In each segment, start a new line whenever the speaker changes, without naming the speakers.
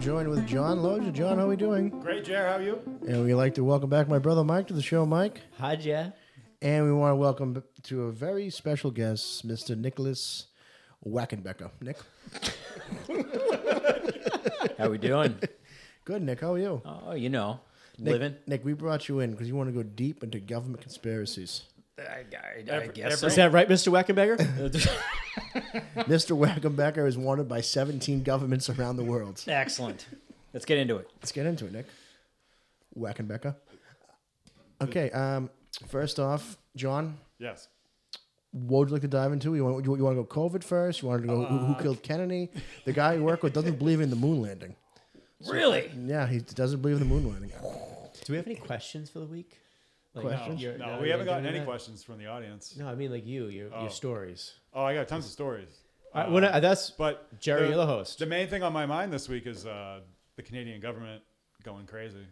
John Loja. John, how are we doing?
Great, Jer. How are you?
And we'd like to welcome back my brother Mike to the show, Mike.
Hi, Jay.
And we want to welcome to a very special guest, Mr. Nicholas Wackenbecker. Nick,
How we doing?
good, Nick. How are you?
oh, you know,
Nick,
living.
Nick, we brought you in because you want to go deep into government conspiracies.
I, I,
Every-
guess
every-
Is that right, Mr. Wackenberger?
so.
Mr. Wackenbecker is wanted by 17 governments around the world.
Excellent. Let's get into it.
Let's get into it, Nick. Wackenbecker. Okay, um, first off, John,
Yes.
what would you like to dive into? You want, you, want to go COVID first? You want to go who, who killed Kennedy? The guy you work with doesn't believe in the moon landing.
really?
Yeah, he doesn't believe in the moon landing.
Do we have any questions for the week? Like,
No,
Questions?
you're-
no,
no,
we
you're
haven't gotten
doing
any
that?
questions from the audience.
No, I mean like you, your, your stories.
Oh, I got tons of stories.
I, when I, that's
But
Jerry,
the,
you're the host.
The main thing on my mind this week is uh, the Canadian government going crazy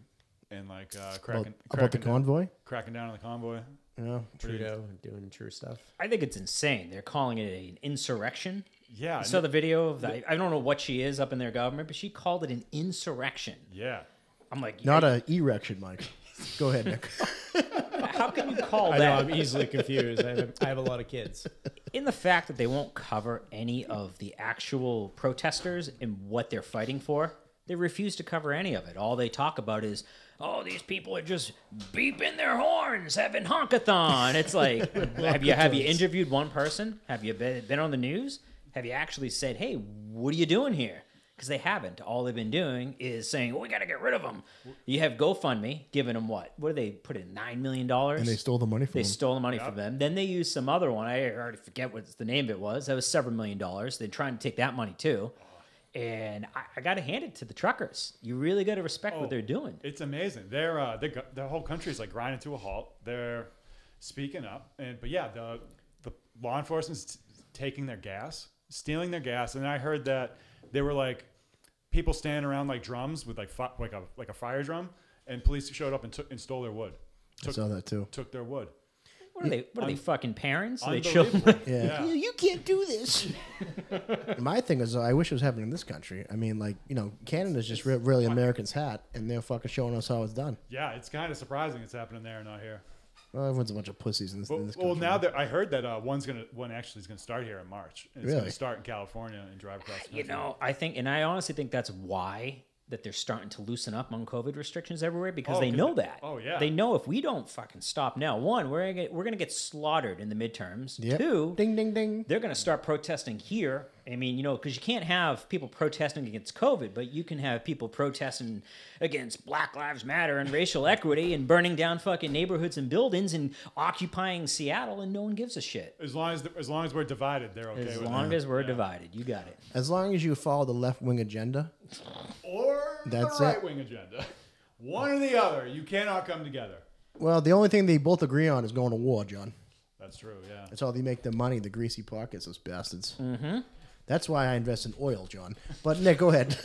and like uh, cracking,
About, about the
cracking, down,
convoy?
cracking down on the convoy.
Yeah.
Trudeau doing true stuff.
I think it's insane. They're calling it an insurrection.
Yeah.
I saw
n-
the video of that. I don't know what she is up in their government, but she called it an insurrection.
yeah.
I'm like,
Not a erection, Mike. Go ahead, Nick.
how can you call
I
that?
know I'm easily confused. I have, I have a lot of kids.
in the fact that they won't cover any of the actual protesters and what they're fighting for, they refuse to cover any of it. All they talk about is, oh, these people are just beeping their horns, having honkathon. It's like, have you have you interviewed one person? Have you been, been on the news? Have you actually said, hey, what are you doing here? Because they haven't. All they've been doing is saying, we got to get rid of them. You have GoFundMe giving them what? What do they put in? $9 million?
And they stole the money from
They
him.
stole the money from them. Then they used some other one. I already forget what the name of it was. That was several million dollars. They're trying to take that money too. And I, I got to hand it to the truckers. You really got to respect
Oh.
what they're doing.
It's amazing. They're, uh, they're, go- their whole country's like grinding to a halt. They're speaking up. And But yeah, the, the law enforcement's t- taking their gas, stealing their gas. And I heard that they were like, people standing around like drums with like fi- like a like a fire drum, and police showed up and took and stole their wood,
I saw that too.
took their wood.
What are they? What are they? Fucking parents? Are They chill.
Unbelievable.
Yeah.
yeah.
You can't do this. My thing is, I wish it was happening in this country. I mean, like, you know, Canada's just re- really Americans' hat, and they're fucking showing us how it's done.
Yeah, it's kind of surprising it's happening there and not here.
Well, everyone's a bunch of pussies in this, in
Well,
this country.
well now that I heard that uh, one's gonna one actually is gonna start here in March. And It's
Really?
gonna start in California and drive across. The country.
You know, I think, and I honestly think that's why that they're starting to loosen up on COVID restrictions everywhere because
Oh,
they
'cause
know
they-
that.
oh, yeah.
They know if we don't fucking stop now, one, we're gonna get, we're gonna get slaughtered in the midterms.
Yep.
Two,
Ding, ding, ding.
they're going to start protesting here. I mean, you know, because you can't have people protesting against COVID, but you can have people protesting against Black Lives Matter and racial equity and burning down fucking neighborhoods and buildings and occupying Seattle, and no one gives a shit.
as long as as long as we're divided, they're okay.
As
with
long
it.
as we're divided, you got it.
As long as you follow the left wing agenda,
or
That's it.
the right wing agenda, one or the other, you cannot come together.
well, the only thing they both agree on is going to war, John.
That's true. Yeah.
That's how they make their money, the greasy pockets, those bastards. Mm-hmm. That's why I invest in oil, John. But, Nick, go ahead.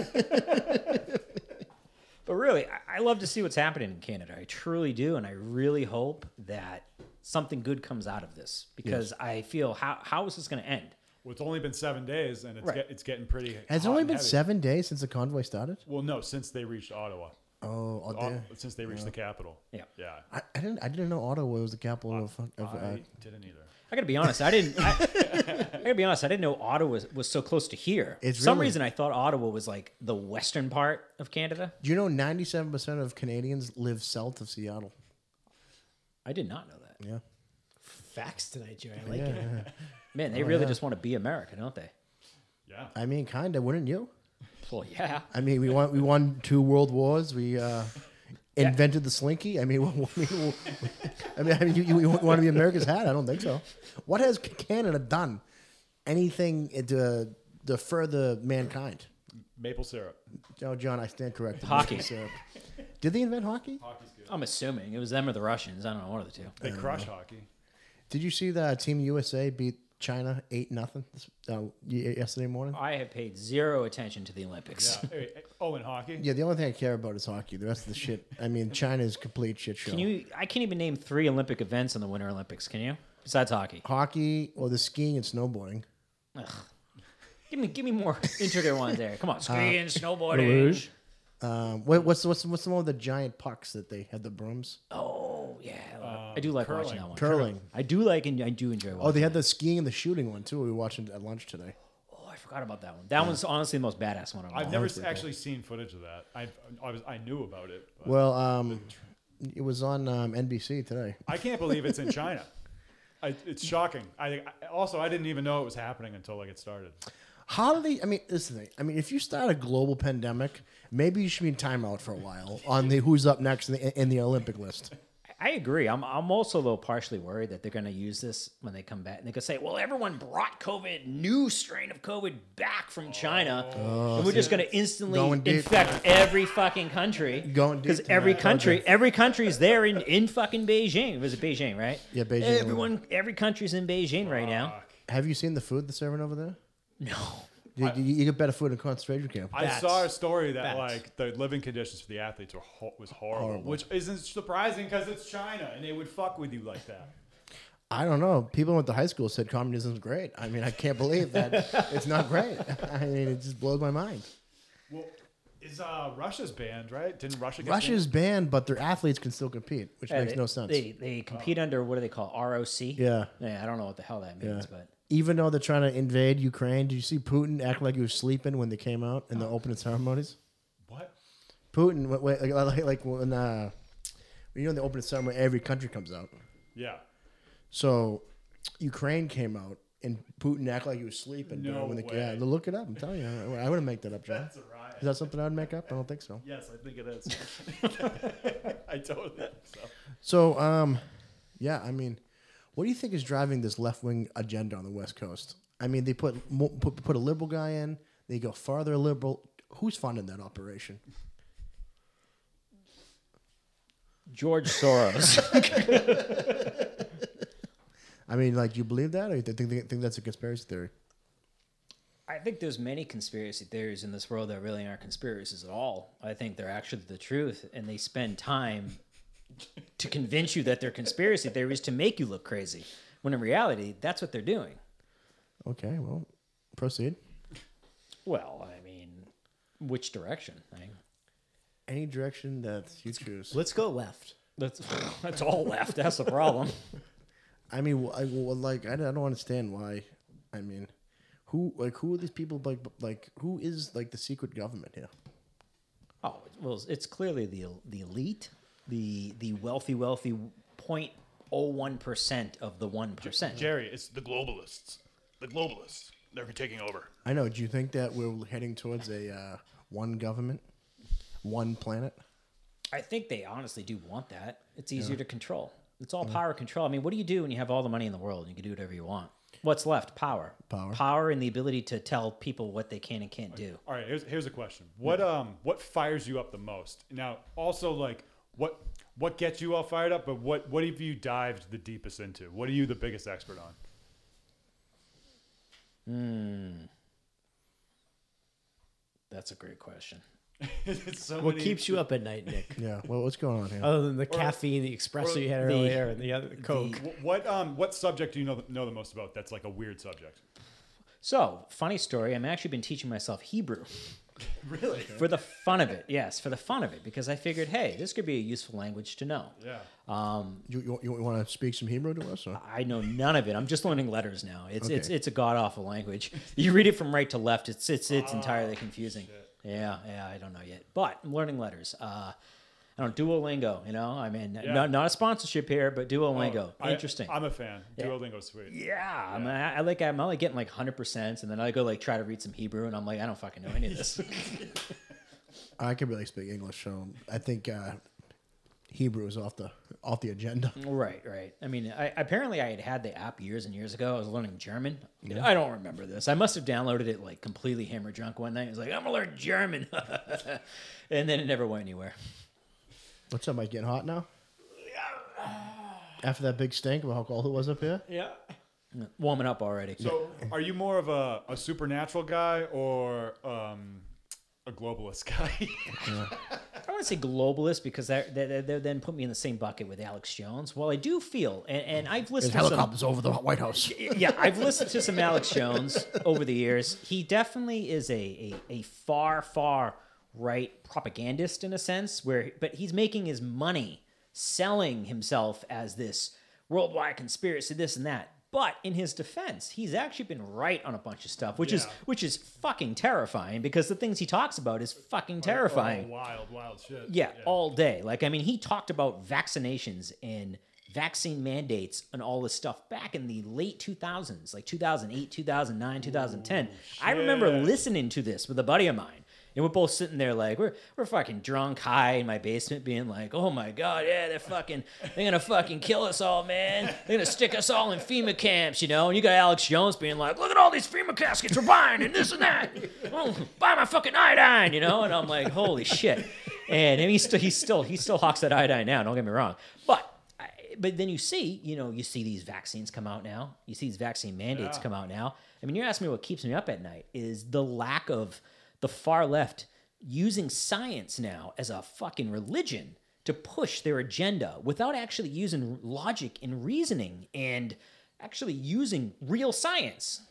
But really, I- I love to see what's happening in Canada. I truly do, and I really hope that something good comes out of this because I feel how how is this going to end?
Well, it's only been seven days, and it's
Right.
get, it's getting pretty.
Has it
hot
only
and
been
heavy.
seven days since the convoy started?
Well, no, since they reached Ottawa,
Oh, oh,
Au-
damn.
since they reached the capital.
Yeah.
Yeah.
I, I didn't. I didn't know Ottawa was the capital of. of uh,
I didn't either.
I gotta be honest. I didn't. I, I gotta be honest. I didn't know Ottawa was, was so close to here.
It's
For some
really-
reason I thought Ottawa was like the western part of Canada.
do you know ninety-seven percent of Canadians live south of Seattle?
I did not know that.
Yeah.
Facts tonight, Jerry. I like it. Oh,
Man, they really just want to be America, don't they?
Yeah.
I mean, kinda. Wouldn't you?
Well, yeah.
I mean, we won. We won two world wars. We uh, invented the slinky. I mean, what- I mean, I mean, I mean you, you, want to be America's hat? I don't think so. What has Canada done? Anything to, to further mankind?
Maple syrup.
Oh, John, I stand corrected.
Hockey.
So- Did they invent hockey?
Hockey's good.
I'm assuming it was them or the Russians. I don't know one of the two.
They crush hockey.
Did you see that Team USA beat China eight nothing uh, ye- yesterday morning?
I have paid zero attention to the Olympics.
Yeah. Hey, hey, oh, in hockey.
Yeah, the only thing I care about is hockey. The rest of the shit, I mean, China is complete shit show.
Can you? I can't even name three Olympic events in the Winter Olympics. Can you? Besides hockey.
hockey or the skiing and snowboarding?
Uh,
Give me, give me more intricate ones there. Come on, skiing, snowboarding.
Um, what, what's what's what's the one with the giant pucks that they had the brooms
Oh yeah, I do like watching
Uh, curling.
that one.
curling?
I do like and I do enjoy watching.
Oh, they had the skiing and the shooting one too. We were watching at lunch today.
Oh, I forgot about that one. That one's honestly the most badass one. I've,
I've
watched.
never s- actually seen footage of that. I I, was, I knew about it. but
Well, um, it was on um, NBC today.
I can't believe it's in China. I, it's shocking. I I- also I didn't even know it was happening until like it started.
How do they? I mean, this is the thing. I mean, if you start a global pandemic, maybe you should be in timeout for a while on the who's up next in the, in the Olympic list.
I agree. I'm I'm also though partially worried that they're going to use this when they come back. They could say, "Well, everyone brought COVID, new strain of COVID back from China, and we're just going to instantly
Going deep.
infect every fucking country."
Going deep
because
tonight.
every
Going
country,
deep.
every country's there in in fucking Beijing. It was it Beijing, right?
Yeah, Beijing. Ah.
Everyone, every country's in Beijing right now.
Have you seen the food they're serving over there?
No.
You, you, you get better food in concentration camp.
I
Bats.
saw a story that
Bats.
like the living conditions for the athletes were ho- was horrible, which isn't surprising because it's China and they would fuck with you like that.
I don't know. People who went to high school said communism's great. I mean, I can't believe that it's not great. I mean, it just blows my mind.
Well, is uh, Russia's banned right? Didn't Russia? Get
Russia's banned, but their athletes can still compete, which
Yeah,
makes
they-
no sense. Ah.
They they compete under what do they call ROC?
Yeah.
yeah. I don't know what the hell that means, but
Even though they're trying to invade Ukraine, did you see Putin act like he was sleeping when they came out in the opening ceremonies?
What?
Putin, went- went- like, like, like when uh, you know, in the opening ceremony, every country comes out.
Yeah.
So Ukraine came out, and Putin acted like he was sleeping.
No
during when the,
way.
Yeah, look it up. I'm telling you, I, I wouldn't make that up, John.
That's a riot.
Is that something I would make up? I don't think so.
Yes, I think it is. I totally think so.
So, um, yeah, I mean, what do you think is driving this left wing agenda on the West Coast? I mean, they put, mo- put put a liberal guy in, they go farther liberal. Who's funding that operation?
George Soros.
I mean, like, you believe that, or you think think, think that's a conspiracy theory?
I think there's many conspiracy theories in this world that really aren't conspiracies at all. I think they're actually the truth, and they spend time to convince you that they're conspiracy theories to make you look crazy. When in reality, that's what they're doing.
Okay, well, proceed.
Well, I mean, which direction? I mean,
Any direction that you choose.
Let's go left.
that's that's all left. That's the problem.
I mean, wh- I, well, like I don't I don't understand why. I mean, who like who are these people like b- like who is like the secret government here?
Oh well, it's- it's clearly the the elite, the the wealthy, wealthy 0.01 percent of the one percent.
Jerry, it's the globalists. The globalists. They're taking over.
I know. Do you think that we're heading towards a uh, one government, one planet?
I think they honestly do want that. It's easier to control. It's all power control. I mean, what do you do when you have all the money in the world and you can do whatever you want? What's left? Power.
Power.
Power and the ability to tell people what they can and can't do.
All right, here's here's a question.
Hmm.
What um what fires you up the most? Now, also like what what gets you all fired up, but what what have you dived the deepest into? What are you the biggest expert on?
That's a great question.
It's so
What
many-
keeps you up at night, Nick?
Yeah. Well, what's going on here?
Other than the caffeine, the espresso you had earlier, and the other Coke.
Wh- What um what subject do you know the, know the most about? That's like a weird subject.
So, funny story. I'm actually been teaching myself Hebrew
Really?
for the fun of it. Yes, for the fun of it, because I figured, hey, this could be a useful language to know.
Yeah.
you you, you want to speak some Hebrew to us? Or?
I know none of it. I'm just learning letters now. It's it's it's a god awful language. You read it from right to left. It's it's it's
Ah,
entirely confusing. Yeah, yeah, I don't know yet, but I'm learning letters. Uh, I don't Duolingo. You know, I mean,
Yeah. Oh,
not not a sponsorship here, but Duolingo.
Um, I-
Interesting.
I'm a fan. Duolingo's sweet.
yeah, I'm, I, I like I'm only getting like 100, percent and then I go like try to read some Hebrew, and I'm like I don't fucking know any of this.
I can barely speak English, so I think uh, Hebrew is off the off the agenda.
Mm.
Right, right. I mean, I, apparently I had had the app years and years ago. I was learning German. I don't remember this. I must have downloaded it like completely hammer drunk one night. I was like, I'm gonna learn German, and then it never went anywhere.
What's up, Mike? Getting hot now? After that big stink about how cold it was up here.
Yeah.
Warming up already.
So, are you more of a, a supernatural guy or um, a globalist guy?
I want to say globalist because that, that, that, that then put me in the same bucket with Alex Jones. Well, I do feel, and, and I've listened to some,
Helicopters over the White House.
yeah, I've listened to some Alex Jones over the years. He definitely is a, a, a far, far right propagandist in a sense where but he's making his money selling himself as this worldwide conspiracy this and that but in his defense he's actually been right on a bunch of stuff which is
Yeah.
which is fucking terrifying because the things he talks about is fucking terrifying
Oh, wild, wild shit.
yeah, all day. Like, I mean, he talked about vaccinations and vaccine mandates and all this stuff back in the late 2000s, like 2008, 2009, 2010. I remember
shit.
listening to this with a buddy of mine. And we're both sitting there like we're we're fucking drunk, high in my basement, being like, "Oh my god, yeah, they're fucking, they're gonna fucking kill us all, man. They're gonna stick us all in FEMA camps, you know." And you got Alex Jones being like, "Look at all these FEMA caskets we're buying, and this and that. Oh, buy my fucking iodine, you know." And I'm like, "Holy shit!" And he still he still he still hawks that iodine now. Don't get me wrong, but I, but then you see, you know, you see these vaccines come out now. You see these vaccine mandates
Yeah.
come out now. I mean, you're asking me what keeps me up at night is the lack of the far left using science now as a fucking religion to push their agenda without actually using logic and reasoning and actually using real science.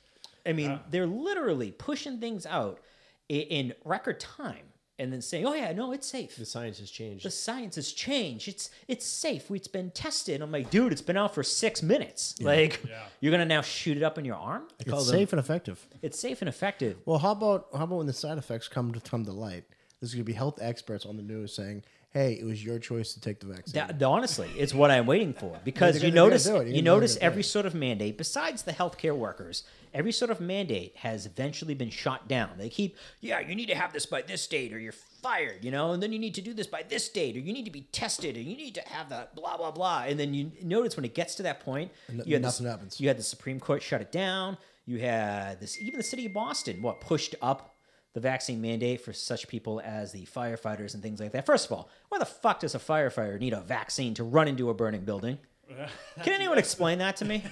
I mean, they're literally pushing things out i- in record time and then saying, "Oh yeah, no, it's safe."
The science has changed.
the science has changed. It's it's safe. It's been tested. I'm like, dude, it's been out for six minutes. Like,
Yeah.
you're gonna now shoot it up in your arm?
call
It's
them-
safe and effective.
It's safe and effective.
Well, how about how about when the side effects come to come to light? There's going to be health experts on the news saying, "Hey, it was your choice to take the vaccine."
That, honestly, it's what I'm waiting for because
they're
you
gonna- they're
notice
gonna do it. You're
you
gonna
notice
do it,
every sort of mandate besides the healthcare workers. Every sort of mandate has eventually been shot down. They keep, yeah, you need to have this by this date or you're fired, you know, and then you need to do this by this date or you need to be tested or you need to have that blah blah blah. And then you notice when it gets to that point, you had the-
nothing happens.
You had the Supreme Court shut it down. You had this even the city of Boston what pushed up the vaccine mandate for such people as the firefighters and things like that. First of all, why the fuck does a firefighter need a vaccine to run into a burning building? Can anyone explain that to me?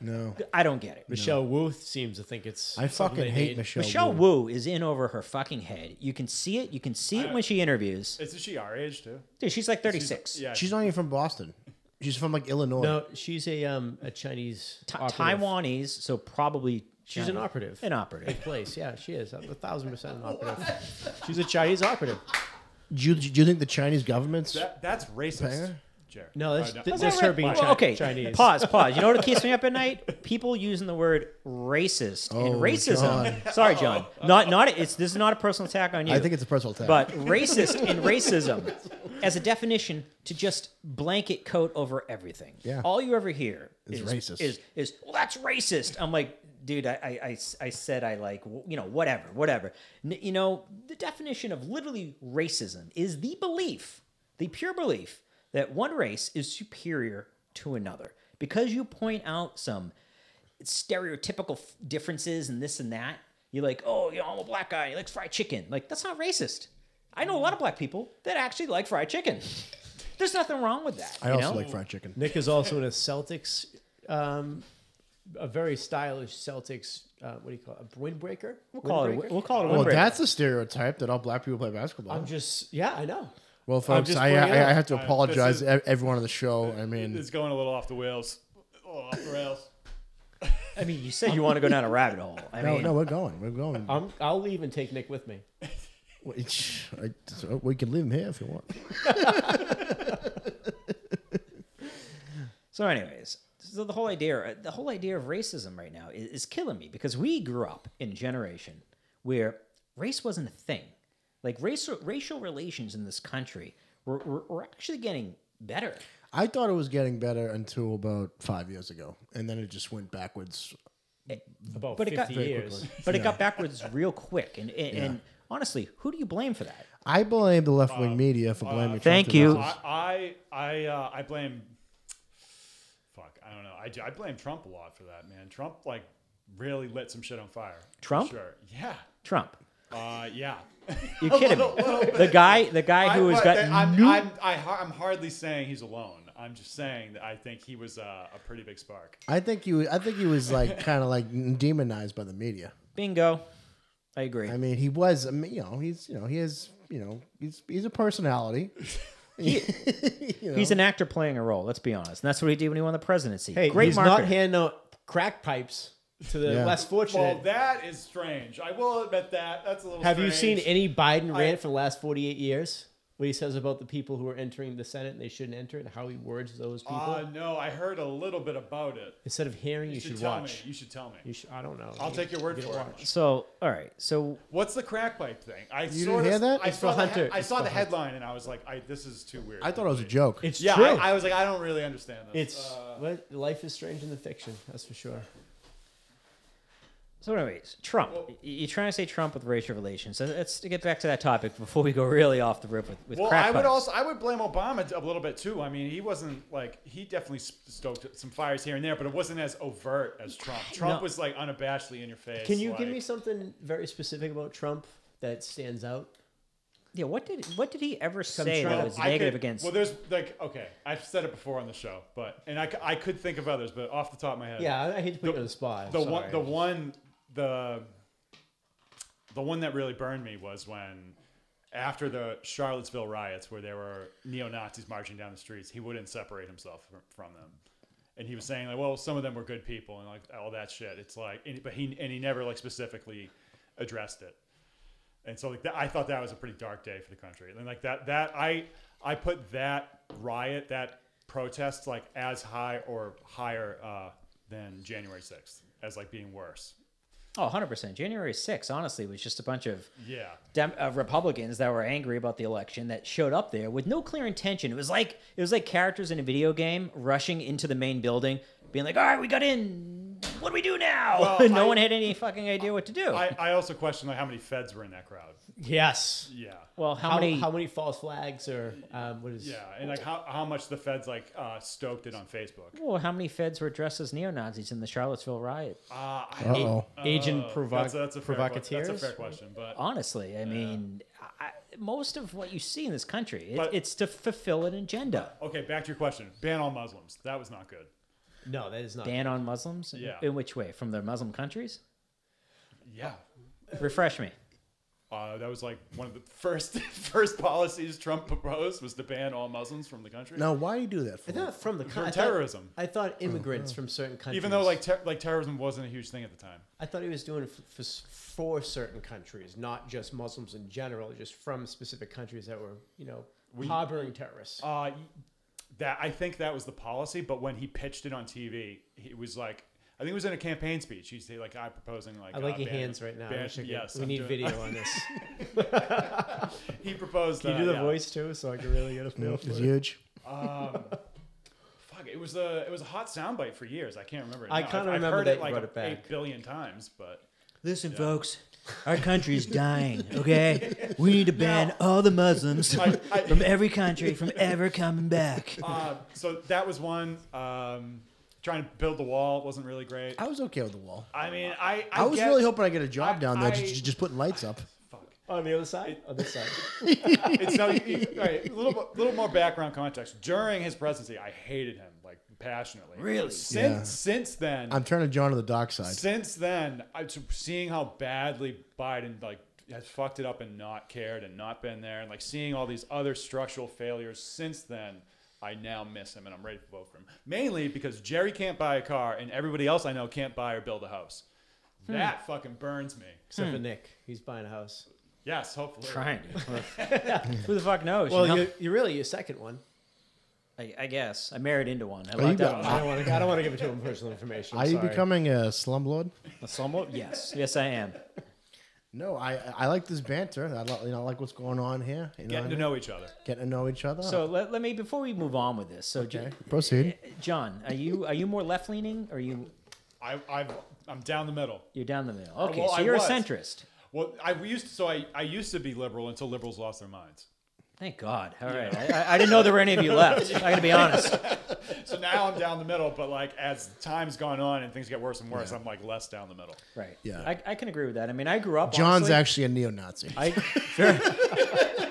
no,
I don't get it.
Michelle Wu seems to think it's.
I
something
fucking
they
hate
need.
Michelle.
Michelle
Wu.
Wu is in over her fucking head. You can see it. You can see it when she interviews.
Isn't she our age too?
Dude, she's like 36.
Yeah.
She's not even from Boston. She's from like Illinois.
No, she's a um a Chinese
Ta-
operative.
Taiwanese, so probably
She's an
China.
operative.
An operative.
place. Yeah, she is a thousand percent an operative. she's a Chinese operative.
Do you, do you think the Chinese government's?
that, that's racist.
Banger?
Jared.
No, that's,
Oh, no.
that's,
Is that
her
right?
being
Well,
Chi-
okay.
Chinese.
Pause, pause. You know what keeps me up at night? People using the word racist
Oh,
and racism. Sorry, John. Not not it's this is not a personal attack on you.
I think it's a personal attack.
but racist and racism as a definition to just blanket coat over everything.
Yeah.
All you ever hear
Is
is,
racist.
Is is well, that's racist. I'm like, dude, I, I- I s- I said I like w- you know whatever whatever. N- you know the definition of literally racism is the belief, the pure belief that one race is superior to another because you point out some stereotypical f- differences and this and that. You're like, oh, you know, I'm a black guy. He likes fried chicken. Like, that's not racist. I know a lot of black people that actually like fried chicken. There's nothing wrong with that.
I
you
also
know?
like fried chicken.
Nick is also in a Celtics, um, a very stylish Celtics. Uh, what do you call it? A windbreaker.
We'll call it. A,
Windbreaker?
we'll call it a
Well,
windbreaker.
that's the stereotype that all black people play basketball.
I'm just. Yeah, I know.
well,
I'm
folks,
just
I,
pointing
I,
out.
I have to
Uh, this
apologize
is-
to ev- everyone on the show. I mean,
it's going a little off the rails. Oh, off the rails.
I mean, you said you want to go down a rabbit hole. I
no,
mean,
no, we're going, we're going.
I'm, I'll leave and take Nick with me.
We- I- so we can leave him here if you want.
So, anyways, so the whole idea, uh, the whole idea of racism right now is, is killing me because we grew up in a generation where race wasn't a thing. Like racial racial relations in this country were, were, were actually getting better.
I thought it was getting better until about five years ago, and then it just went backwards.
About
But it got-
50
Very
years.
but it got backwards real quick. And and, and honestly, who do you blame for that?
I blame the left wing media for blaming. Trump
thank
for
you.
this.
I I I, uh, I blame. Fuck, I don't know. I, do- I blame Trump a lot for that, man. Trump like really lit some shit on fire. for
Trump?
Sure. Yeah.
Trump.
Uh, yeah.
You're kidding me. The guy, the guy who has
but
got
then I'm,
new-
I'm, I, har- I'm hardly saying he's alone. I'm just saying that I think he was uh, a pretty big spark.
I think he. was- I think he was like kind of like demonized by the media.
bingo. I agree.
I mean, he was. I mean, you know, he's. You know, he has. You know, he's. He's a personality.
He's an actor playing a role. Let's be honest. And that's what he did when he won the presidency.
Hey,
Great
he's
marketer.
not handing out crack pipes to the
Yeah.
less fortunate.
Well, that is strange. I will admit that. That's a little.
Have you seen
strange.
any Biden
I-
rant for the last 48 years? What he says about the people who are entering the Senate and they shouldn't enter and how he words those people?
Uh, no, I heard a little bit about it.
Instead of hearing, you, should,
tell
watch.
Me. You should tell me.
You should, I don't know.
I'll take your word
You
for
don't
it.
So, all right. So,
What's the crack pipe thing? I
didn't
sort
hear
of,
that?
I
It's
saw
for
the
Hunter.
I
It's
saw
for
the
Hunter.
headline and I was like, I, this is too weird.
I thought it was a joke.
It's
yeah,
true.
I, I was like, I don't really understand this. Uh,
it's what, life is strange in the fiction. That's for sure.
so anyways, Trump.
Well-
Y- You're trying to say Trump with racial relations. So let's to get back to that topic before we go really off the rip with, with
well,
crack
I would
pipes.
also I would blame Obama a little bit too. I mean, he wasn't like he definitely s- stoked some fires here and there, but it wasn't as overt as Trump. Trump
No.
was like unabashedly in your face.
Can you give
like-
me something very specific about Trump that stands out?
Yeah, what did what did he ever say
trying
that
to-
was
I
negative
could-
against?
Well, there's like okay, I've said it before on the show, but and I, c- I could think of others, but off the top of my head,
Yeah, I, I hate to put
Uh, The-
you on the spot. I'm
the one
sorry.
the one the the one that really burned me was when after the Charlottesville riots where there were neo Nazis marching down the streets, he wouldn't separate himself from, from them. And he was saying like, well, some of them were good people and like all that shit. It's like, and, but he and he never like specifically addressed it. And so like that, I thought that was a pretty dark day for the country. And like that, that I I put that riot, that protest, like as high or higher uh, than January sixth, as like being worse.
oh, 100%. January 6th, honestly, was just a bunch of
Yeah,
Dem- uh, Republicans that were angry about the election that showed up there with no clear intention. It was like it was like characters in a video game rushing into the main building, being like, "All right, we got in. What do we do now?"
Well,
no
I-
one had any fucking idea what to do.
I, I also question like how many feds were in that crowd.
Yes.
Yeah,
well, how,
How,
many?
how many false flags or um, what is?
yeah, and like how, how much the feds like uh, stoked it on Facebook.
well, how many feds were dressed as neo Nazis in the Charlottesville riot?
Uh, I,
Uh oh.
Agent
uh,
provo-
that's, a- that's a fair, que-
provocateurs.
That's a fair question, but
Honestly, I mean, I, most of what you see in this country, it,
But-
it's to fulfill an agenda.
okay. Back to your question: ban all Muslims. That was not good.
No, that is not.
Ban on Muslims?
Yeah.
In which way? From the Muslim countries?
Yeah,
Refresh me.
Uh, that was like one of the first first policies Trump proposed was to ban all Muslims from the country.
Now, why do you do that? For?
I thought from the con-
For
I thought-
terrorism.
I thought immigrants from certain countries.
even though like ter- like terrorism wasn't a huge thing at the time.
I thought he was doing it for, for certain countries, not just Muslims in general, just from specific countries that were, you know, harboring terrorists.
Uh, that I think that was the policy, but when he pitched it on TV, he was like, I think it was in a campaign speech. He's like, "I'm proposing like."
I like
uh,
your
ban-
hands right now. I
ban-
wish I could-
yes,
we
I'm
need
doing-
video on this.
He proposed.
Can you
uh,
do the
yeah.
voice too, so I can really get a feel
It's
for it?
huge.
Fuck, it was a it was a hot soundbite for years. I can't remember. It
I
now.
kinda
I've-
remember
I've heard
that
it
you
like
brought it back.
eight billion times, but
Listen, folks, our country's dying, okay? We need to ban all the Muslims
I- I-
from every country from ever coming back.
uh, so that was one. Um, trying to build the wall wasn't really great.
I was okay with the wall.
I mean, I
I,
I,
was
get-
really hoping I get a job
I-
down there,
I-
just, just putting lights up.
Fuck.
On the other side? On this side.
It's not, you- all right, a little, mo- little more background context. During his presidency, I hated him like passionately.
Really?
Since
Yeah.
since then,
I'm turning John to the dark side.
since then, I, to- seeing how badly Biden like has fucked it up and not cared and not been there, and like seeing all these other structural failures since then, I now miss him and I'm ready to vote for him. Mainly because Jerry can't buy a car and everybody else I know can't buy or build a house. That fucking burns me.
Except for Nick. He's buying a house.
Yes, hopefully.
Trying. Who the fuck knows?
Well,
you know?
you're, you're really your second one.
I, I guess. I married into one. I
you
lucked
got-
out.
I don't want to. I don't want to give it to him personal information. I'm
Are you
sorry.
becoming a slumlord?
Somewhat? Yes. Yes, I am.
No, I I like this banter. I like you know I like what's going on here. You know
Getting
what I
to
mean?
know each other.
getting to know each other.
Oh.
So eh, let, let me, before we move on with this, so J-
okay, proceed.
John, are you are you more left leaning or are you
I, I've, I'm down the middle.
you're down the middle? Okay,
Uh, well,
so
I
you're
was.
a centrist.
Well, I used so I, I used to be liberal until liberals lost their minds.
Thank God. All right, I, I- I didn't know there were any of you left. I got to be honest.
So now I'm down the middle, but like as time's gone on and things get worse and worse, I'm like less down the middle.
Right.
Yeah.
I, I can agree with that. I mean, I grew up.
John's
honestly,
actually a neo-Nazi. I,
I fair.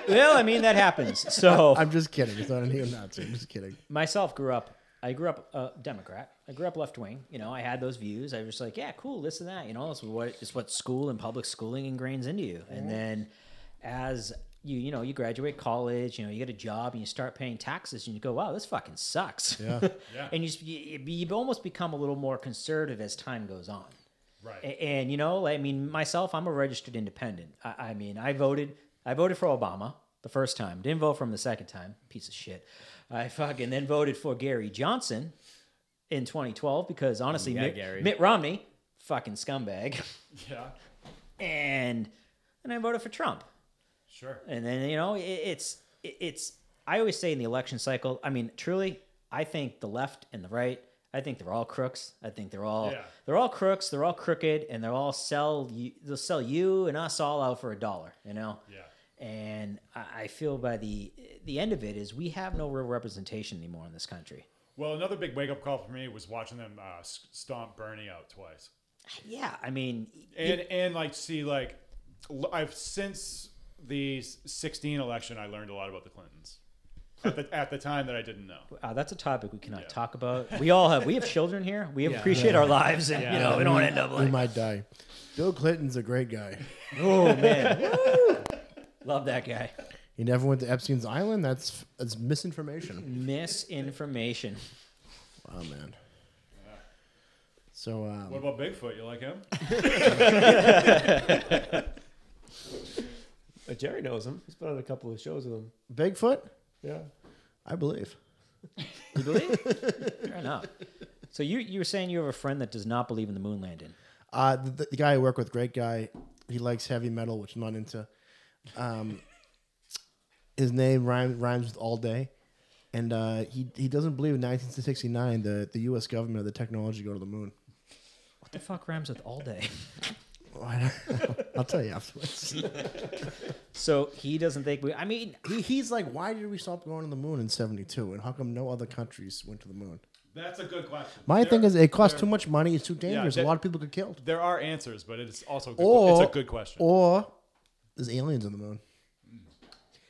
well, I mean that happens. So
am just kidding. He's not a neo-Nazi. I'm just kidding.
myself grew up. I grew up a Democrat. I grew up left wing. You know, I had those views. I was just like, yeah, cool, this and that. You know, it's what it's what school and public schooling ingrains into you. And then as you you know you graduate college, you know you get a job and you start paying taxes and you go, wow, this fucking sucks.
Yeah.
Yeah.
and you, s- you you almost become a little more conservative as time goes on.
Right.
A- And you know, I mean, myself, I'm a registered independent. I, I mean, I voted, I voted for Obama the first time. Didn't vote for him the second time. Piece of shit. I fucking then voted for Gary Johnson in 2012 because honestly,
Yeah,
Mitt,
Gary.
Mitt Romney, fucking scumbag,
Yeah.
and and I voted for Trump.
Sure.
And then you know, it, it's it, it's. I always say in the election cycle. I mean, truly, I think the left and the right. I think they're all crooks. I think they're all
Yeah.
they're all crooks. They're all crooked, and they're all sell you. They'll sell you and us all out for a dollar. You know.
Yeah.
And I I feel by the the end of it is we have no real representation anymore in this country.
Well, another big wake up call for me was watching them uh, s- stomp Bernie out twice,
Yeah, I mean,
and and like see like l- I've since the s- 16 election I learned a lot about the Clintons. At the, at the time that I didn't know.
uh, that's a topic we cannot talk about. We all have we have children here. We appreciate our lives, and you know we don't want to end up
We
like
might die. Bill Clinton's a great guy.
oh man, Woo! love that guy.
He never went to Epstein's Island. That's that's misinformation.
Misinformation.
Oh man. So um,
What about Bigfoot? You like him?
But Jerry knows him. He's been on a couple of shows with him.
Bigfoot,
Yeah.
I believe.
You believe? Fair enough. So you you were saying you have a friend that does not believe in the moon landing.
Uh, the, the guy I work with, great guy. He likes heavy metal, which I'm not into. Um, his name rhymes, rhymes with all day, and uh, he he doesn't believe in 1969 the the U.S. government or the technology to go to the moon.
What the fuck rhymes with all day?
I'll tell you afterwards.
So he doesn't think we. I mean,
He, he's like, why did we stop going to the moon in '72, and how come no other countries went to the moon?
That's a good question.
My
There-
thing is, it costs
there-
too much money. It's too dangerous.
that-
a lot of people get killed.
There are answers, but it's also a good,
Or
it's a good question.
Or there's aliens on the moon.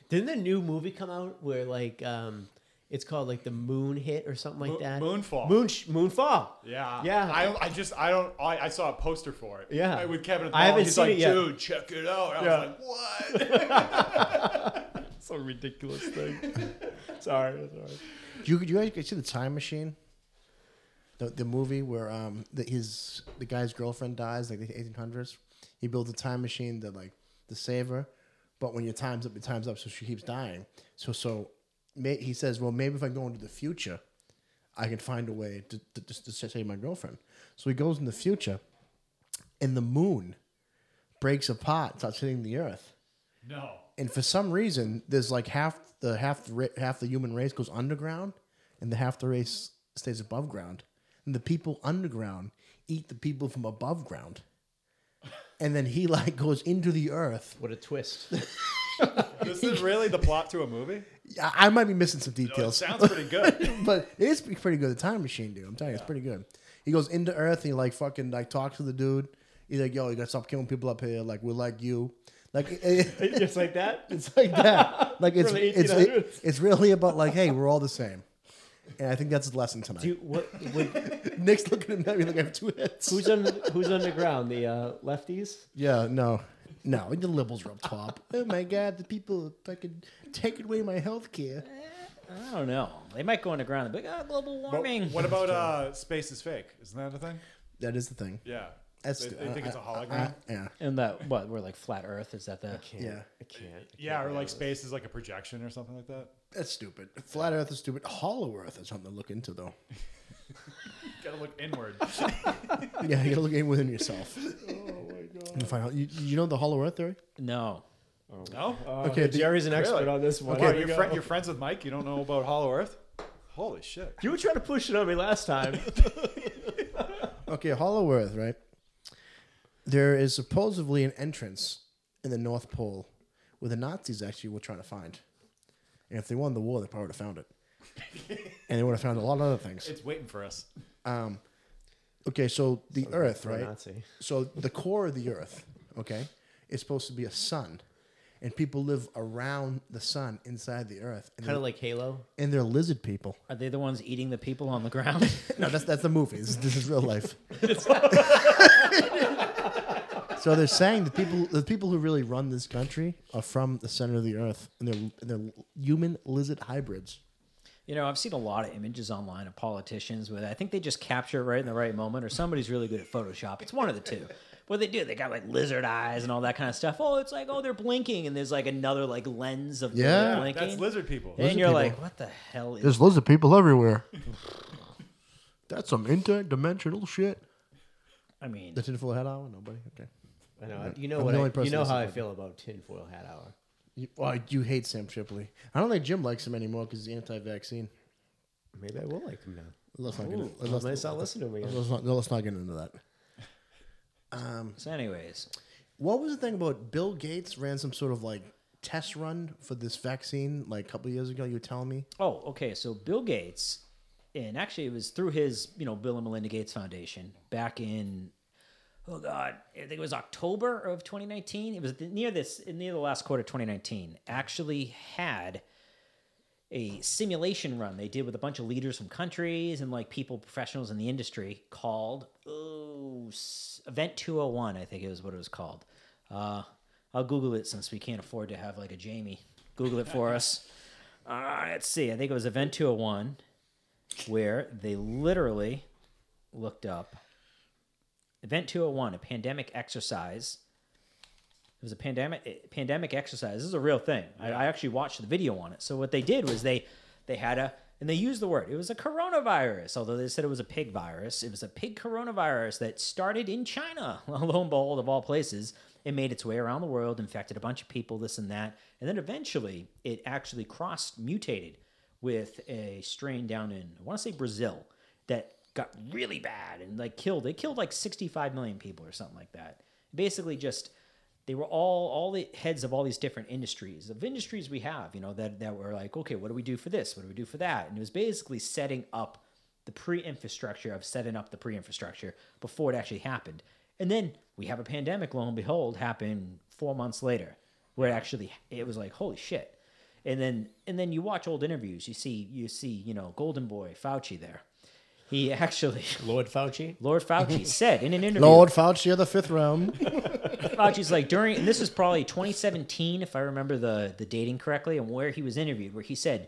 Didn't the new movie come out where like um, it's called like the Moon Hit or something like
Mo-
that?
Moonfall.
Moon Moonfall.
Yeah.
Yeah.
I, I just, I don't, I, I saw a poster for it.
Yeah.
I- With Kevin.
I
Paul,
haven't
he's
seen
like,
it yet.
Dude, check it out. I
Yeah.
was like, what?
So ridiculous thing. sorry, sorry.
Do you, do you guys get to see the time machine? The, the movie where um the, his the guy's girlfriend dies like the eighteen hundreds. He builds a time machine to like to save her, but when your time's up, your time's up, so she keeps dying. So so may, he says, well, maybe if I go into the future, I can find a way to to, to, to save my girlfriend. So he goes in the future, and the moon breaks apart, starts hitting the earth
no.
and for some reason, there's like half the half the ra- half the human race goes underground, and the half the race stays above ground. And the people underground eat the people from above ground, and then he like goes into the earth.
What a twist.
This is really the plot to a movie?
I, I might be missing some
No, it
details,
sounds pretty good.
but it is pretty good. The time machine, dude. I'm telling you, it's pretty good. He goes into Earth and he like fucking like talks to the dude. He's like, "Yo, you gotta stop killing people up here. Like we're like you." Like
Just like that.
It's like that. Like it's
From the
it's
1800s.
it's really about like, hey, we're all the same. And I think that's the lesson tonight.
Do what? Would,
Nick's looking at me like I have two heads.
who's on Who's underground? The uh, lefties.
Yeah, no. No, the liberals are up top. oh my god, the people fucking taking away my health care.
I don't know. They might go underground. Like, oh, global
But
warming.
what about uh, Space is Fake? Isn't that a thing?
That is the thing.
Yeah.
That's
they, they think it's a
I- I-
hologram.
I- yeah.
and that what we're like flat Earth? Is that the?
Yeah.
I can't.
yeah, or like space is like a projection or something like that.
That's stupid. Flat Earth is stupid. Hollow Earth is something to look into though.
Gotta look inward.
Yeah, you gotta look in within yourself. oh my god. Uh, And find out you, you know the Hollow Earth theory?
No.
no?
okay, the-
Jerry's an expert
Really?
on this one.
Wow,
Here we
you're,
go.
fri- you're friends with Mike. You don't know about Hollow Earth? Holy shit!
You were trying to push it on me last time.
Okay, Hollow Earth, right? There is supposedly an entrance in the North Pole where the Nazis actually were trying to find. And if they won the war, they probably would have found it. and they would have found a lot of other things.
It's waiting for us.
Okay, so the Earth,
Pro
right?
Nazi.
So the core of the Earth, okay, is supposed to be a sun. And people live around the sun inside the Earth. And,
Kind
they're,
of like Halo.
and they're lizard people.
Are they the ones eating the people on the ground?
No, that's that's the movie. This, this is real life. so they're saying the people the people who really run this country are from the center of the earth, and they're and they're human lizard hybrids.
You know, I've seen a lot of images online of politicians with I think they just capture right in the right moment, or somebody's really good at Photoshop. It's one of the two. What they do, they got like lizard eyes and all that kind of stuff. Oh, it's like oh they're blinking, and there's like another like lens of
Yeah.
yeah,
Yeah,
blinking.
That's lizard people.
and you're
people.
like, what the hell is
There's loads of people everywhere. That's some interdimensional shit.
I mean,
The tinfoil hat hour? Nobody? Okay.
I know. You know
I'm
what?
the only
I, you
person
know
that's
how I
affected.
feel about tinfoil hat hour.
You, oh, you hate Sam Shipley. I don't think Jim likes him anymore because he's anti vaccine.
Maybe I will like him now.
Let's not get
Ooh,
into-
let's,
let's-
not listen to him again.
let's not- let's not get into that.
so anyways,
What was the thing about Bill Gates ran some sort of like test run for this vaccine like a couple of years ago? You were telling me.
Oh, okay. So Bill Gates, and actually it was through his, you know, Bill and Melinda Gates Foundation back in, oh God, I think it was October of 2019. It was near this, near the last quarter of 2019. Actually had a simulation run they did with a bunch of leaders from countries and like people, professionals in the industry called oh, s- Event 201, I think it was what it was called. Uh, I'll Google it since we can't afford to have like a Jamie Google it for us. Uh, let's see. I think it was Event 201 where they literally looked up Event 201, a pandemic exercise. It was a pandemic eh, pandemic exercise. This is a real thing. I, I actually watched the video on it. So what they did was they they had a and they used the word. It was a coronavirus, although they said it was a pig virus. It was a pig coronavirus that started in China. Well, lo and behold, of all places, it made its way around the world, infected a bunch of people, this and that, and then eventually it actually crossed mutated with a strain down in I want to say Brazil that got really bad and like killed. They killed like 65 million people or something like that. Basically, just they were all all the heads of all these different industries of industries we have, you know, that that were like, okay, what do we do for this? What do we do for that? And it was basically setting up the pre-infrastructure of setting up the pre-infrastructure before it actually happened. And then we have a pandemic, lo and behold, happen four months later, where it actually it was like, holy shit. And then and then you watch old interviews, you see you see, you know, Golden Boy Fauci there. He actually
Lord Fauci.
Lord Fauci said in an interview
Lord Fauci of the fifth realm.
Fauci's like during, and this was probably 2017, if I remember the the dating correctly, and where he was interviewed, where he said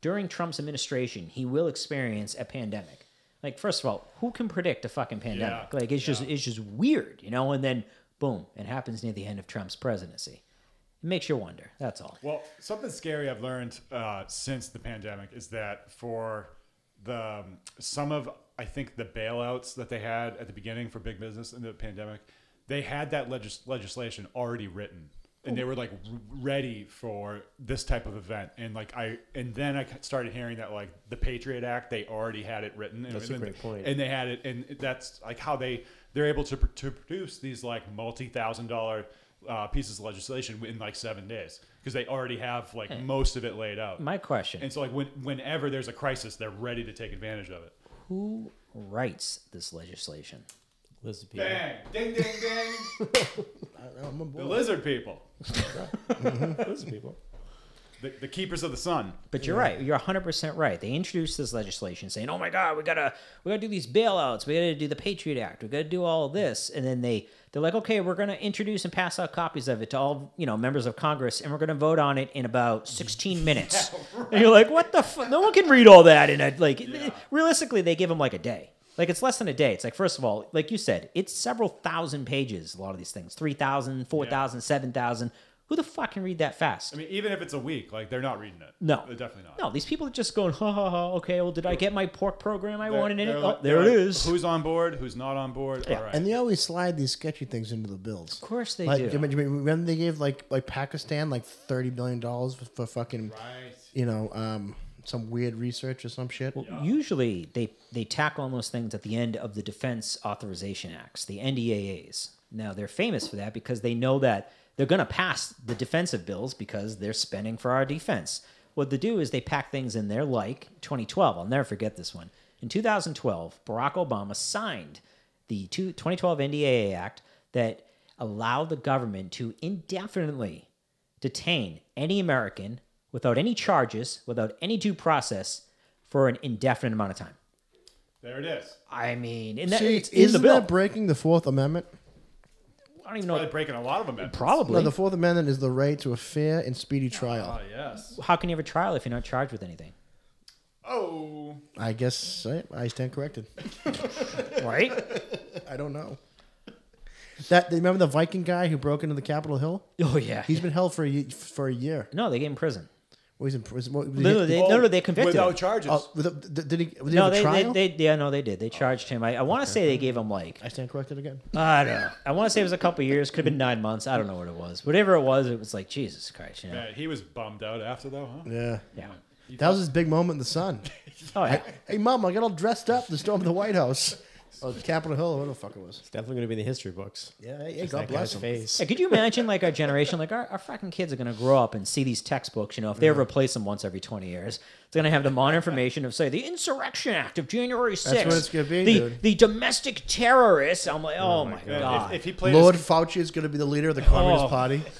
during Trump's administration he will experience a pandemic. Like, first of all, who can predict a fucking pandemic?
Yeah,
like, it's just it's just weird, you know. And then boom, it happens near the end of Trump's presidency. It makes you wonder. That's all.
Well, something scary I've learned uh, since the pandemic is that for the um, some of I think the bailouts that they had at the beginning for big business in the pandemic, they had that legis- legislation already written, and they were like r- ready for this type of event. And like I, and then I started hearing that like the Patriot Act, they already had it written. That's
a great point.
and they had it and that's like how they they're able to, pr- to produce these like multi-thousand dollar uh, pieces of legislation in like seven days because they already have like most of it laid out
Hmm. My question:
and so like when, whenever there's a crisis they're ready to take advantage of it
Who writes this legislation?
Lizard people.
bang ding ding ding
I'm on
the
board.
lizard people
Lizard people.
the, the keepers of the sun
But you're right. You're 100 percent right. They introduced this legislation saying, "Oh my God, we gotta we gotta do these bailouts. We gotta do the Patriot Act. We gotta do all this." And then they they're like, "Okay, we're gonna introduce and pass out copies of it to all you know members of Congress, and we're gonna vote on it in about 16 minutes." And you're like, "What the? Fu- no one can read all that." And like, realistically, they give them like a day. Like it's less than a day. It's like first of all, like you said, it's several thousand pages. A lot of these things, 3,000, 4,000, 7,000. Who the fuck can read that fast?
i mean even if it's a week like they're not reading it
No.
they're Uh, definitely not
No, these people are just going, ha ha ha. Okay, well, did I get my pork program I
They're-
wanted in it?
they're
Oh,
like-
there it
they're like,
is.
who's on board who's not on board all right
And they always slide these sketchy things into the bills.
Of course they
like,
do.
you remember- you remember they gave like like Pakistan like thirty billion dollars for, for fucking you know um, some weird research or some shit.
Usually, they they tack on those things at the end of the Defense Authorization Acts, the NDAAs. Now they're famous for that because they know that they're going to pass the defensive bills because they're spending for our defense. What they do is they pack things in there, like 2012. I'll never forget this one. In 2012, Barack Obama signed the two- 2012 NDAA Act that allowed the government to indefinitely detain any American without any charges, without any due process, for an indefinite amount of time.
there it is
I mean, and that,
See,
it's in the
isn't
bill.
that breaking the Fourth Amendment?
I don't even
probably
know.
breaking a lot of amendments
No,
Probably.
the Fourth Amendment is the right to a fair and speedy trial.
oh yes
How can you have a trial if you're not charged with anything?
Oh,
I guess I, I stand corrected.
right?
I don't know. That remember the Viking guy who broke into the Capitol Hill?
Oh yeah.
He's been held for a, ye- for a year.
no, they gave him prison.
Well, he's in prison. What,
No, no,
did he,
they, no, no, they convicted
without
him.
charges.
oh, with a- did, did he? Did he
no,
have a
they,
trial?
they, they, yeah, no, they did. They charged him. I, I want to say they gave him like
I stand corrected again.
I don't know. I want to say it was a couple years. Could have been nine months. I don't know what it was. Whatever it was, it was like Jesus Christ. You know?
Yeah, he was bummed out after though, huh?
Yeah.
Yeah.
That was his big moment in the sun.
Oh yeah.
hey, mom, I got all dressed up to storm the White House. Oh, Capitol Hill, whatever the fuck it was.
definitely going to be in the history books.
Yeah, hey, hey, God bless him.
face.
Yeah, could you imagine like our generation, like our, our fucking kids are gonna grow up and see these textbooks, you know, if they replace them once every twenty years, it's gonna have the modern information of say the Insurrection Act of January sixth.
what it's gonna be,
The
dude.
the domestic terrorists. I'm like, oh, my god.
If, if he played
Lord
his,
Fauci is going to be the leader of the Communist
Oh,
Party.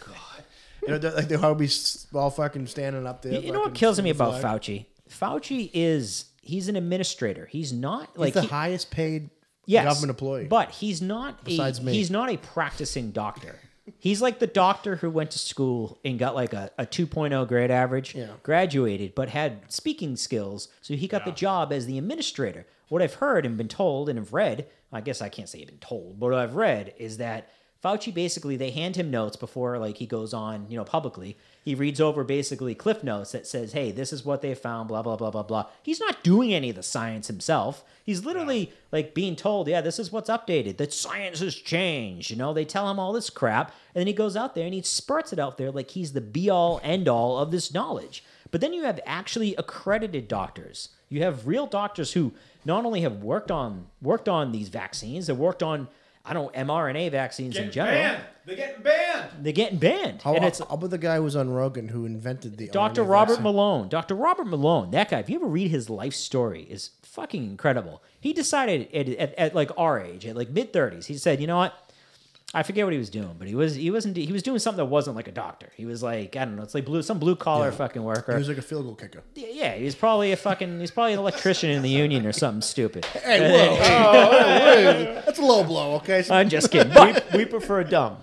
You know, they're- like they're all be s- all fucking standing up there.
You, you know what
fucking
kills me about
flag.
Fauci? Fauci is he's an administrator. He's not like
He's the
he-
highest paid
yes,
government employee.
But he's not
Besides
a
me.
he's not a practicing doctor. He's like the doctor who went to school and got like a, a 2.0 grade average,
Yeah.
graduated, but had speaking skills. So he got the job as the administrator. What I've heard and been told and have read, I guess I can't say been told, but what I've read is that Fauci basically they hand him notes before like he goes on, you know, publicly. He reads over basically cliff notes that says, "Hey, this is what they found, blah blah blah blah blah." He's not doing any of the science himself. He's literally like being told, "Yeah, this is what's updated. The science has changed." You know, they tell him all this crap, and then he goes out there and he spurts it out there like he's the be all end all of this knowledge. But then you have actually accredited doctors. You have real doctors who not only have worked on worked on these vaccines, they've worked on I don't know, mRNA vaccines in
getting
general.
banned. They're getting banned.
They're getting banned.
How,
and it's
how about the guy who was on Rogan who invented the
Dr.
RNA
Robert
vaccine?
Malone. Dr. Robert Malone, that guy, if you ever read his life story, is fucking incredible. He decided at, at, at like our age, at like mid 30s, he said, you know what? I forget what he was doing, but he was he wasn't he was doing something that wasn't like a doctor. He was like I don't know, it's like blue some blue collar fucking worker.
He was like a field goal kicker.
yeah, he was probably a fucking he's probably an electrician in the union or something stupid.
That's a low blow, okay? So
I'm just kidding. But
We prefer dumb.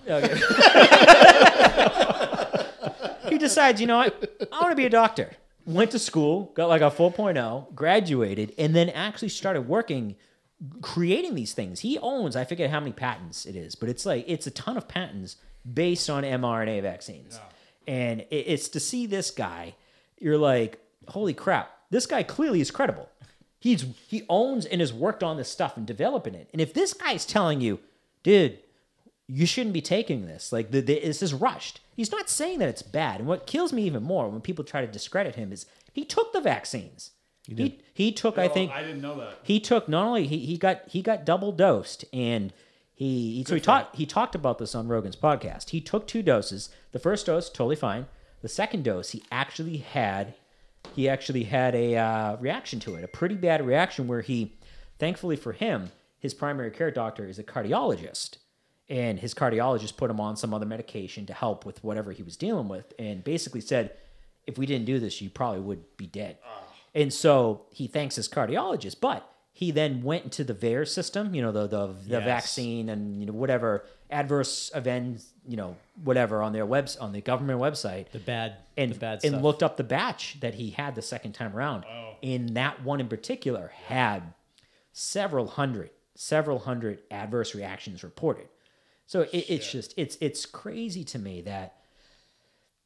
he decides, you know, I, I want to be a doctor. Went to school, got like a 4.0, graduated, and then actually started working creating these things. He owns, I forget how many patents it is, but it's like it's a ton of patents based on mRNA vaccines. And it, it's to see this guy, you're like, holy crap, this guy clearly is credible. He's he owns and has worked on this stuff and developing it. And if this guy's telling you, dude, you shouldn't be taking this. Like the, the, this is rushed. He's not saying that it's bad. And what kills me even more when people try to discredit him is he took the vaccines. He he, took I
Oh,
think
I didn't know that.
he took not only he, he got he got double dosed and he, so he talked he talked about this on Rogan's podcast. He took two doses. The first dose totally fine. The second dose he actually had he actually had a uh, reaction to it, a pretty bad reaction where he thankfully for him his primary care doctor is a cardiologist and his cardiologist put him on some other medication to help with whatever he was dealing with and basically said if we didn't do this you probably would be dead and so he thanks his cardiologist but he then went into the VAERS system you know the the, the vaccine and you know whatever adverse events you know whatever on their webs on the government website
The bad.
and
the bad
and
stuff.
looked up the batch that he had the second time around. And that one in particular had several hundred, several hundred adverse reactions reported. So it, it's just it's it's crazy to me that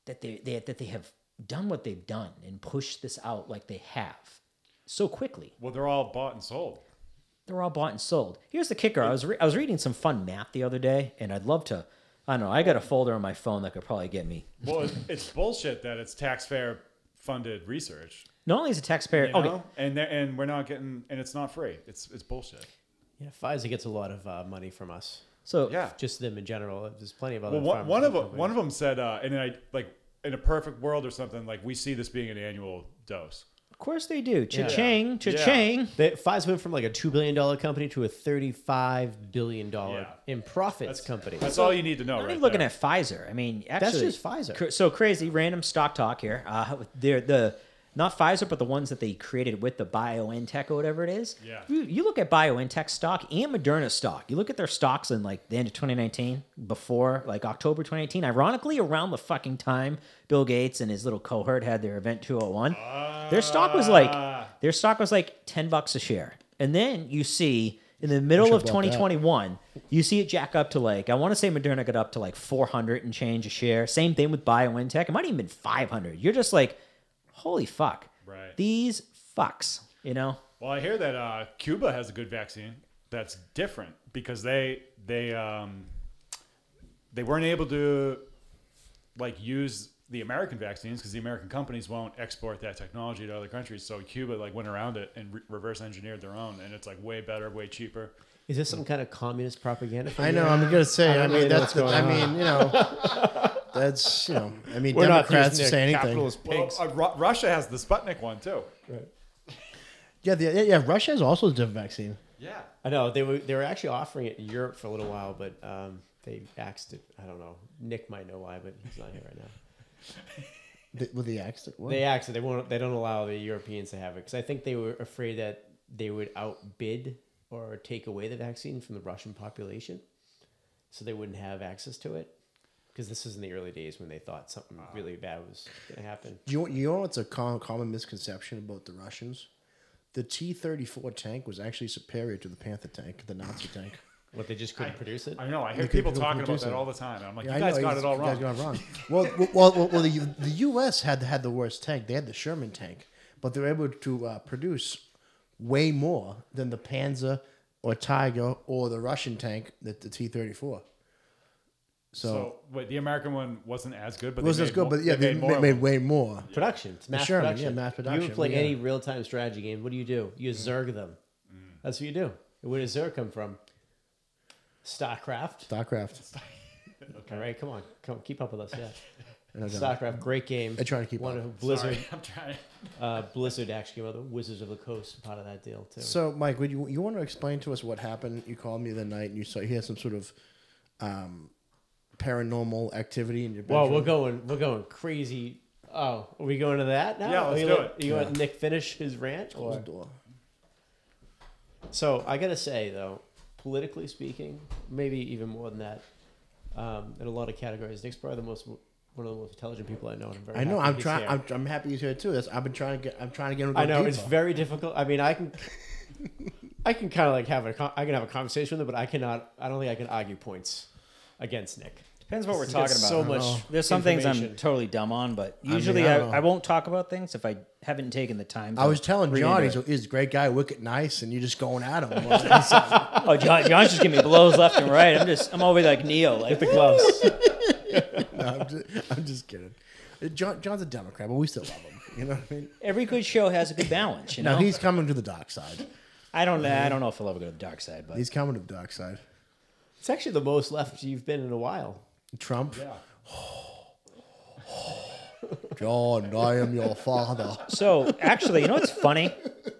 that they, they that they have done what they've done and pushed this out like they have so quickly.
Well, they're all bought and sold.
They're all bought and sold. Here's the kicker: I was re- I was reading some fun math the other day, and I'd love to. I don't know. I got a folder on my phone that could probably get me
Well, it's, it's bullshit that it's taxpayer funded research.
not only is a taxpayer.
You
okay,
know? And they're- and we're not getting and it's not free. It's it's bullshit.
yeah, Pfizer gets a lot of uh, money from us.
so
Yeah.
Just them in general. There's plenty of other.
Well, one, one of
pharmaceutical
them, one of them said, uh, and I like in a perfect world or something, like we see this being an annual dose.
Of course they do. Cha-ching,
Yeah. Oh,
cha-ching.
They, Pfizer went from like a two billion dollar company to a thirty-five billion dollar
Yeah.
in profits
That's
company.
That's all you need to know.
Not
right
even looking
there.
at Pfizer. I mean, actually,
just Pfizer.
cr- So crazy, random stock talk here. Uh, they're the not Pfizer, but the ones that they created with the BioNTech or whatever it is.
Yeah.
You, you look at BioNTech stock and Moderna stock. You look at their stocks in like the end of 2019, before like October 2018, ironically around the fucking time Bill Gates and his little cohort had their event 201. their stock was
Ah.
like their stock was like 10 bucks a share. And then you see in the middle
should've
of
bought that.
2021, you see it jack up to like I want to say Moderna got up to like 400 and change a share. Same thing with BioNTech. It might even been 500. You're just like, holy fuck,
Right.
these fucks, you know?
Well, I hear that uh, Cuba has a good vaccine that's different because they they um, they weren't able to like use the American vaccines because the American companies won't export that technology to other countries. So Cuba like went around it and re- reverse engineered their own, and it's like way better, way cheaper.
Is this some kind of communist propaganda?
I know. I'm gonna say. I,
don't
mean,
really know
that's.
what's
The,
going
I
on.
mean, you know, that's you know. I mean, Democrats say anything.
capitalist
Well,
pigs.
uh, Ru- Russia has the Sputnik one too.
Yeah, the, yeah, yeah. Russia has also a different vaccine.
Yeah,
I know they were they were actually offering it in Europe for a little while, but um, they axed it. I don't know. Nick might know why, but he's not here right now.
Th- with the accident. What?
They axed it. They won't. They don't allow the Europeans to have it because I think they were afraid that they would outbid or take away the vaccine from the Russian population, so they wouldn't have access to it. Because this is in the early days when they thought something really bad was going to happen.
Do you, you know what's a common, common misconception about the Russians? The T 34 tank was actually superior to the Panther tank, the Nazi tank.
What they just couldn't produce it.
I know. I hear
Look at
people
people
talking about
producing
that
it.
all the time. and I'm like,
Yeah,
you
I
guys
know,
got
you-
it all
you
wrong.
Guys got it wrong. well, well, well, well, well, the, U- the U.S. had had the worst tank. They had the Sherman tank, but they were able to uh, produce way more than the Panzer or Tiger or the Russian tank, the, the T 34. So,
So wait, the American one wasn't as good, but
it was
they
as
made
good,
mo-
but yeah, they, ma-
more
made,
of them.
way more.
production. It's mass
Sherman,
production.
yeah, mass
You
production,
play
yeah.
any real time strategy game. What do you do?
Mm.
You zerg them. That's what you do. Where does zerg come from? Starcraft.
StarCraft.
All right, come on, come keep up with us. Yeah,
And I don't-
Starcraft, great game.
I try to keep
one
up.
of Blizzard.
I'm trying.
Uh, Blizzard actually came out the Wizards of the Coast part of that deal too.
So, Mike, would you you want to explain to us what happened? You called me the night and you saw you had some sort of um, paranormal activity in your bedroom.
well, we're going, we're going crazy. Oh, are we going to that now?
Yeah,
Are
let's
you
do
let-
it.
You want Nick finish his rant?
Close
Or?
the door.
So I gotta say though, politically speaking, maybe even more than that, um, in a lot of categories, Nick's probably the most one of the most intelligent people I know. And I'm very
I know.
happy
I'm
he's
trying.
here.
I'm, I'm happy he's here too. That's, I've been trying to get. I'm trying to get him. To
I
go
know it's
deeper.
very difficult. I mean, I can, I can kind of like have a, con- I can have a conversation with him, but I cannot. I don't think I can argue points against Nick.
Depends what we're
He's
talking
got
about.
So much.
There's some things I'm
information.
totally dumb on, but usually
I
I,
don't know.
I, won't talk about things if I haven't taken the time. To
I was telling
read
John,
into
he's
it.
a, he's a great guy, wicked nice, and you're just going at him.
Oh, John, John's just giving me blows left and right. I'm just, I'm over there like Neo, like the gloves.
No, I'm, just, I'm just kidding. Uh, John, John's a Democrat, but we still love him. You know what I mean?
Every good show has a good balance, you know.
No, he's coming to the dark side.
I don't, I don't know if I'll ever go to the dark side, but
He's coming to the dark side.
It's actually the most left you've been in a while.
Trump,
Yeah.
John, I am your father.
so actually, you know what's funny?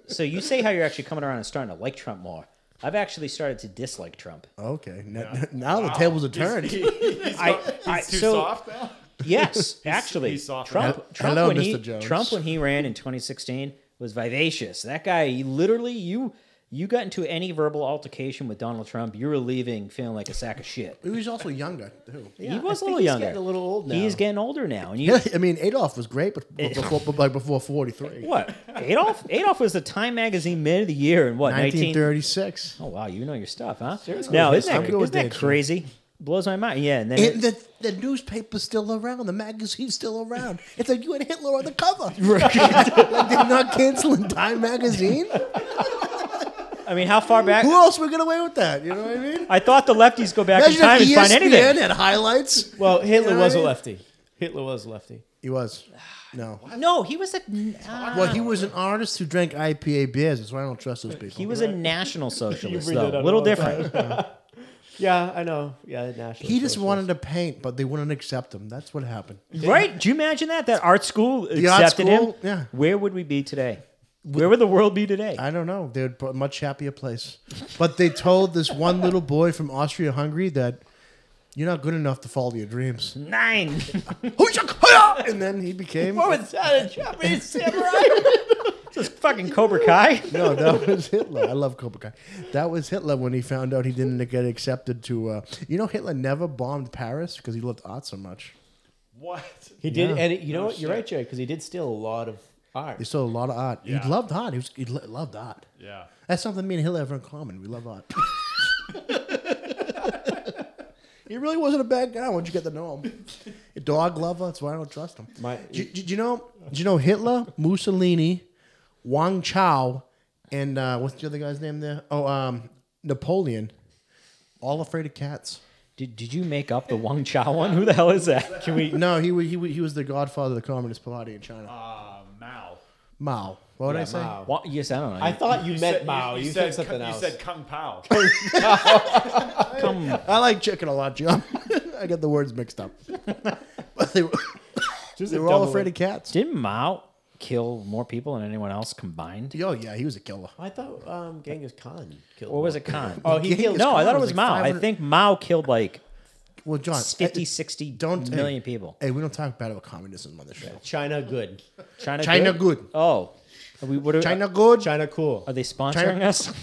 So you say how you're actually coming around and starting to like Trump more. I've actually started to dislike Trump.
Okay, now, now
Oh,
the tables are turned.
I, I-
He's too
so-
soft now.
Yes, actually,
he's soft.
Hel-
Trump. Trump
hello,
when he
Mr. Jones.
Trump when he ran in 2016 was vivacious. That guy, he literally, you you got into any verbal altercation with Donald Trump, you were leaving feeling like a sack of shit.
He was also younger too.
he was a
I think
little
he's
younger.
getting a little old now.
He's getting older now, and you
Yeah, I mean Adolf was great, but but before, but like before forty three.
What? Adolf Adolf was the Time magazine man of the year in what, 19...
1936.
Oh wow, you know your stuff, huh? Now, isn't
I'm
that,
good with
isn't that
dates, man.
crazy? Blows my mind. Yeah, and then
And the, the newspaper's still around. The magazine's still around. It's like you had Hitler on the cover. like they're not canceling Time magazine.
I mean, how far back?
Who else would get away with that? You know what I mean?
I thought the lefties go back in
Imagine
time
if E
and find
ESPN
anything.
had highlights.
well, Hitler
You know what I
was a
mean?
lefty. Hitler was a lefty.
He was. No.
No, he was a ah.
Well, he was an artist who drank IPA beers. That's why I don't trust those people.
he was a national socialist
bring
though,
that
a
up
little
all the
different.
Yeah, I know. Yeah, national.
He just
socialist.
wanted to paint, but they wouldn't accept him. That's what happened.
Right? Do you imagine that? That art school
art
accepted him?
school, yeah.
Where would we be today? Where would the world be today?
I don't know. They're a much happier place. But they told this one little boy from Austria Hungary that you're not good enough to follow your dreams.
Nine.
Hooshak! Haya! and then he became.
What was that? A Japanese samurai?
This fucking Cobra Kai.
No, that was Hitler. I love Cobra Kai. That was Hitler when he found out he didn't get accepted to. Uh, you know, Hitler never bombed Paris because he loved art so much.
What?
He did,
Yeah.
and it,
Oh,
you know what? You're right, Jerry, because he did steal a lot of art.
He stole a lot of art.
Yeah.
He loved art. He, was, he lo- loved art.
Yeah.
That's something me and Hitler have in common. We love art. he really wasn't a bad guy once you get to know him. A dog lover. That's why I don't trust him.
My-
do, do- do you know? Do you know Hitler, Mussolini, Wang Chao, and uh, what's the other guy's name there? Oh, um, Napoleon. All afraid of cats.
Did, did you make up the Wang Chao one? Who the hell is that? Can we?
No, he wa- he wa- he was the godfather of the Communist Party in China.
Uh, Mao.
Mao. What would
Yeah,
I say?
Mao.
Wa- yes, I don't know.
I thought you, meant
said-
Mao. You, said something
Kung-
else.
You said Kung Pao.
come.
I like chicken a lot, John. I got the words mixed up. but they were, they were all
double
afraid
it.
of cats.
Didn't Mao kill more people than anyone else combined?
Oh yeah, he was a killer.
I thought um, Genghis Khan killed.
Or was
him.
it Khan?
Oh, he
Genghis
killed.
no, I
Khan
thought it
was
was
like
Mao. I
500
think Mao killed like
Well, John,
50,
eh,
60
don't eh,
million people.
Hey, we don't talk bad about communism on the show.
China good.
China,
China
good.
good.
Oh, are we, what are,
China good,
China cool.
Are they sponsoring
China-
us?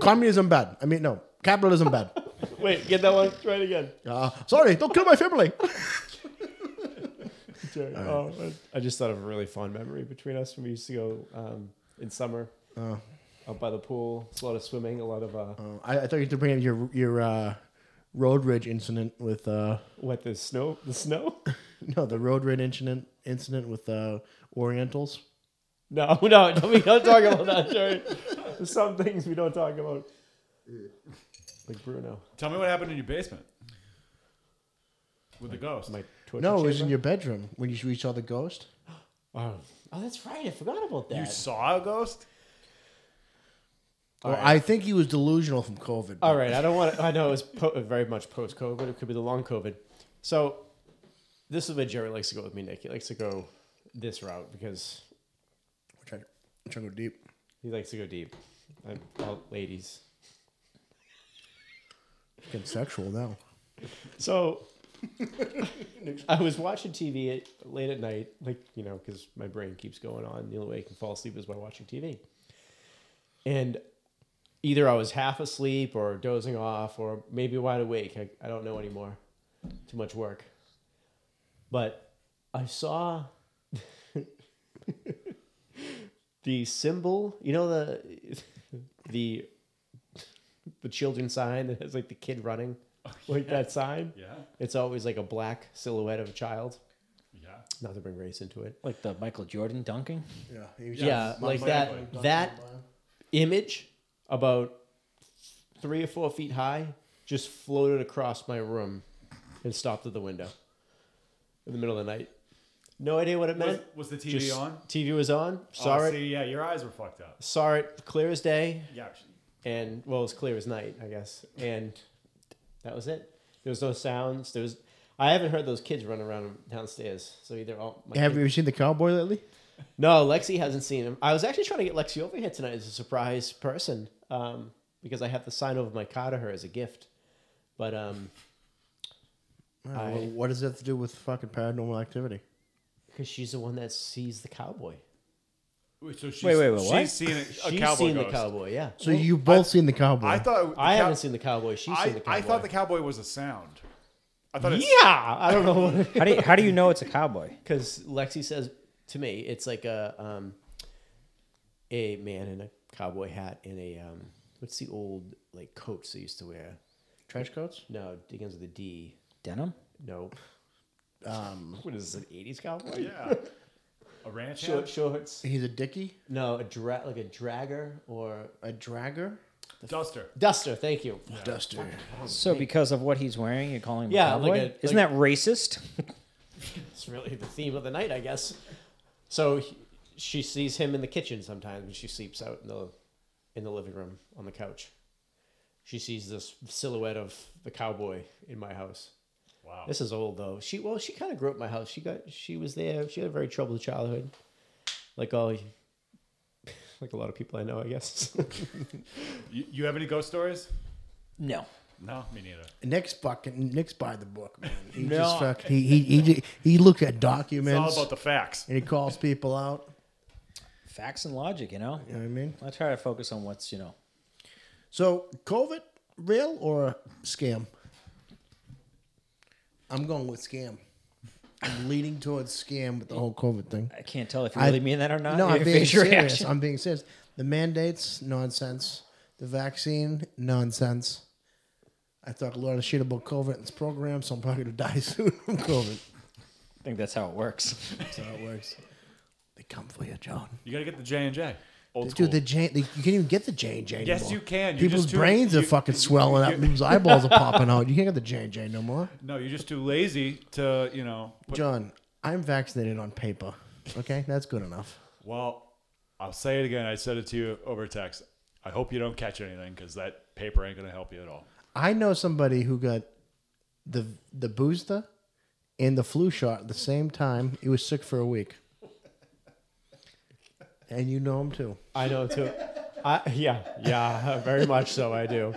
communism bad. I mean, no, capitalism bad.
Wait, get that one. Try it again.
Uh, sorry, don't kill my family.
Sorry. Oh, I- I just thought of a really fond memory between us when we used to go um, in summer up by the pool. It's a lot of swimming, a lot of uh,
Oh, I, I thought you had to bring up your your uh, road rage incident with uh,
what the snow, the snow.
no the road rage incident incident with uh, Orientals.
No, no, don't, we don't talk about that, Jerry. There's some things we don't talk about. Like Bruno.
Tell me what happened in your basement with the ghost.
My torture
No, it was in
chamber.
your bedroom when you, we saw the ghost.
Oh. Oh, that's right. I forgot about that.
you saw a ghost?
Well, I think he was delusional from COVID.
All right, I don't want to. I know it was po- very much post COVID. It could be the long COVID. So, this is where Jerry likes to go with me, Nick. He likes to go this route because
I'm trying, I'm trying to go deep.
he likes to go deep. I'm all ladies.
It's getting sexual now.
So, I was watching TV at, late at night, like, you know, because my brain keeps going on. The only way I can fall asleep is by watching TV. And either I was half asleep or dozing off or maybe wide awake. I, I don't know anymore. Too much work. But I saw the symbol, you know, the, the, the children's sign that has like the kid running, like that sign.
Oh, Yeah.
It's always like a black silhouette of a child.
Yeah.
Not to bring race into it.
Like the Michael Jordan dunking?
Yeah, he was
Yeah, like that that image about three or four feet high just floated across my room and stopped at the window in the middle of the night. No idea what it
Was,
meant.
was the TV
Just-
on?
TV was on.
Oh,
Saw it.
see, yeah, your eyes were fucked up.
Saw it clear as day.
Yeah.
and well, it's clear as night, I guess. And that was it. There was no sounds. There was. I haven't heard those kids run around downstairs. So either all. My
Have
kid-
you seen the cowboy lately?
No, Lexi hasn't seen him. I was actually trying to get Lexi over here tonight as a surprise person um, because I have to sign over my car to her as a gift. But um, I-
Well, what does that have to do with fucking paranormal activity?
because she's the one that sees the cowboy.
Wait, so she's,
Wait, wait, wait,
she's
what?
seen a, a
she's
cowboy
seen
ghost.
the cowboy. Yeah.
So you both seen the cowboy?
I thought the
I
cow-
haven't seen the cowboy. She's seen
I,
the cowboy.
I thought the cowboy was a sound. I thought it's
yeah, I don't know
How do you, how do you know it's a cowboy?
because Lexi says to me it's like a um, a man in a cowboy hat and a um, what's the old like coats they used to wear?
trench coats.
No, begins with a D.
Denim?
Nope. Um, what is this? An eighties cowboy?
yeah. A ranch
Short
hand?
shorts.
He's a dicky,
No, a dra- like a dragger or
a dragger,
duster.
duster. Thank you.
duster.
So because of what he's wearing, you're calling him a
Yeah,
cowboy?
like a-
Isn't
like-
that racist?
It's really the theme of the night, I guess. So he- she sees him in the kitchen sometimes when she sleeps out in the in the living room on the couch. She sees this silhouette of the cowboy in my house.
Wow.
This is old though. She well, she kind of grew up in my house. She got she was there. She had a very troubled childhood, like all like a lot of people I know, I guess.
You, you have any ghost stories?
No.
No, me neither.
Nick's fucking Nick's by the book, man. He
No.
just fucking he he he, ju- he looks at
It's all
documents
about the facts.
and he calls people out.
Facts and logic, you know?
You know what I mean?
I try to focus on what's, you know,
So COVID real or a scam? I'm going with scam. I'm leaning towards scam with the whole COVID thing.
I can't tell if you
I-
really mean that or not.
No,
Your
I'm being
face, your
serious.
reaction.
I'm being serious. The mandates, nonsense. The vaccine, nonsense. I talk a lot of shit about COVID and its program, so I'm probably gonna die soon from COVID.
I think that's how it works.
That's how it works. They come for you, John.
You got to get the J and J. Old school.
Dude, the J, they, you can't even get the J and J.
Yes, you can. You're
People's
just too-
brains are
you-
fucking swelling up. People's eyeballs are popping out. You can't get the J and J no more.
no, you're just too lazy to, you know. Put,
John, I'm vaccinated on paper. Okay, that's good enough.
well, I'll say it again. I said it to you over text. I hope you don't catch anything because that paper ain't going to help you at all.
I know somebody who got the the booster and the flu shot at the same time. He was sick for a week. And you know him too.
I know too. I, yeah, yeah, very much so. I do.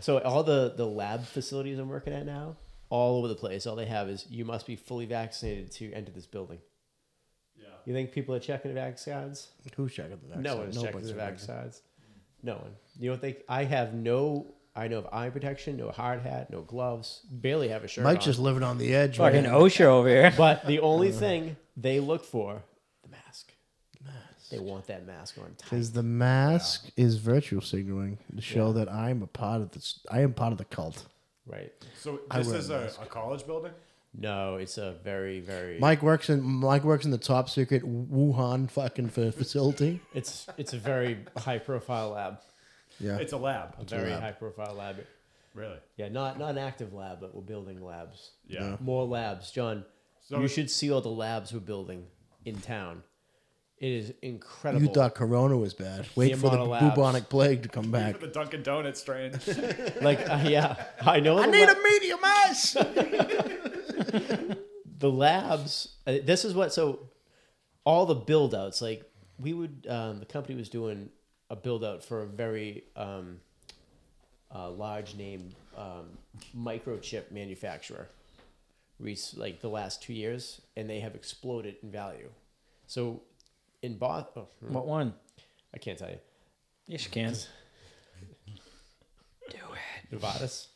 So all the the lab facilities I'm working at now, all over the place, all they have is you must be fully vaccinated to enter this building. Yeah. You think people are checking the vaccines?
Who's checking the vaccine?
No one is checking
Nobody's
the
checking
vaccines. No one. You don't think I have no? I know of eye protection, no hard hat, no gloves, barely have a shirt.
Mike's
on.
just living on the edge.
Fucking
man.
OSHA over here.
But the only thing they look for, the mask. They want that mask on tight.
Because the mask is virtual signaling to show that I'm a part of this. I am part of the cult.
Right.
So
I
this
wear a
is a, a college building.
No, it's a very, very.
Mike works in Mike works in the top secret Wuhan fucking fa- facility.
It's it's a very high profile lab.
Yeah,
It's a lab.
A very
lab.
high profile lab.
Really?
Yeah, not not an active lab, but we're building labs.
Yeah.
More labs, John.
So-
you should see all the labs we're building in town. It is incredible.
you thought Corona was bad. Wait for the
amount of labs.
bubonic plague to come back.
The Dunkin' Donuts strain.
Like, uh, yeah, I know.
I
the
need
la-
a medium ice.
the labs uh, this is what so all the build outs like we would um, the company was doing a build out for a very um, uh, large name um, microchip manufacturer rec- like the last two years and they have exploded in value so in Boston oh, hmm,
What one?
i can't tell you
Yes, you can.
novartis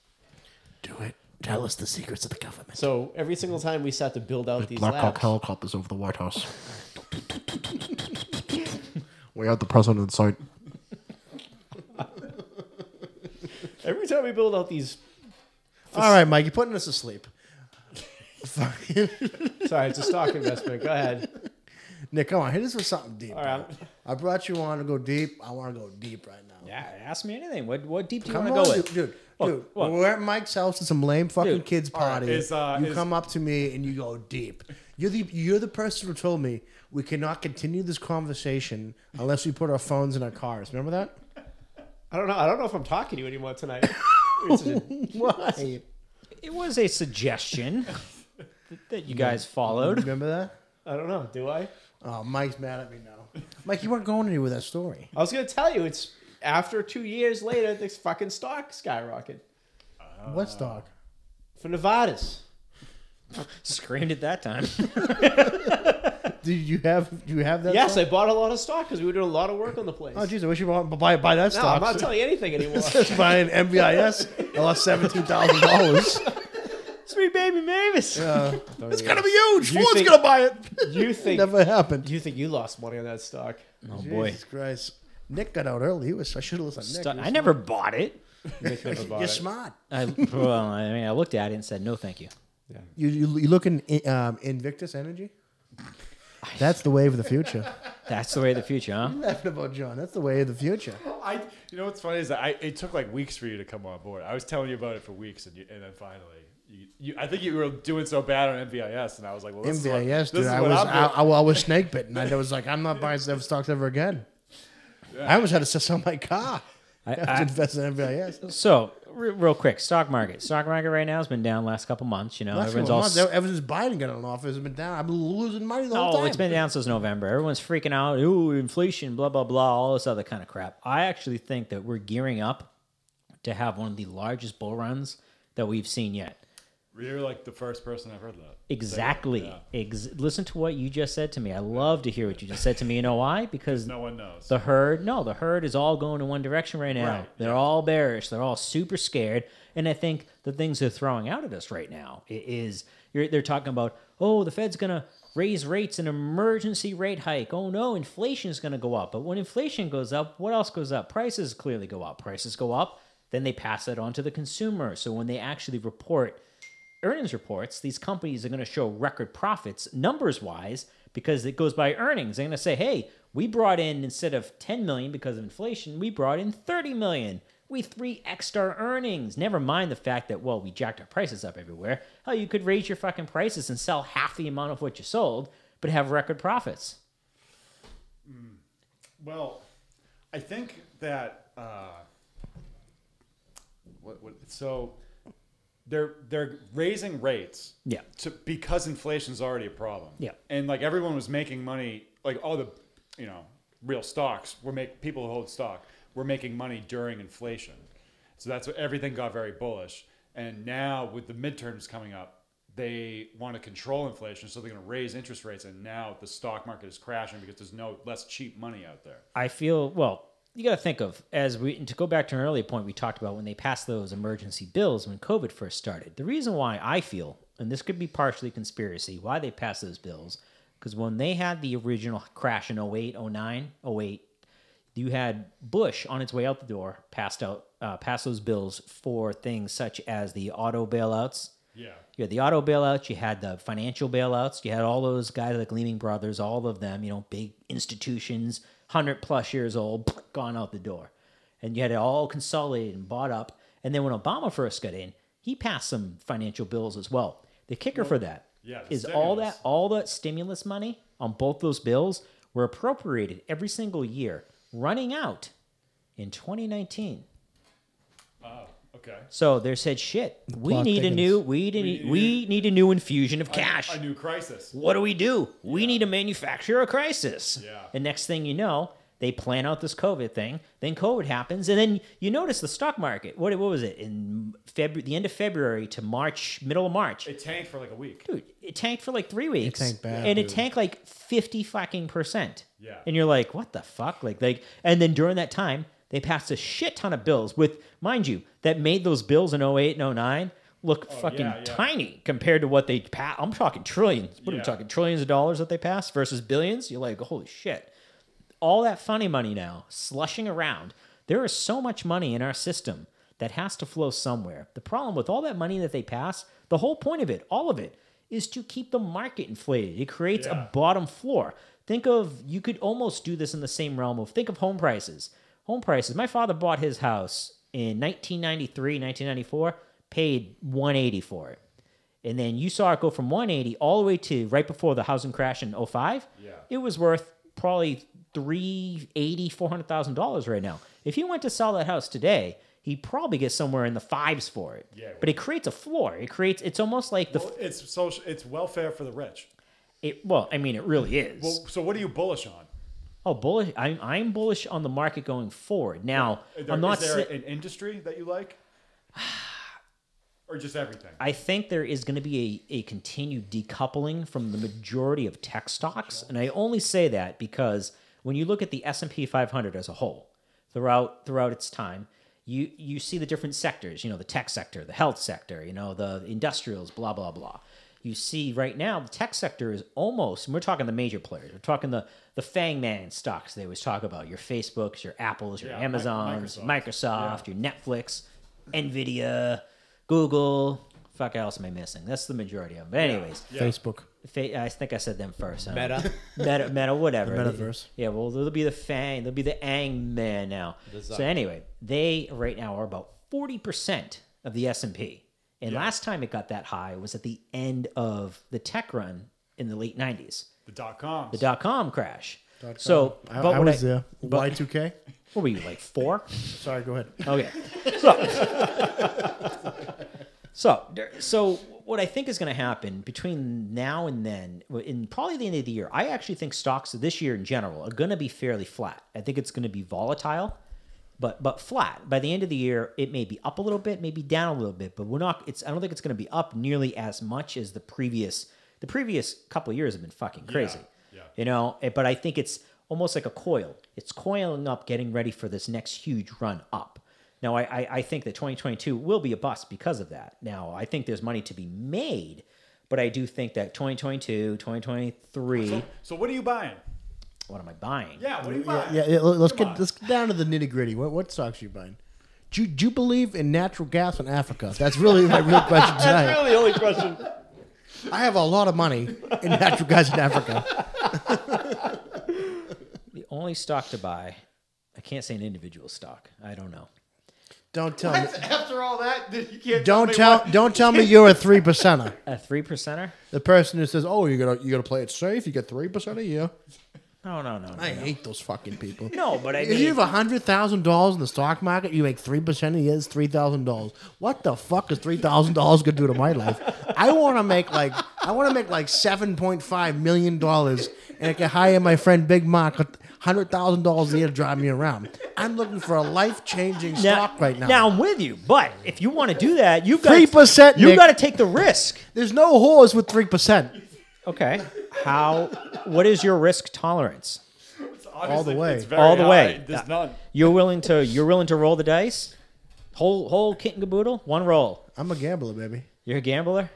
Do it. Tell us the secrets of the government.
so every single time we start to build out these
Black Hawk
labs
helicopters over the White House. we had the president in sight.
every time we build out these
All right, Mike, you're putting us asleep. Fucking-
sorry it's a stock investment go ahead
Nick, come on, hit us with something deep.
all right
I brought you on to go deep. I want to go deep right now.
Yeah, ask me anything. What what deep do you
Come
want to
on,
go
dude,
with?
dude. dude,
what?
we're at Mike's house at some lame fucking
Dude,
kids party.
is, uh,
you
is-
come up to me and you go deep. You're the you're the person who told me we cannot continue this conversation unless we put our phones in our cars. Remember that?
I don't know. I don't know if I'm talking to you anymore tonight. It's a-
What?
It was a suggestion that you guys followed.
Remember that?
I don't know. Do I?
Oh, Mike's mad at me now. Mike, you weren't going anywhere with that story.
I was gonna tell you. It's after two years later, this fucking stock skyrocketed
What's dog?
for Nevada's.
Screamed it that time.
Do you have do you have that?
Yes,
stock?
I bought a lot of stock because we were doing a lot of work on the place.
Oh, jeez, I wish you bought buy buy that
no,
stock.
I'm not telling you anything anymore.
Just buying MVIS. I lost seventeen thousand dollars.
it's me, baby Mavis.
It's gonna be huge.
You
Ford's
think-
gonna buy it.
you think?
Never happened.
You think you lost money on that stock?
Oh boy,
Jesus Christ. Nick got out early. He was. I should have listened. to Nick.
Stu-
He
I
was-
never bought it.
Nick never bought
You're
it.
smart.
I, well, I mean, I looked at it and said, "No, thank you."
You you, you looking um, Invictus Energy? That's the wave of the future.
That's the way of the future, huh?
Laughing about John. That's the way of the future.
I, you know what's funny is that I, it took like weeks for you to come on board. I was telling you about it for weeks, and you, and then finally, you, you, I think you were doing so bad on MVIS, and I was like, well, this is what,
MVIS,
this
dude.
is
I
what
was I,
I'm doing.
I, I was snake bitten. I was like, I'm not buying seven stocks ever again. I almost had to sell my car. I, was investing in MVIS.
So, re- real quick, stock market. Stock market right now has been down last couple months. You know,
Last
everyone's
couple
all.
months,
s-
ever since Biden got in office, it's been down. I've been losing money the whole
Oh,
time.
it's been down since November. Everyone's freaking out. Ooh, inflation, blah blah blah, all this other kind of crap. I actually think that we're gearing up to have one of the largest bull runs that we've seen yet.
You're like the first person I've heard that.
Exactly.
Yeah.
Ex- listen to what you just said to me. I love to hear what you just said to me. You know why? Because
No one knows.
the herd, no, the herd is all going in one direction right now.
Right,
They're all bearish. They're all super scared. And I think the things they're throwing out at us right now i- is you're, they're talking about, oh, the Fed's going to raise rates, an emergency rate hike. Oh no, inflation is going to go up. But when inflation goes up, what else goes up? Prices clearly go up. Prices go up. Then they pass that on to the consumer. So when they actually report earnings reports, these companies are going to show record profits numbers wise because it goes by earnings. They're going to say, "Hey, we brought in instead of 10 million because of inflation, we brought in 30 million. We 3x our earnings." Never mind the fact that well, we jacked our prices up everywhere. Hell, you could raise your fucking prices and sell half the amount of what you sold, but have record profits.
Well, I think that uh, what, what, so they're they're raising rates,
Yeah.
to, because inflation's already a problem,
Yeah.
and like everyone was making money, like all the you know real stocks were make people who hold stock were making money during inflation, so that's what everything got very bullish, and now with the midterms coming up. They want to control inflation, so they're going to raise interest rates, and now the stock market is crashing because there's no less cheap money out there.
I feel well. You got to think of as we and to go back to an earlier point we talked about when they passed those emergency bills when COVID first started. The reason why I feel, and this could be partially conspiracy, why they passed those bills, because when they had the original crash in 08, 09, 08, you had Bush on its way out the door passed out uh, passed those bills for things such as the auto bailouts.
Yeah.
You had the auto bailouts, you had the financial bailouts, you had all those guys like Lehman Brothers, all of them, you know, big institutions, 100 plus years old, gone out the door. And you had it all consolidated and bought up. And then when Obama first got in, he passed some financial bills as well. The kicker for that is
yeah, the
all
stimulus.
that all that stimulus money on both those bills were appropriated every single year, running out in 2019.
Oh, Okay.
So they said, "Shit, we
plot
need a
thickens.
new, we need, we need a new infusion of cash.
A new crisis.
what do we do? We need to manufacture a crisis."
Yeah.
And next thing you know, they plan out this COVID thing. Then COVID happens, and then you notice the stock market. What what was it in February? The end of February to March, middle of March.
It tanked for like a week.
Dude, it tanked for like three weeks.
tanked bad,
And it
dude.
tanked like fifty fucking percent.
Yeah.
And you're like, what the fuck? Like like and then during that time, they passed a shit ton of bills with mind you, that made those bills in 08 and 09 look fucking
Oh, yeah.
tiny compared to what they passed. I'm talking trillions. What are
Yeah.
we talking? Trillions of dollars that they passed versus billions? You're like, holy shit. All that funny money now slushing around. There is so much money in our system that has to flow somewhere. The problem with all that money that they pass, the whole point of it, all of it, is to keep the market inflated. It creates
Yeah.
a bottom floor. Think of you could almost do this in the same realm of think of home prices. Home prices. My father bought his house in 1993, 1994, paid 180 for it. And then you saw it go from 180 all the way to right before the housing crash in 05.
Yeah.
It was worth probably 380, 400,000 dollars right now. If he went to sell that house today, he'd probably get somewhere in the fives for it.
Yeah, it
but it creates a floor. It creates it's almost like the
Well, it's social. It's welfare for the rich.
it, well, I mean, it really is.
Well, so what are you bullish on?
oh, bullish! I'm I'm bullish on the market going forward. Now,
Is there,
I'm not.
is there
sa-
an industry that you like, or just everything?
I think there is going to be a, a continued decoupling from the majority of tech stocks, and I only say that because when you look at the S and P 500 as a whole, throughout throughout its time, you you see the different sectors. You know, the tech sector, the health sector, you know, the industrials, blah blah blah. You see right now the tech sector is almost. And we're talking the major players. We're talking the the Fang Man stocks they always talk about. Your Facebooks, your Apples, your
Yeah, Mi-
Amazons,
Microsoft.
Microsoft, your Netflix, Nvidia, Google. Fuck, else am I missing? That's the majority of them. But anyways,
Facebook.
fa- I think I said them first. huh?
Meta,
Meta, Meta, whatever.
The metaverse.
Yeah, well, they'll be the Fang, they'll be the Ang Man now. So anyway, they right now are about forty percent of the S and P. And last time it got that high was at the end of the tech run in the late nineties,
The dot coms.
the dot com crash. So,
I,
but
I
what
was
I-
there. Y2K.
What were you like four?
Sorry, go ahead.
Okay. So, so, there- so what I think is going to happen between now and then, in probably the end of the year, I actually think stocks this year in general are going to be fairly flat. I think it's going to be volatile, but but flat. By the end of the year, it may be up a little bit, maybe down a little bit, but we're not. It's I don't think it's going to be up nearly as much as the previous. The previous couple of years have been fucking crazy.
yeah.
You know, eh, but I think it's almost like a coil. It's coiling up, getting ready for this next huge run up. Now, I, I, I think that 2022 will be a bust because of that. Now, I think there's money to be made, but I do think that 2022, 2023,
So what are you buying?
what am I buying?
Yeah, what are you
Yeah,
buying?
yeah, yeah, let's
Come
get
on.
let's get down to the nitty gritty. What what stocks you buying? Do you, do you believe in natural gas in Africa? That's really my real question tonight.
Really, the only question.
I have a lot of money in natural gas in Africa.
The only stock to buy, I can't say an individual stock. I don't know.
Don't tell me.
After all that, you can't.
Don't
me
tell.
what-
Don't tell me you're a three percenter.
A three percenter?
The person who says, "Oh, you gotta you gotta play it safe. You get three percent a year."
No, no, no. no,
I
no.
hate those fucking people.
No, but I
If you
mean,
have hundred thousand dollars in the stock market, you make three percent a year. It's three thousand dollars. What the fuck is three thousand dollars gonna do to my life? I want to make like I want to make like seven point five million dollars, and I can hire my friend Big Mark hundred thousand dollars a year to drive me around. I'm looking for a life changing stock right now.
Now I'm with you, but if you want to do that, you've got
3%,
You
Nick.
got to take the risk.
there's no whores with three percent.
Okay. How? What is your risk tolerance?
It's obviously-
the way.
it's very
All the
high.
way.
There's none.
You're willing to you're willing to roll the dice, whole whole kit and caboodle, one roll.
I'm a gambler, baby.
You're a gambler.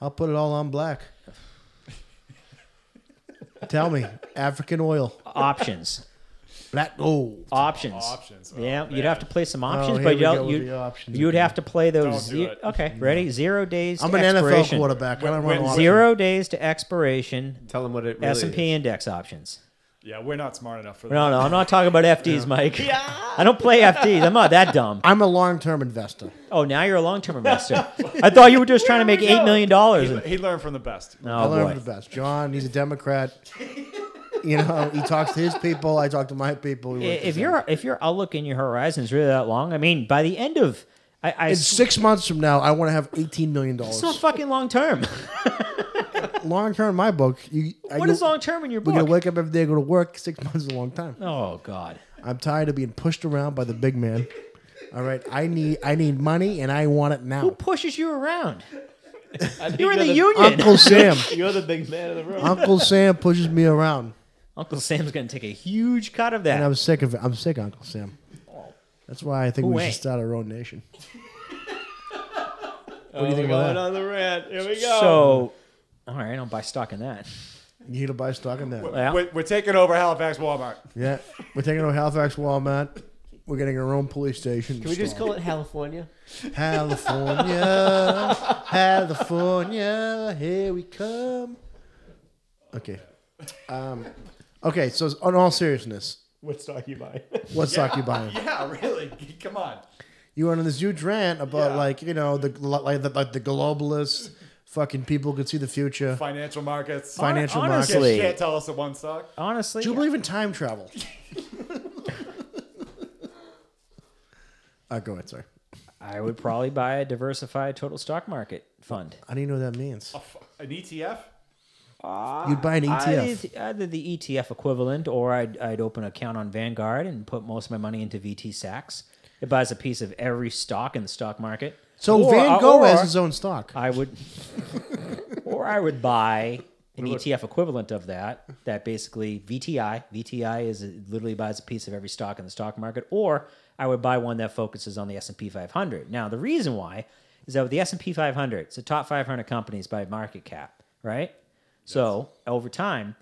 I'll put it all on black. Tell me, African oil,
Options,
black gold.
options,
Options. Oh,
yeah,
man.
you'd have to play some options,
here
but
we go
you
with
you
the options Mm.
you'd have to play those.
Don't do it.
Okay, ready? Zero days.
I'm
to
an NFL
expiration.
quarterback. I don't
When-
run
when
a lot.
Zero days to expiration.
Tell them what it really
S and P
is.
index options.
Yeah, we're not smart enough for that.
No, no, I'm not talking about FDs, Mike. I don't play FDs. I'm not that dumb.
I'm a long-term investor.
Oh, now you're a long-term investor. I thought you were just trying to make eight million dollars.
He, he learned from the best.
I
Oh
learned
boy.
the best. John, he's a Democrat. You know, he talks to his people. I talk to my people. we work
If
together.
your if your outlook and your horizon is really that long, I mean, by the end of I, I
in six months from now, I want to have eighteen million
it's not
dollars.
fucking long term.
Long-term, in my book. You,
What is long term in your
We're gonna
book?
wake up every day, go to work. Six months is a long time.
Oh God.
I'm tired of being pushed around by the big man. All right, I need I need money, and I want it
Who
now.
pushes you around?
I think
You're in the union.
Uncle Sam.
You're the big man of the room.
Uncle Sam pushes me around,
Uncle Sam's gonna take a huge cut of that.
and I'm sick of it. I'm sick, of Uncle Sam. That's why I think
Who
we
ain't?
should start our own nation.
what do you
think of
going
that?
on the Oh, rant. Here we go.
so, all right, I'll buy stock in that.
You need to buy stock in that.
Yeah.
We're, we're taking over Halifax Walmart.
Yeah, we're taking over Halifax Walmart. We're getting our own police station.
Can we just call it California?
California, California? Here we come. Okay. Um, okay. So, on all seriousness,
What stock you buy?
what stock you buying?
Yeah, really. Come on.
you went on this huge rant about
Yeah.
like you know the like the, like the globalists, fucking people who could see the future.
Financial markets.
Fin- financial
You
markets.
honestly,
can't tell us the one stock.
honestly,
Do you believe in time travel? uh, go ahead. Sorry,
I would probably buy a diversified total stock market fund.
I don't even know what that means.
An E ETF?
You'd buy an E ETF.
I'd, either the ETF equivalent, or I'd, I'd open an account on Vanguard and put most of my money into VT Sachs. It buys a piece of every stock in the stock market.
So
Or- uh,
Van Gogh
or Uh,
has his own stock.
I would, or I would buy an ETF equivalent of that. That basically VTI. VTI is it literally buys a piece of every stock in the stock market. Or I would buy one that focuses on the S and P 500. Now the reason why is that with the S and P 500, it's the top 500 companies by market cap, right? So over time,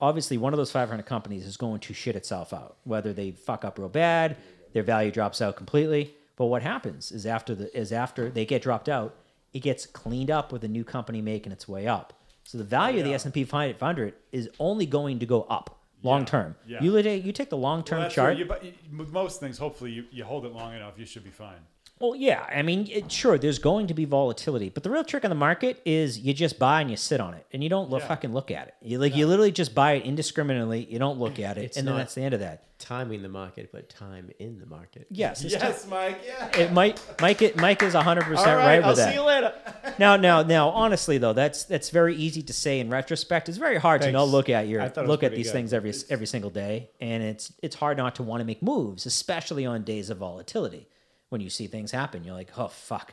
obviously one of those 500 companies is going to shit itself out whether they fuck up real bad their value drops out completely but what happens is after the is after they get dropped out it gets cleaned up with a new company making its way up so the value of the s&p 500 is only going to go up long term
yeah.
you, lit- you take the long term
That's
chart
what You, buy- you- with most things, hopefully, you, you hold it long enough, you should be fine.
Well, yeah. I mean, it, sure, there's going to be volatility, but the real trick in the market is you just buy and you sit on it, and you don't lo-
Yeah.
fucking look at it. You like you literally just buy it indiscriminately. You don't look at it,
It's
and then
not-
that's the end of that.
Timing the market, but time in the market.
Yes, it's
Yes, Mike. Yeah.
t- it might Mike it Mike is 100 percent
All
right with
I'll
that.
see you later.
Now, now, now, honestly though, that's that's very easy to say in retrospect. It's very hard to
Thanks.
not look at your
I thought it was
look at
pretty
these
good.
things every every single day, and it's it's hard not to want to make moves, especially on days of volatility when you see things happen. You're like, oh fuck,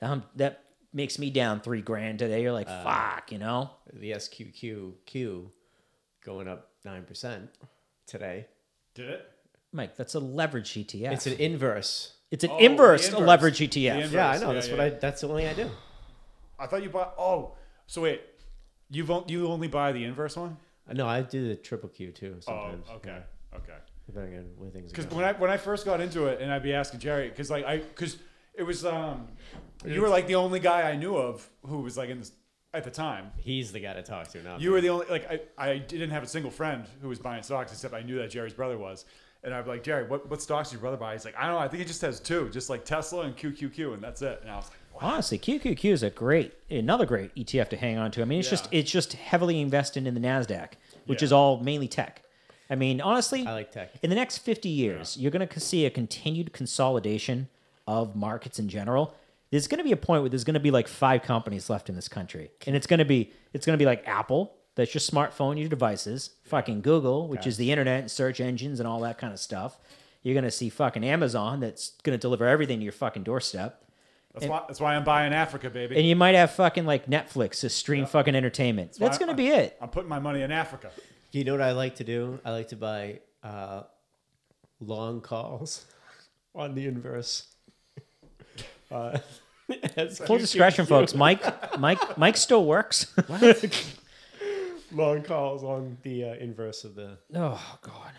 um, that makes me down three grand today. You're like,
Uh,
fuck, you know.
The SQQQ going up nine percent today.
Did it?
Mike, that's a leverage ETF.
It's an inverse.
It's an
Oh, the
inverse, E
inverse.
leverage
The
ETF.
inverse.
Yeah, I know.
Yeah,
that's
yeah.
what I. That's the only thing I do.
I thought you bought. Oh, so wait. You won't. You only buy the inverse one.
No, I do the triple Q too
Oh,
sometimes.
okay, okay.
Depending on where things
Because
go.
when I when I first got into it, and I'd be asking Jerry, because like I because it was um, you were like the only guy I knew of who was like in this, at the time.
He's the guy to talk to now.
You were the only like I, I didn't have a single friend who was buying stocks except I knew that Jerry's brother was. And I'd be like, Jerry, what, what stocks did your brother buy? He's like, I don't know. I think he just has two, just like Tesla and QQQ, and that's it. And I was like, wow.
Honestly, QQQ is a great, another great ETF to hang on to. I mean, it's just
Yeah.
it's just heavily invested in the Nasdaq, which
Yeah.
is all mainly tech. I mean, honestly,
I like tech.
In the next fifty years, you're going to see a continued consolidation of markets in general. There's going to be a point where there's going to be like five companies left in this country, and it's going to be it's going to be like Apple, that's your smartphone, your devices, fucking Google, which is the internet and search engines and all that kind of stuff. You're going to see fucking Amazon, that's going to deliver everything to your fucking doorstep.
that's, why, that's why I'm buying Africa, baby.
And you might have fucking like Netflix to stream fucking entertainment. That's
why
gonna
I-
be it.
I'm putting my money in Africa.
You know what I like to do? I like to buy uh, long calls on the inverse. Uh, as
Full
you
discretion, folks. Mike, Mike, Mike still works.
do long calls on the uh, inverse of the.
oh God.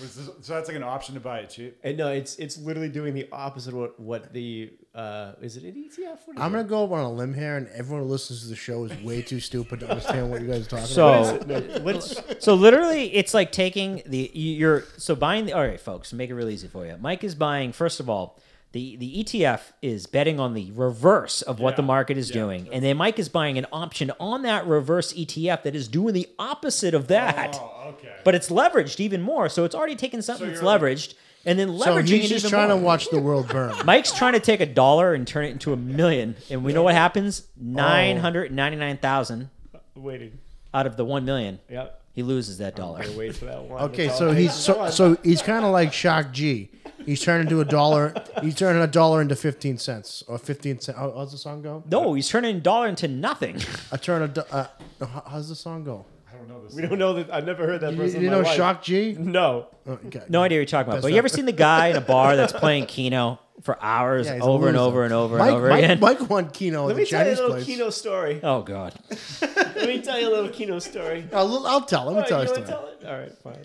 Was this- so that's like an option to buy it cheap.
And no, it's it's literally doing the opposite of what what the uh, is it an ETF? What is
I'm
it?
gonna go up on a limb here, and everyone who listens to the show is way too stupid to understand what you guys are talking about.
So,
What's,
so literally, it's like taking the you're so buying the. All right, folks, make it real easy for you. Mike is buying. First of all, the the ETF is betting on the reverse of what the
Yeah,
market is
yeah.
doing, and then Mike is buying an option on that reverse ETF that is doing the opposite of that.
Oh, okay.
But it's leveraged even more, so it's already taken something
So
that's
you're like-
leveraged and then leveraging
So
it
he's just
even
trying
more.
to watch the world burn.
Mike's trying to take a dollar and turn it into a million, and we know what
Oh.
happens: nine hundred ninety-nine thousand
waiting.
out of the one million,
Yep.
he loses that dollar.
Gotta Wait for that one.
Okay,
That's
so
all it
he's
takes.
so, so he's kind of like Shock G. He's turning into a dollar. He's turning a dollar into fifteen cents or fifteen cents. How, how's the song go?
No, he's turning a dollar into nothing.
I turn a. do- Uh, how- how's the song go?
I don't know this.
we don't know that. I've never heard that.
You,
person
you
in my
know
life.
Shock G?
No.
Oh, okay.
No idea what you're talking about.
That's
But you
not-
ever seen the guy in a bar that's playing Keno for hours
Yeah, he's a
over and
loser.
over and over
Mike,
and over
Mike,
again?
Mike won Keno at
Let
the
me tell you a
Chinese
little
place.
Kino story.
Oh God!
Let me tell you a little Kino story.
I'll, I'll tell. Let me tell
Alright,
you a
you
story.
wanna it? All right,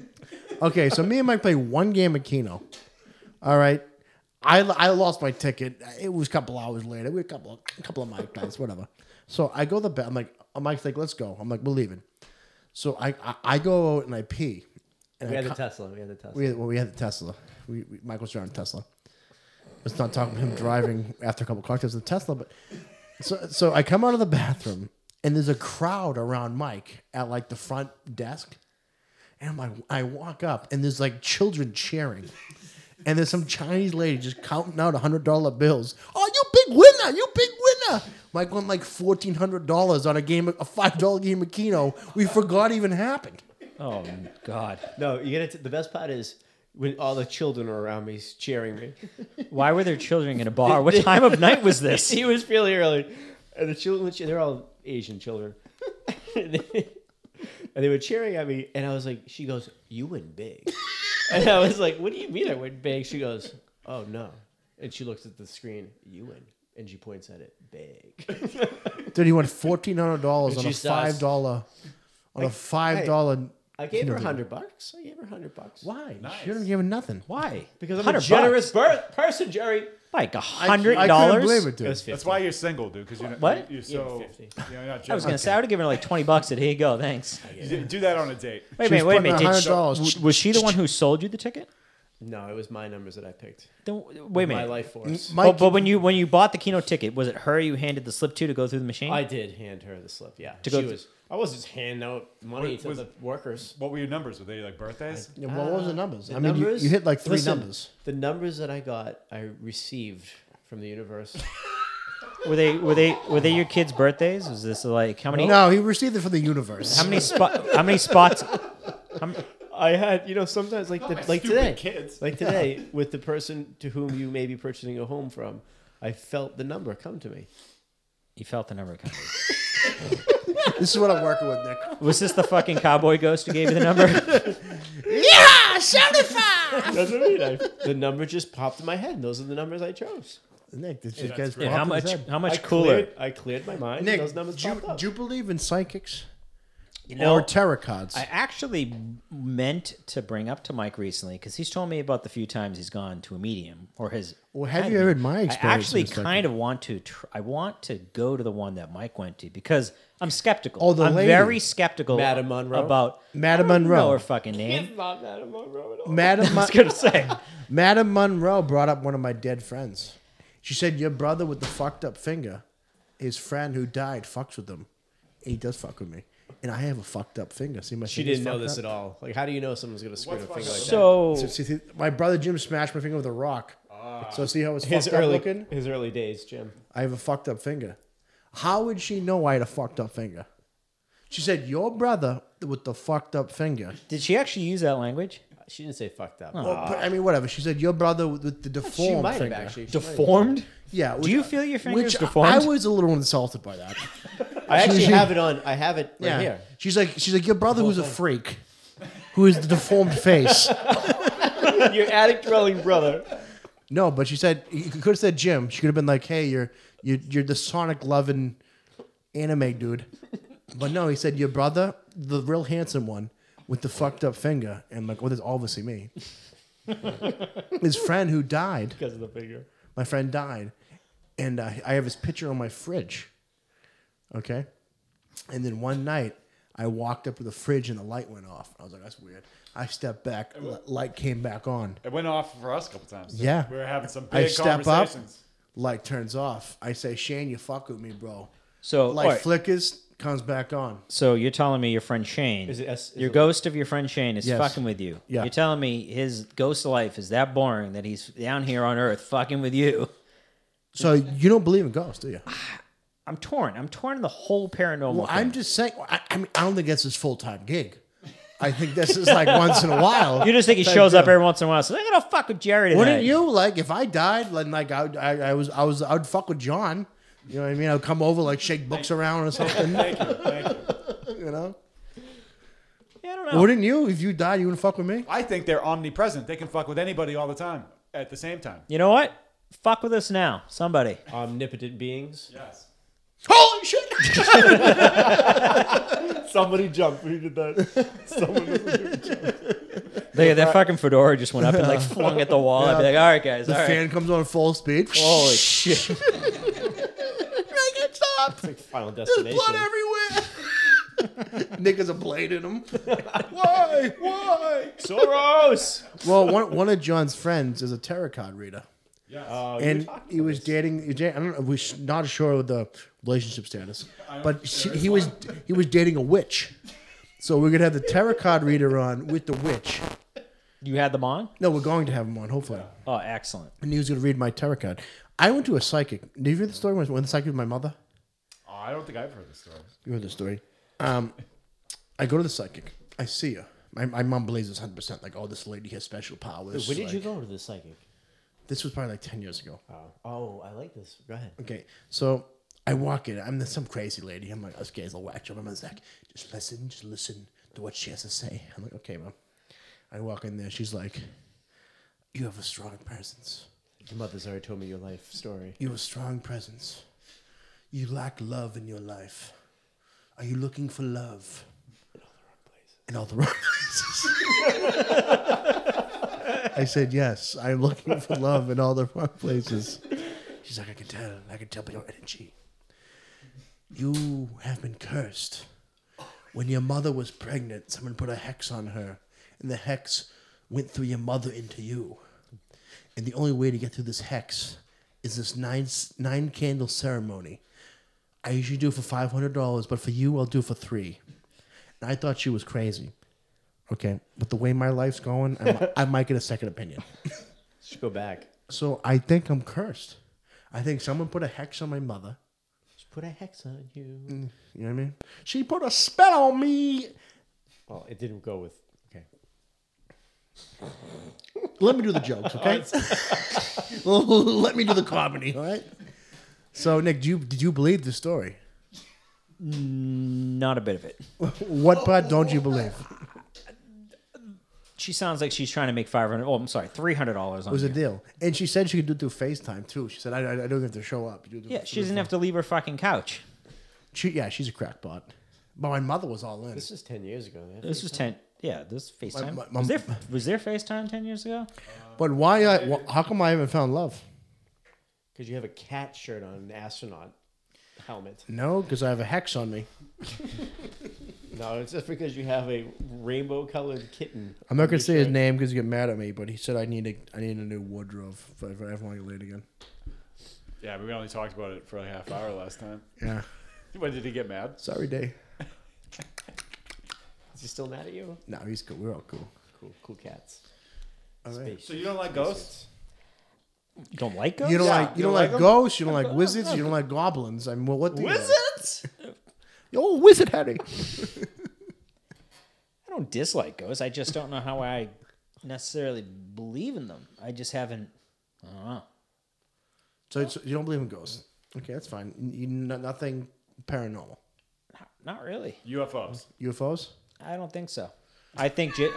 fine.
Okay, so me and Mike played one game of Keno. All right. I, I lost my ticket. It was a couple hours later. We were a couple of, a couple of Mike nights, whatever. So I go to the bed. I'm like, uh, Mike's like, let's go. I'm like, we're leaving. So I, I, I go out and I pee. And
We
I
had
co-
the Tesla. We had the Tesla.
we had, well, we had the Tesla. We, we Mike was driving a Tesla. Let's not talk about him driving after a couple cocktails with Tesla. But so, so I come out of the bathroom and there's a crowd around Mike at like the front desk, and I'm like, I walk up and there's like children cheering. And there's some Chinese lady just counting out hundred dollar bills. Oh, you big winner! You big winner! Mike won like fourteen hundred dollars on a game, of- a five dollar game of Keno. We forgot even happened.
Oh God!
no, you get it. The best part is when all the children are around me cheering me.
Why were there children in a bar? What time of night was this?
he was really early, and the children—they're all Asian children. and they- and they were cheering at me, and I was like, "She goes, you win big," and I was like, "What do you mean I win big?" She goes, "Oh no," and she looks at the screen, "You win," and she points at it, "Big."
Dude, he won fourteen hundred dollars on
she
a
saw us.
five dollar on a five dollar.
I gave her a hundred bucks. I gave her a hundred bucks.
Why? You don't give him nothing.
Why?
Because I'm
100
a
bucks.
generous ber- person, Jerry.
Like a
I- I
hundred
couldn't believe
dollars.
it,
It
dude.
was
That's
50.
why you're single, dude. Because you're not,
What?
You're
Yeah,
so.
50.
You know, you're not
I was gonna say I would have given her like twenty bucks. Said, here you go, thanks.
You do that on a date.
Wait a
She was
minute, wait a
putting
minute. Did
$100.
she, was she the one who sold you the ticket?
No, it was my numbers that I picked.
Then, wait a
my
minute.
life force.
Mike,
but, but when you when you bought the Kino ticket, was it her you handed the slip to to go through the machine?
I did hand her the slip. Yeah,
To
she
go th-
was. I was just handing out money
Wait,
to
was-
the workers.
What were your numbers? Were they like birthdays?
yeah, what was the numbers?
The
I mean, you,
numbers-
you hit like three
Listen,
numbers.
The numbers that I got, I received from the universe.
were they were they were they your kids' birthdays? Was this like how many
No, he received it from the universe.
how many spot how many spots? How m-
I had, you know, sometimes like the,
my
like
stupid
today,
kids.
like today, with the person to whom you may be purchasing a home from, I felt the number come to me.
you felt the number coming.
This is what I'm working with, Nick.
Was this the fucking cowboy ghost who gave you the number?
That's what I mean. I, the number just popped in my head. And those are the numbers I chose.
Nick, this
that's
guy's
great.
Yeah, how
popping his
much
head.
how much
I
cooler?
Cleared, I cleared my mind. and those numbers
Nick, do, you-
popped up.
do you believe in psychics
You know,
or tarot cards?
I actually meant to bring up to Mike recently because he's told me about the few times he's gone to a medium or his.
Well, have
had
you heard
me-
my
I
experience
actually
with psychic?
kind of want to. Tr- I want to go to the one that Mike went to because I'm skeptical.
Oh, the
I'm
lady.
very skeptical.
Madame Monroe?
about
Madame
I don't
Monroe.
Know her fucking name.
It's not Madame Monroe at all.
Madam,
I was gonna say.
Madam Monroe brought up one of my dead friends. She said, Your brother with the fucked up finger, his friend who died fucks with him. He does fuck with me. And I have a fucked up finger. See my
she didn't know this at all. Like, how do you know someone's going to screw a finger like that?
So
So, see, see, my brother Jim smashed my finger with a rock. so see how it's
Ah. his
fucked up
early
looking?
his early days, Jim.
I have a fucked up finger. How would she know I had a fucked up finger? She said, Your brother with the fucked up finger.
did she actually use that language?
She didn't say fucked up.
Well, but, I mean, whatever. She said, Your brother with, with the
Ah. she
deformed
might have
finger.
actually. She might have.
Deformed.
Yeah.
Do you feel your fingers
which I-
deformed?
I was a little insulted by that.
I actually have it on. I have it right
Yeah.
here.
She's like, she's like, your brother who's a freak, who is the deformed face.
Your attic dwelling brother.
No, but she said you could have said Jim. She could have been like, hey, you're you're, you're the Sonic loving anime dude. But no, he said your brother, the real handsome one with the fucked up finger, and I'm like, well, that's obviously me. his friend who died,
Because of the finger.
my friend died, and uh, I have his picture on my fridge. Okay, and then one night I walked up to the fridge and the light went off. I was like, "That's weird." I stepped back, li- light came back on.
It went off for us a couple times. too.
Yeah.
we were having some big
I step up,
conversations.
light turns off. I say, "Shane, you fuck with me, bro."
So
Light
all right,
flickers, comes back on.
So you're telling me your friend Shane,
Is it S- is
your
it-
ghost of your friend Shane, is
Yes.
fucking with you.
Yeah.
You're telling me his ghost life is that boring that he's down here on Earth fucking with you.
So you don't believe in ghosts, do you?
I'm torn. I'm torn in the whole paranormal.
Well,
thing.
I'm just saying. I, I mean, I don't think that's his full time gig. I think this is like once in a while.
You just think he
Thank
shows up
you.
every once in a while. So I'm gonna fuck with Jerry. Tonight.
Wouldn't you like if I died? Like, like I, I, I was, I was, I'd fuck with John. You know what I mean? I'd come over, like shake books around or something.
Thank you, thank you.
You know?
Yeah, I don't know.
Wouldn't you? If you died, you wouldn't fuck with me.
I think they're omnipresent. They can fuck with anybody all the time at the same time.
you know what? Fuck with us now, somebody.
Omnipotent beings.
Yes.
Holy shit!
Somebody jumped. Who did that?
They, that fucking fedora just went up and like flung at the wall. I'd be like, all right, guys,
The
all right.
fan comes on full speed.
Holy shit!
Make it stop!
Final
There's blood
destination.
everywhere. Nick has a blade in him. Why? Why?
Soros.
Well, one one of John's friends is a tarot card reader,
Yes.
Oh,
and he was dating. he was dating- I don't know. We're not sure of the relationship status, but she, he was he was dating a witch. So we're gonna have the tarot card reader on with the witch.
You had them on?
No, we're going to have him on hopefully,
Oh, excellent.
and he was gonna read my tarot card. I went to a psychic. Did you hear the story when I went to the psychic with my mother?
Oh, I don't think I've heard this story.
You heard the story. Um, I go to the psychic. I see her. My, my mom believes this 100%. Like, oh, this lady has special powers.
When did
like-
you go to the psychic?
This was probably like 10 years ago.
Oh, oh, I like this. Go ahead.
Okay, so I walk in. I'm some crazy lady. I'm like, this guy's a whack job. I'm like, Zach, just listen, just listen to what she has to say. I'm like, okay, mom. I walk in there. She's like, you have a strong presence.
Your mother's already told me your life story.
You have a strong presence. You lack love in your life. Are you looking for love? In all the wrong places. I said, yes, I'm looking for love in all the wrong places. She's like, I can tell. I can tell by your energy. You have been cursed. When your mother was pregnant, someone put a hex on her, and the hex went through your mother into you. And the only way to get through this hex is this nine nine candle ceremony. I usually do it for five hundred dollars, but for you, I'll do it for three. And I thought she was crazy. Okay, but the way my life's going, I mi- I might get a second opinion.
Should go back.
So I think I'm cursed. I think someone put a hex on my mother.
Just put a hex on you.
You know what I mean? She put a spell on me.
Well, it didn't go with. Okay.
Let me do the jokes, okay? Let me do the comedy, all right? So, Nick, do you, did you believe the story?
Not a bit of it.
What part don't you believe?
She sounds like she's trying to make five hundred. Oh, I'm sorry, three hundred dollars
It
on.
was a
you.
deal. And she said she could do it through FaceTime, too. She said, I, I, I don't have to show up. You do it
Yeah,
through
she doesn't have to leave her fucking couch.
She, yeah, she's a crackpot. But my mother was all in.
This is 10 years ago, man.
This was ten. Yeah, this FaceTime.
my- my-
was there was there FaceTime ten years ago?
But why? I, wh- how come I haven't found love?
Because you have a cat shirt on an astronaut helmet.
No, because I have a hex on me.
No, it's just because you have a rainbow colored kitten.
I'm not
on your
gonna say his
shirt.
name because he get mad at me. But he said I need a I need a new wardrobe if I if I ever want to get laid again.
Yeah, we only talked about it for a half hour last time.
Yeah,
When did he get mad?
sorry, Day.
Is he still mad at you?
No, he's cool. We're all cool.
Cool, cool cats.
All right.
Space.
So you don't like ghosts?
You don't like ghosts?
You don't
Yeah,
like Oh, you
you
don't
like
like
'em?
ghosts. You don't like wizards. You don't like goblins. I mean, well, what do you like? Oh, wizard Harry.
I don't dislike ghosts. I just don't know how I necessarily believe in them. I just haven't. I don't know.
So, it's you don't believe in ghosts? Okay, that's fine. You, no- nothing paranormal.
Not, not really.
UFOs.
UFOs?
I don't think so. I think j-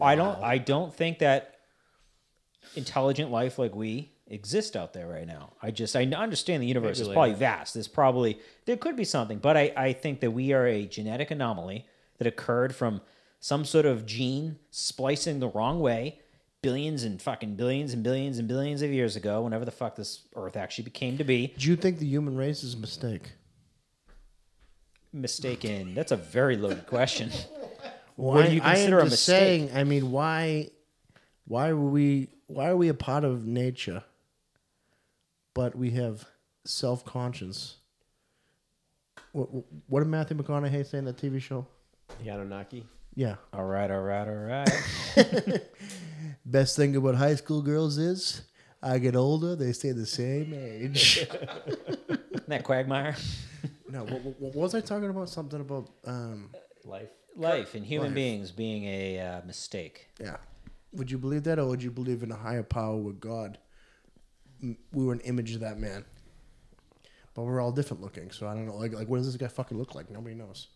I don't. I don't think that intelligent life like we exist out there right now. I just I understand the universe
Maybe
is
later.
probably vast. There's probably there could be something, but I I think that we are a genetic anomaly that occurred from some sort of gene splicing the wrong way billions and fucking billions and billions and billions of years ago whenever the fuck this earth actually became to be
Do you think the human race is a mistake?
mistaken that's a very loaded question
Why
do you consider
I
a
am just
mistake?
saying. I mean, why? Why are we? Why are we a part of nature? But we have self conscious. What, what did Matthew McConaughey say in that TV show?
The Anunnaki.
Yeah,
all right all right all right
best thing about high school girls is I get older, they stay the same age.
Isn't that quagmire
no, what, what, what was I talking about? Something about um,
Life.
life and human
Life.
beings being a uh, mistake.
yeah. Would you believe that, or would you believe in a higher power with God? M- We were an image of that man, but we're all different looking. So I don't know. Like, like what does this guy fucking look like? Nobody knows.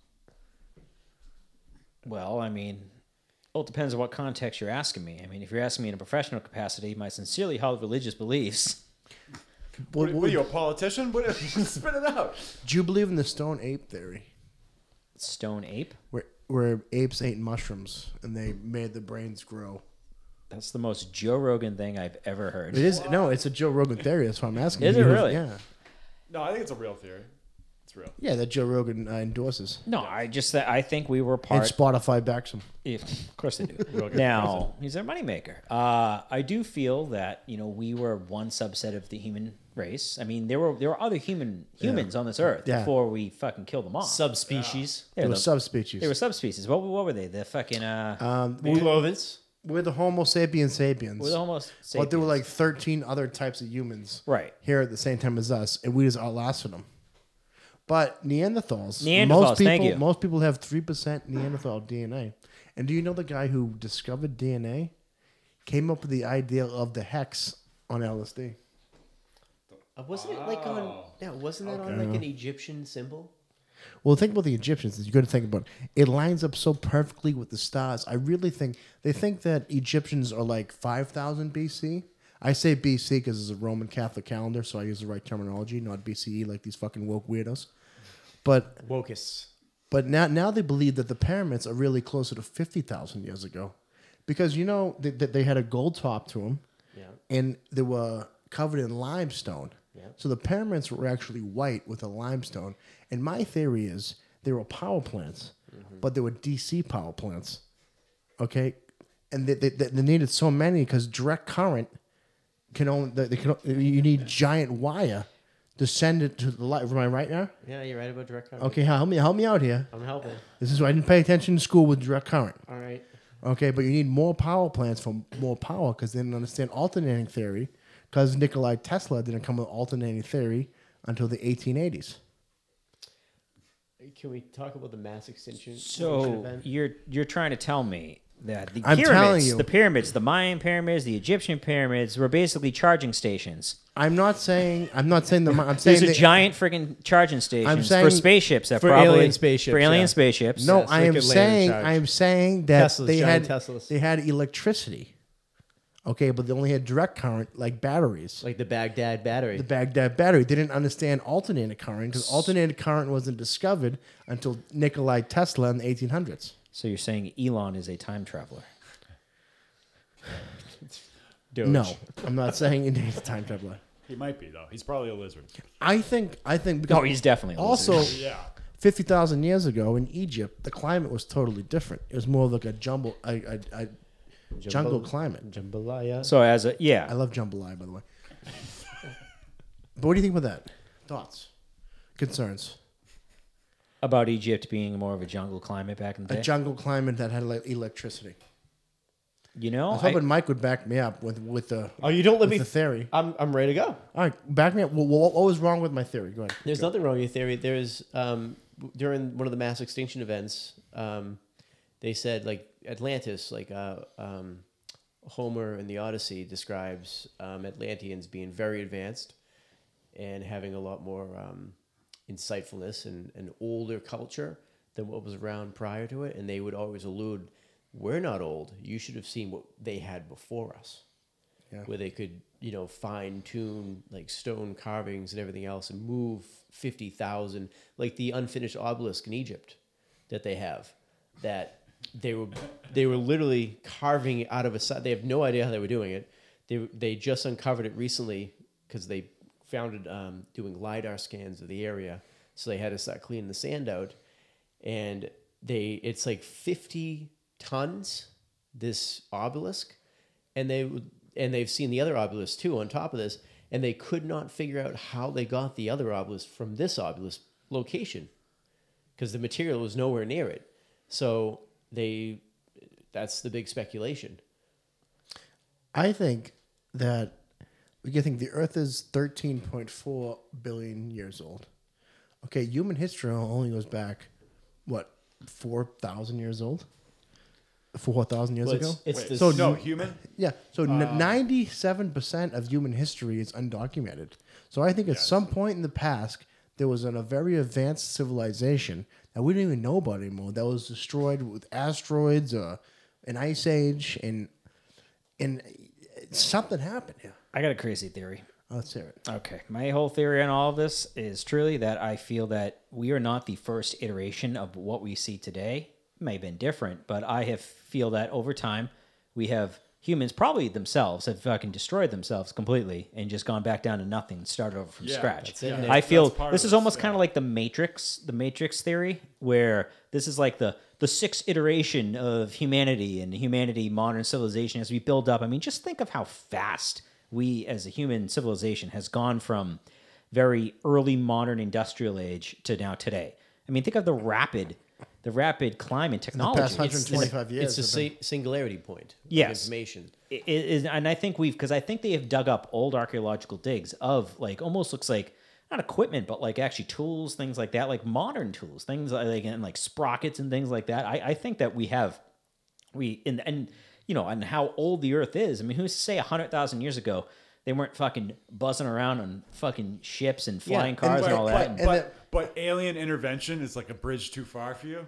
Well, I mean, well, it depends on what context you're asking me. I mean, if you're asking me in a professional capacity, my sincerely held religious beliefs.
What,
What,
what
what-
are you, a politician? What, spit it out.
do you believe in the stone ape theory,
Stone ape.
where where apes ate mushrooms and they made the brains grow?
That's the most Joe Rogan thing I've ever heard.
It is no, it's a Joe Rogan theory. That's why I'm asking.
Is
you.
it really?
Yeah,
No, I think it's a real theory. It's real.
yeah. That Joe Rogan uh, endorses.
No, I just that I think we were part.
And Spotify backs them.
If, of course they do.
We'll get
now he's their moneymaker. Uh, I do feel that you know we were one subset of the human race. I mean, there were there were other human humans on this earth
Yeah.
before we fucking killed them off.
Subspecies.
they,
They
were
were
the-
subspecies.
they were subspecies. What, what were they? The fucking uh,
um,
The Clovens.
we're the Homo sapiens sapiens.
We're almost
But there were
sapiens.
like 13 other types of humans
Right.
here at the same time as us, and we just outlasted them. But Neanderthals,
Neanderthals,
most people,
thank you.
most people have three percent Neanderthal DNA. And do you know the guy who discovered DNA came up with the idea of the hex on LSD?
Uh, wasn't it like on. Yeah, wasn't that on like an Egyptian symbol?
Well, think about the Egyptians. You got to think about it. It lines up so perfectly with the stars. I really think they think that Egyptians are like 5000 BC. I say BC because it's a Roman Catholic calendar, so I use the right terminology, not BCE like these fucking woke weirdos. But
Wokus.
but now now they believe that the pyramids are really closer to 50,000 years ago, because you know that they, they had a gold top to them,
Yeah.
and they were covered in limestone.
Yeah.
So the pyramids were actually white with a limestone. And my theory
Mm-hmm.
is they were power plants, but they were DC power plants. Okay? and they, they, they needed so many because direct current can only they, they can you need giant wire to send it to the light. Am I right now?
Yeah, you're right about direct current.
Okay, help me help me out here.
I'm helping.
This is why I didn't pay attention in school with direct current.
All right.
Okay, but you need more power plants for more power because they didn't understand alternating theory because Nikolai Tesla didn't come with alternating theory until the 1880s.
Can we talk about the mass extinction extinction
So
event?
you're you're trying to tell me that the
I'm telling
pyramids,
you.
the pyramids, the Mayan pyramids, the Egyptian pyramids were basically charging stations.
I'm not saying I'm not saying the I'm saying
These are
that-
giant friggin' charging stations
saying-
for spaceships that
For
probably
alien spaceships,
for alien
yeah.
spaceships.
No,
Yes,
I
they
am
could land
saying
charge.
I am saying that
Teslas,
they had
giant Teslas.
they had electricity. Okay, but they only had direct current like batteries.
like the Baghdad battery.
the Baghdad battery they didn't understand alternating current because alternating current wasn't discovered until Nikolai Tesla in the 1800s.
So you're saying Elon is a time traveler?
Doge.
No, I'm not saying Indian's time traveler.
He might be though. He's probably a lizard.
I think I think because
No, he's definitely a
also
Yeah.
fifty thousand years ago in Egypt the climate was totally different. It was more like a jumble a, a, a jungle climate.
Jambalaya.
So as a
I
yeah,
love jambalaya, by the way. but what do you think about that? Thoughts, concerns?
about Egypt being more of a jungle climate back in the
A
day.
jungle climate that had like electricity.
you
I
know,
was
I-
hoping Mike would back me up with with the
oh, you don't let
with
me.
the theory.
I'm I'm ready to go.
All right, back me up. What, what, what was wrong with my theory? Go ahead.
There's nothing wrong with your theory. There's um, w- during one of the mass extinction events, um, they said like Atlantis, like uh, um, Homer in the Odyssey describes um, Atlanteans being very advanced and having a lot more um, insightfulness and an older culture than what was around prior to it. And they would always allude, "We're not old. You should have seen what they had before us." where they could you know fine tune like stone carvings and everything else and move 50,000 like the unfinished obelisk in Egypt that they have that they were they were literally carving it out of a side they have no idea how they were doing it they they just uncovered it recently cuz they founded um, doing lidar scans of the area so they had to start cleaning the sand out and they it's like 50 tons this obelisk and they would- and they've seen the other obelisk too on top of this and they could not figure out how they got the other obelisk from this obelisk location because the material was nowhere near it so they that's the big speculation
I think that we can think the Earth is 13.4 billion years old. Okay, human history only goes back, what, 4,000 years old? 4,000 years
Well,
ago?
it's, it's
Wait,
this,
so no human.
yeah, so n
Um,
97% of human history is undocumented. So I think at some point in the past, there was an, a very advanced civilization that we didn't even know about anymore that was destroyed with asteroids or an ice age, and, and something happened here. Oh,
I got a crazy theory.
Let's hear it.
Okay. My whole theory on all of this is truly that I feel that we are not the first iteration of what we see today. It may have been different, but I have feel that over time we have humans probably themselves have fucking destroyed themselves completely and just gone back down to nothing, started over from
Yeah,
scratch.
that's it, Yeah. Nick.
I feel
That's part
this
of
is
this,
almost
yeah.
kind of like the Matrix, the Matrix theory, where this is like the the sixth iteration of humanity and humanity, modern civilization as we build up. I mean, just think of how fast we as a human civilization has gone from very early modern industrial age to now today. I mean, think of the rapid, the rapid climb in technology.
past
It's-
125 years.
it's a
have been-
si- singularity point of
Yes.
information
it is and i think we've because i think they have dug up old archaeological digs of like almost looks like not equipment but like actually tools things like that like modern tools things like like- and like sprockets and things like that i, I think that we have we and and you know and how old the earth is i mean who's to say 100000 years ago they weren't fucking buzzing around on fucking ships and flying
and
cars and,
like-
all
but,
that
and
but,
the-
but alien intervention is like a bridge too far for you.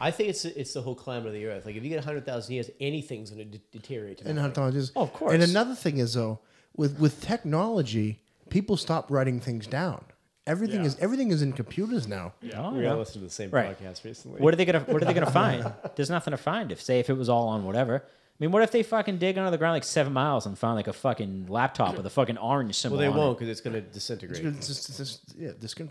i think it's it's the whole climate of the earth like if you get 100000 years anything's going to de- deteriorate to
and
that.
ontologies.
Oh, of course.
And another thing is though, with with technology, people stop writing things down. Everything
Yeah.
is everything is in computers now.
Oh,
we
yeah.
all listened to the same
Right.
podcast recently
What are they gonna What are they gonna find? There's nothing to find. If say if it was all on whatever, mean, what if they fucking dig under the ground like seven miles and found like a fucking laptop with a fucking orange symbol?
Well, they
on
won't
It?
because it's going to disintegrate.
It's just- it's just- yeah, this can-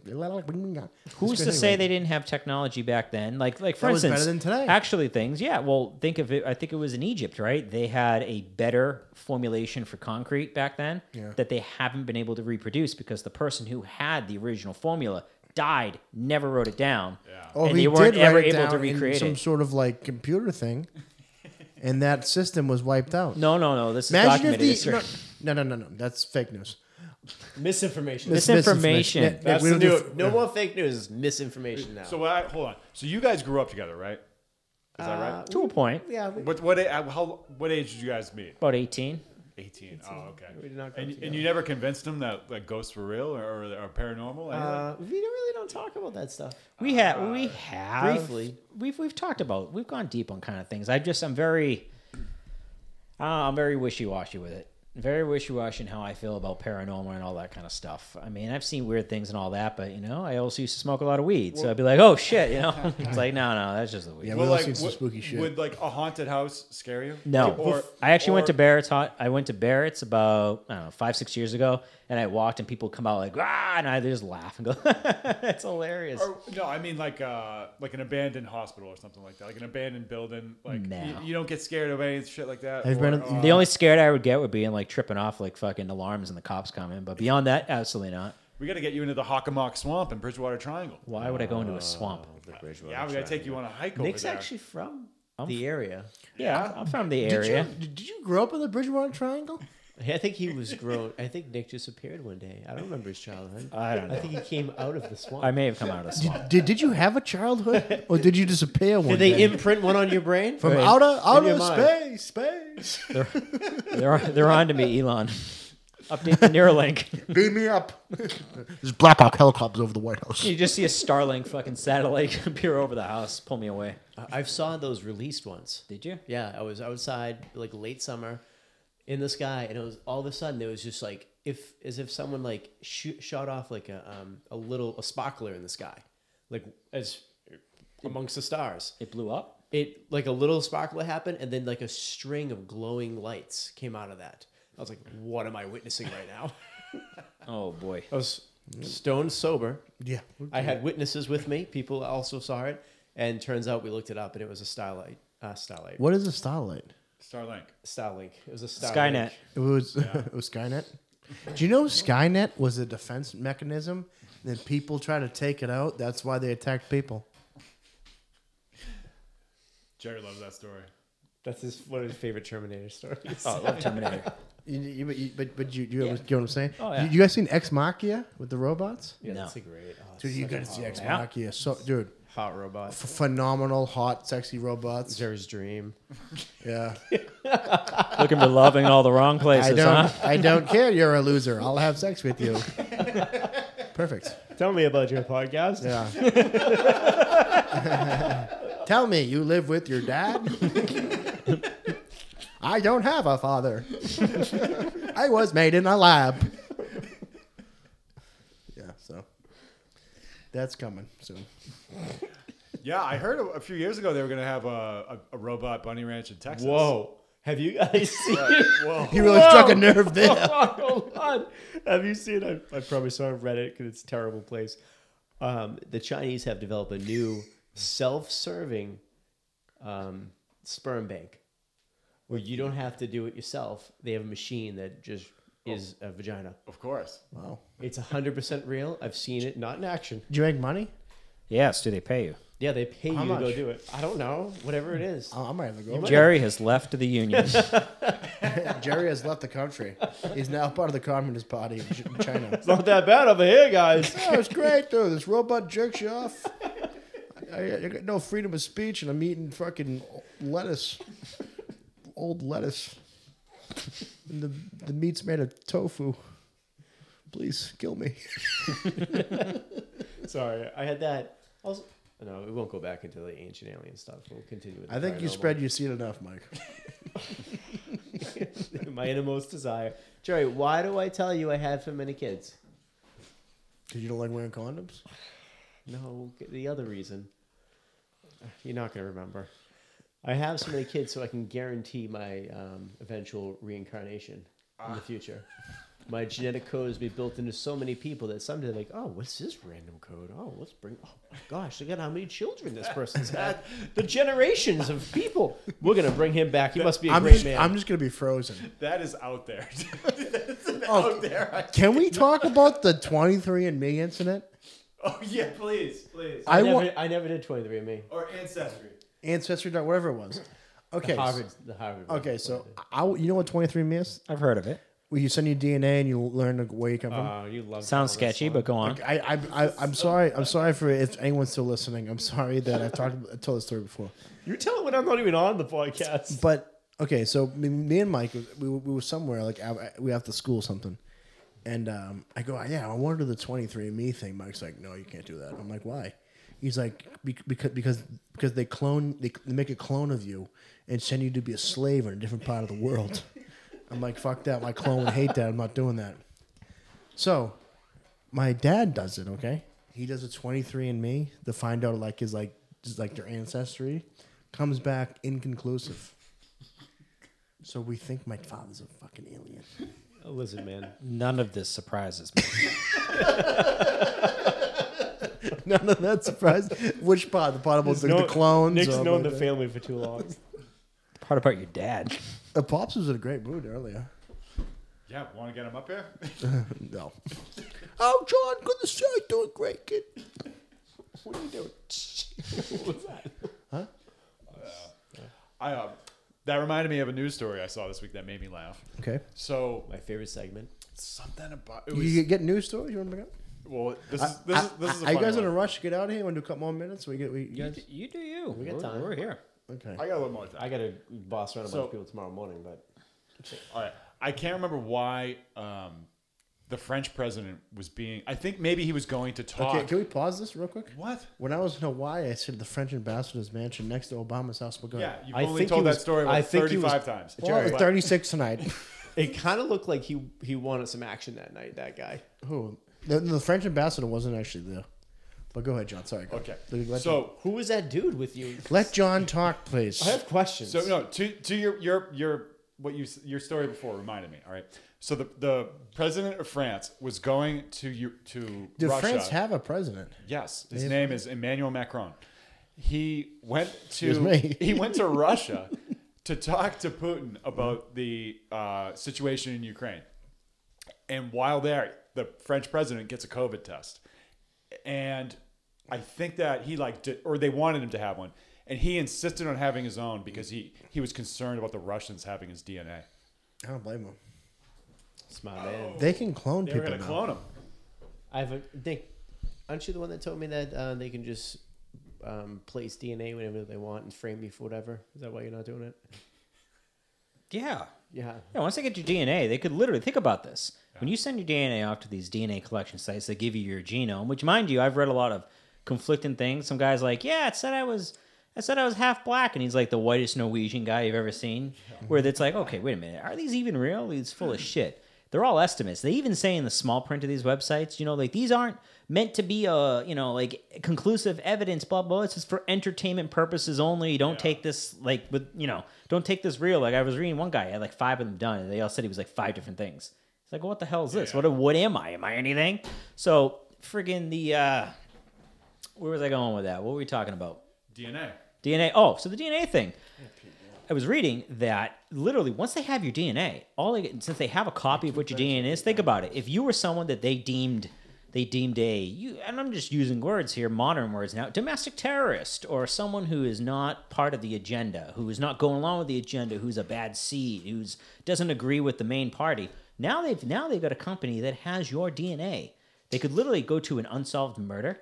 Who's to say they didn't have technology back then? Like, like for
That was
instance,
better than today.
actually things. Yeah. Well, think of it. I think it was in Egypt, right? They had a better formulation for concrete back then
Yeah.
that they haven't been able to reproduce because the person who had the original formula died, never wrote it down. Yeah.
Oh,
and
he
they weren't
did write
ever
it
able
down
to
in
recreate
some
it.
sort of like computer thing, and that system was wiped out.
No, no, no. This is
Imagine
documented.
if
history.
the no, no, no, no, no. That's fake news.
misinformation.
Mis-
Misinformation.
misinformation. Yeah,
That's
we
the
don't do-
new. No more fake news. It's misinformation now.
So what I, hold on. So you guys grew up together, right? Is that right?
to a point,
yeah, uh, we,
What what a- how what age did you guys meet?
about eighteen.
18. Oh, okay.
We did not grow up
and, and
together.
you never convinced them that like ghosts were real or, or, or paranormal? anything?
uh, we really don't talk about that stuff.
We have, we have
briefly.
We've we've talked about, we've gone deep on kind of things. I just, I'm very, uh, I'm very wishy washy with it. Very wishy washy in how I feel about paranormal and all that kind of stuff. I mean, I've seen weird things and all that, but you know, I also used to smoke a lot of weed, so I'd be like, oh shit, you know, it's like, no, no, that's just the weed.
Yeah,
Well,
we've all seen
like,
some
would,
spooky shit.
would like a haunted house scare you?
No,
Or-
I actually
or-
went to Barrett's. Hot, I went to Barrett's about I don't know five six years ago, and I walked, and people come out like ah, and I just laugh and go, it's hilarious.
Or, no, I mean like uh, like an abandoned hospital or something like that, like an abandoned building. Like
No.
you, you don't get scared of any shit like that.
I've
or,
been-
uh,
The only scared I would get would be in like tripping off like fucking alarms and the cops coming. But beyond that, absolutely not.
we got to get you into the Hockamock Swamp and Bridgewater Triangle.
Why would I go into a swamp?
yeah, we got to take you on a hike
Nick's
over there.
actually from the area.
Yeah, I'm- I'm from the
Did
area.
you, did you grow up in the Bridgewater Triangle?
I think he was grown. I think Nick just appeared one day. I don't remember his childhood.
I don't know.
I think he came out of the swamp.
I may have come out of the swamp.
Did, did you have a childhood, or did you disappear one
Did they
day
imprint one on your brain?
from
Right.
outer outer
your mind.
space? Space.
They're on- they're on to me, Elon. Update the Neuralink.
Beam me up.
There's Black Hawk helicopters over the White House.
you just see a Starlink fucking satellite appear over the house, pull me away.
I- I've saw those released once.
Did you?
Yeah, I was outside like late summer, in the sky, and it was all of a sudden there was just like if as if someone like shoot, shot off like a um a little a sparkler in the sky, like as amongst the stars.
It blew up.
It like a little sparkler happened, and then like a string of glowing lights came out of that. I was like, what am I witnessing right now?
Oh boy.
I was stone sober.
Yeah.
I had witnesses with me. People also saw it, and turns out we looked it up, and it was a starlight. Uh, starlight.
What is a starlight?
Starlink.
Starlink. It was a Starlink.
Skynet.
It was it was Skynet. Do you know Skynet was a defense mechanism? Then people try to take it out. That's why they attacked people.
Jerry loves that story.
That's his one of his favorite Terminator stories.
Oh, I love Terminator.
You, you, but you, but, but you, you get what I'm saying?
Oh, yeah.
you, you guys seen Ex Machina with the robots?
yeah,
No.
that's a great. Oh,
Dude, you
such a
gotta see Ex
Yeah.
Machina. So, dude,
hot robot.
ph- phenomenal, hot, sexy robots.
Zer's dream.
Yeah,
Looking for love in all the wrong
I
places, huh?
don't, I don't care. You're a loser. I'll have sex with you. Perfect.
Tell me about your podcast.
Yeah. Tell me, you live with your dad? I don't have a father. I was made in a lab. Yeah, so that's coming soon.
Yeah, I heard a, a few years ago they were going to have a, a, a robot bunny ranch in Texas.
Whoa. Have you guys seen?
Whoa.
He really struck a nerve there.
Hold on. Have you seen? I, I probably saw it on Reddit because it's a terrible place. Um, the Chinese have developed a new self-serving um, sperm bank where you don't have to do it yourself. They have a machine that just is a vagina.
Of course.
Wow.
It's hundred percent real. I've seen it, not in action.
Did you make money?
Yes, do they pay you?
Yeah, they pay you
much?
to go do it. I don't know. Whatever it is.
I I might Oh, have to go.
Jerry has left the union.
Jerry has left the country. He's now part of the Communist Party of Ch- China.
Not that bad over here, guys.
Oh, it's great, dude. This robot jerks you off. I, I got no freedom of speech, and I'm eating fucking lettuce, old lettuce. And the the meat's made of tofu. Please kill me.
Sorry, I had that. Also, no, we won't go back into the ancient alien stuff. We'll continue. With
I think you spread your seed enough, Mike.
paranormal. my innermost desire. Jerry, why do I tell you I had so many kids?
Cause you don't like wearing condoms.
No, the other reason. You're not gonna remember. I have so many kids, so I can guarantee my um, eventual reincarnation in the future. My genetic code has been built into so many people that someday, like, oh, what's this random code? Oh, let's bring. Oh my gosh, look at how many children this person's had. The generations of people. We're gonna bring him back. He must be a
I'm
great
just,
man.
I'm just gonna be frozen.
That is out there.
Oh, can we talk about the 23 and Me incident?
oh yeah, please, please.
I,
I, never,
want
I never did 23 andme
or ancestry.
ancestry dot whatever it was. Okay, so-
Harvard, the Harvard. one.
okay. So I, I- you know what 23 Me is?
I've heard of it. Well,
Where you send your DNA and you learn where you come from.
Oh, you love
Sounds
all this
sketchy,
one.
but go on.
I, I, I, I'm sorry. I'm sorry for if anyone's still listening. I'm sorry that I've talked I told this story before.
You're telling when I'm not even on the podcast.
But okay, so me, me and Mike, we, were- we were somewhere like I- I- we have to school or something, and um, I go, yeah, I want to do the 23andMe thing. Mike's like, no, you can't do that. I'm like, why? He's like, because because because they clone they make a clone of you and send you to be a slave in a different part of the world. I'm like, fuck that. My clone would hate that. I'm not doing that. So, my dad does it. Okay, he does a 23andMe to find out like his like just like their ancestry. Comes back inconclusive. So we think my father's a fucking alien.
Uh, Listen, man.
None of this surprises me.
None of that surprised. Which part? The part about the, the clones.
Nick's
or
known the
about the-
family for too long.
Part about your dad.
Uh, Pops was in a great mood earlier.
Yeah, want to get him up here?
No. oh, John, good to see you. Doing great, kid.
what are you doing?
I uh, that reminded me of a news story I saw this week that made me laugh.
Okay.
So
My favorite segment.
something about it
You
was
get news stories you want to bring up?
well. This is this is this is. A
Are you
funny
guys in a
one.
rush? Get out of here. Want to do a couple more minutes? We get. We, you
You,
guys.
d- you do you. We
got time.
We're here.
Okay.
I got a little more time.
I got to boss around a
So-
bunch of people tomorrow morning, but
All right. I can't remember why um, the French president was being. I think maybe he was going to talk.
Okay. Can we pause this real quick?
what?
When I was in Hawaii, I stayed at the French ambassador's mansion next to Obama's house. We're going.
Yeah, you've
I
only
think
told
he
that
was-
story
I
like
think he was-
35 times.
Well,
But-
36 tonight.
it kind of looked like he he wanted some action that night. That guy.
Who? The, the French ambassador wasn't actually there. But go ahead, John. Sorry. go.
Okay.
Let,
So
Who was that dude with you?
let John talk, please.
I have questions.
So no, to to your your your what you s- your story before reminded me. All right. So the the president of France was going to you to
Did
Russia.
France have a president?
yes, his name is Emmanuel Macron. He went
Excuse
to
me.
he went to Russia to talk to Putin about the uh, situation in Ukraine. And while there, the French president gets a COVID test, and I think that he like did, or they wanted him to have one, and he insisted on having his own because he he was concerned about the Russians having his DNA.
I don't blame them.
smart man.
They can clone
They were
people
going to
now.
clone him.
I have a Nick. Aren't you the one that told me that uh, they can just um, place DNA whenever they want and frame you for whatever? Is that why you're not doing it?
Yeah.
Yeah.
Yeah, once they get your DNA, they could literally think about this. When you send your DNA off to these DNA collection sites, they give you your genome, which mind you, I've read a lot of conflicting things. Some guys like, yeah, it said I was I said I was half black and he's like the whitest Norwegian guy you've ever seen. Where it's like, okay, wait a minute, are these even real? These full of shit. They're all estimates. They even say in the small print of these websites, you know, like these aren't meant to be a, you know, like conclusive evidence, blah blah. It's just for entertainment purposes only. Don't take this like with, you know, don't take this real. Like I was reading one guy had like five of them done, and they all said he was like five different things. It's like, what the hell is this? What what am I? Am I anything? So friggin' the uh, where was I going with that? What were we talking about?
DNA.
DNA. Oh, so the DNA thing. I was reading that literally once they have your DNA, all they, since they have a copy of what your DNA is, think about it. If you were someone that they deemed they deemed a you, and I'm just using words here, modern words now, domestic terrorist or someone who is not part of the agenda, who is not going along with the agenda, who's a bad seed, who's doesn't agree with the main party. Now they've now they've got a company that has your DNA. They could literally go to an unsolved murder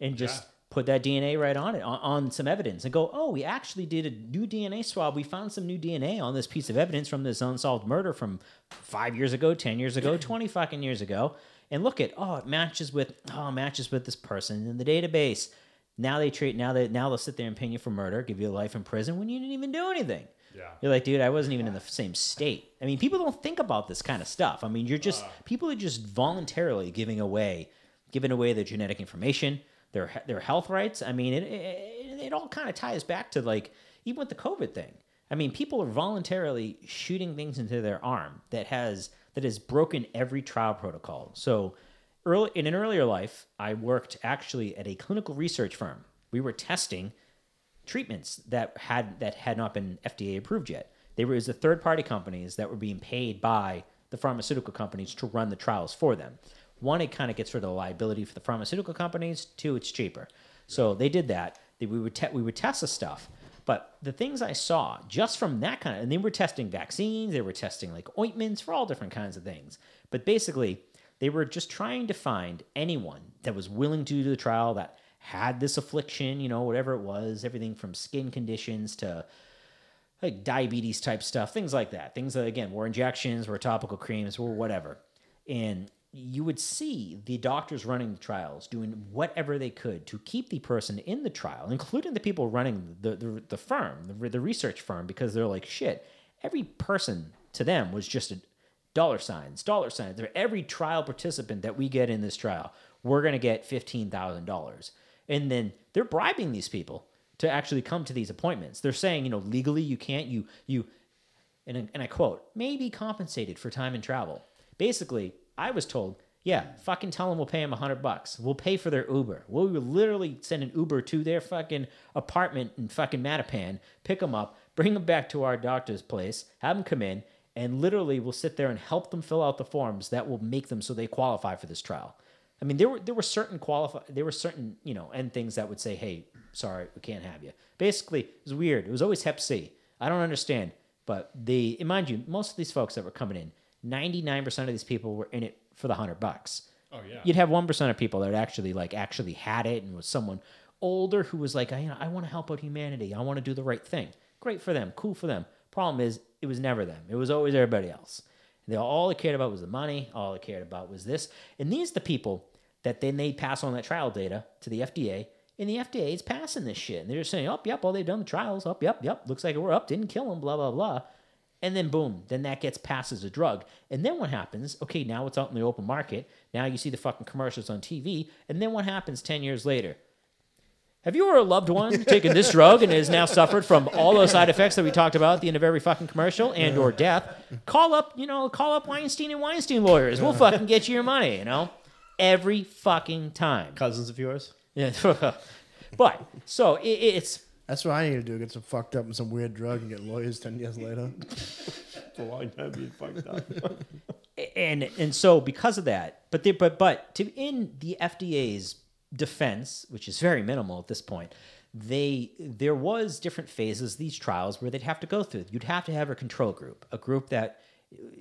and just put that DNA right on it on, on some evidence and go, oh, we actually did a new DNA swab. We found some new DNA on this piece of evidence from this unsolved murder from five years ago, ten years ago, twenty fucking years ago. And look at oh, it matches with oh, it matches with this person in the database. Now they treat now they now they'll sit there and pin you for murder, give you life in prison when you didn't even do anything.
Yeah.
You're like, dude, I wasn't even in the same state. I mean, people don't think about this kind of stuff. I mean, you're just people are just voluntarily giving away, giving away their genetic information, their their health rights. I mean, it it, it all kind of ties back to like Even with the COVID thing, I mean, people are voluntarily shooting things into their arm that has that has broken every trial protocol. So, early in an earlier life, I worked actually at a clinical research firm. We were testing treatments that had that had not been FDA approved yet. They were it was the third party companies that were being paid by the pharmaceutical companies to run the trials for them. One, it kind of gets rid of the liability for the pharmaceutical companies. Two, it's cheaper. So they did that. They, we would te- we would test the stuff, but the things I saw just from that kind of, and they were testing vaccines, they were testing like ointments for all different kinds of things. But basically, they were just trying to find anyone that was willing to do the trial that had this affliction, you know, whatever it was, everything from skin conditions to like diabetes type stuff, things like that. Things that again were injections, were topical creams, were whatever. And you would see the doctors running the trials doing whatever they could to keep the person in the trial, including the people running the the, the firm, the, the research firm, because they're like shit. Every person to them was just a dollar signs, dollar signs. For every trial participant that we get in this trial, we're going to get $15,000. And then they're bribing these people to actually come to these appointments. They're saying, you know, legally you can't, you, you, and, and I quote, may be compensated for time and travel. Basically, I was told, yeah, fucking tell them we'll pay them a hundred bucks. We'll pay for their Uber. We'll literally send an Uber to their fucking apartment in fucking Mattapan, pick them up, bring them back to our doctor's place, have them come in, and literally we'll sit there and help them fill out the forms that will make them so they qualify for this trial. I mean, there were there were certain qualify there were certain you know end things that would say, "Hey, sorry, we can't have you." Basically, it was weird. It was always Hep C. I don't understand, but the and mind you, most of these folks that were coming in, ninety nine percent of these people were in it for the hundred bucks.
Oh, yeah.
You'd have one percent of people that actually like actually had it and was someone older who was like, I, you know, I want to help out humanity. I want to do the right thing. Great for them. Cool for them. Problem is, it was never them. It was always everybody else. They all they cared about was the money. All they cared about was this. And these are the people that then they pass on that trial data to the FDA. And the FDA is passing this shit. And they're just saying, oh, yep, well, they've done the trials. Up, yep, yep. Looks like we're up. Didn't kill them, blah, blah, blah. And then boom, then that gets passed as a drug. And then what happens? Okay, now it's out in the open market. Now you see the fucking commercials on TV. And then what happens 10 years later? Have you or a loved one taken this drug and has now suffered from all those side effects that we talked about at the end of every fucking commercial and or death? Call up, you know, call up Weinstein and Weinstein lawyers. We'll fucking get you your money, you know? Every fucking time.
Cousins of yours?
Yeah. but so it, it's
That's what I need to do. Get some fucked up and some weird drug and get lawyers ten years later.
It's a long time being fucked up.
and and so because of that, but they, but but to in the FDA's defense, which is very minimal at this point, they there was different phases of these trials where they'd have to go through. You'd have to have a control group, a group that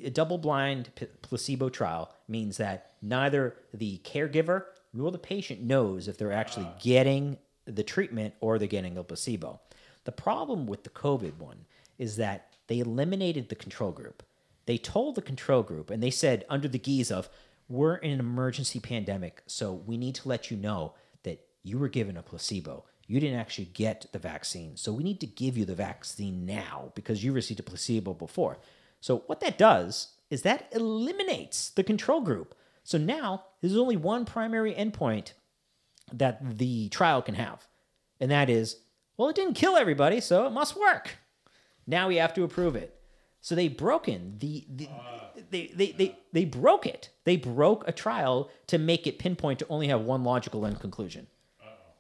a double-blind p- placebo trial means that neither the caregiver nor the patient knows if they're actually getting the treatment or they're getting a placebo. The problem with the COVID one is that they eliminated the control group they told the control group and they said under the guise of we're in an emergency pandemic so we need to let you know that you were given a placebo you didn't actually get the vaccine so we need to give you the vaccine now because you received a placebo before so what that does is that eliminates the control group so now there's only one primary endpoint that the trial can have and that is well it didn't kill everybody so it must work now we have to approve it. So they broken the, the they, they, they, they broke it. They broke a trial to make it pinpoint to only have one logical end conclusion.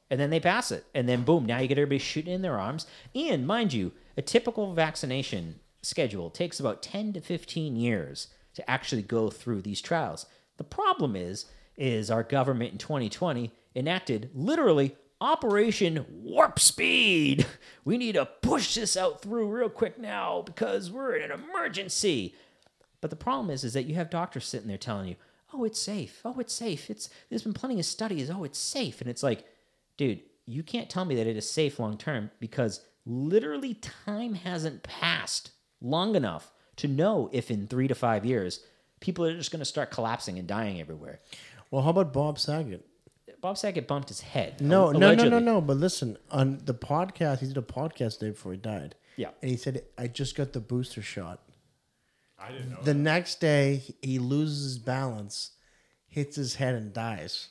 And then they pass it. And then boom, now you get everybody shooting in their arms. And mind you, a typical vaccination schedule takes about 10 to 15 years to actually go through these trials. The problem is is our government in 2020 enacted literally Operation Warp Speed. We need to push this out through real quick now because we're in an emergency. But the problem is, is that you have doctors sitting there telling you, "Oh, it's safe. Oh, it's safe. It's there's been plenty of studies. Oh, it's safe." And it's like, dude, you can't tell me that it is safe long term because literally time hasn't passed long enough to know if in three to five years people are just going to start collapsing and dying everywhere.
Well, how about Bob Saget?
Bob Saget bumped his head.
No,
al-
no, no, no,
allegedly.
no. But listen, on the podcast, he did a podcast day before he died.
Yeah.
And he said, I just got the booster shot.
I didn't know.
The next day, he loses his balance, hits his head, and dies.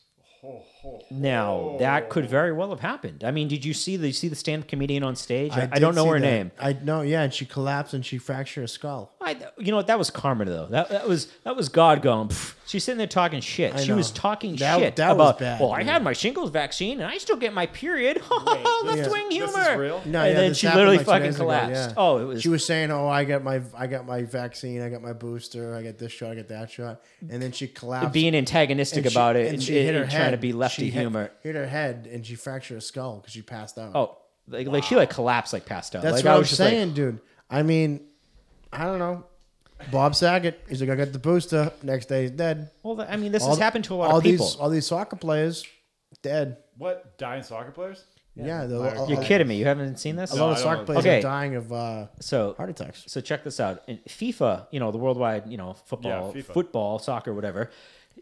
Now that could very well have happened. I mean, did you see the you see the stand comedian on stage? I, I
did
don't know
see
her
that.
name.
I know, yeah, and she collapsed and she fractured her skull.
I, you know what? That was karma, though. That, that was that was God going. "Pff." She's sitting there talking shit. she was
know.
talking
That-
shit
that was
about.
bad,
well, I
dude.
had my shingles vaccine, and I still get my period. Let's
yeah.
swing humor.
This is real?
No,
and
yeah,
then
this
she
happened,
literally
like, two
fucking
days ago,
collapsed.
yeah.
Oh, it was.
She was saying, "Oh, I got my I got my vaccine, I got my booster, I got this shot, I got that shot," and then she collapsed.
being antagonistic
and she-
about it and, and trying to
head.
be lefty
She hit-
humor.
Hit, her head and she fractured her skull because she passed out.
Oh, like, like she like collapsed, like passed out.
that's
like,
what
I
I'm
was just like,
saying, dude. I mean, I don't know. Bob Saget, he's like, I got the booster. Next day, he's dead.
well, th- I mean, this
All
has
the-
happened to a lot
all
of people.
These, all these soccer players, dead.
What dying soccer players?
Yeah, the-
You're
a- a-
You're kidding me? You haven't seen this?
A lot of
No, I don't
soccer
know.
players
Okay.
are dying of uh,
So
heart attacks.
So check this out. In FIFA, you know, the worldwide, you know, football,
Yeah, FIFA.
football, soccer, whatever,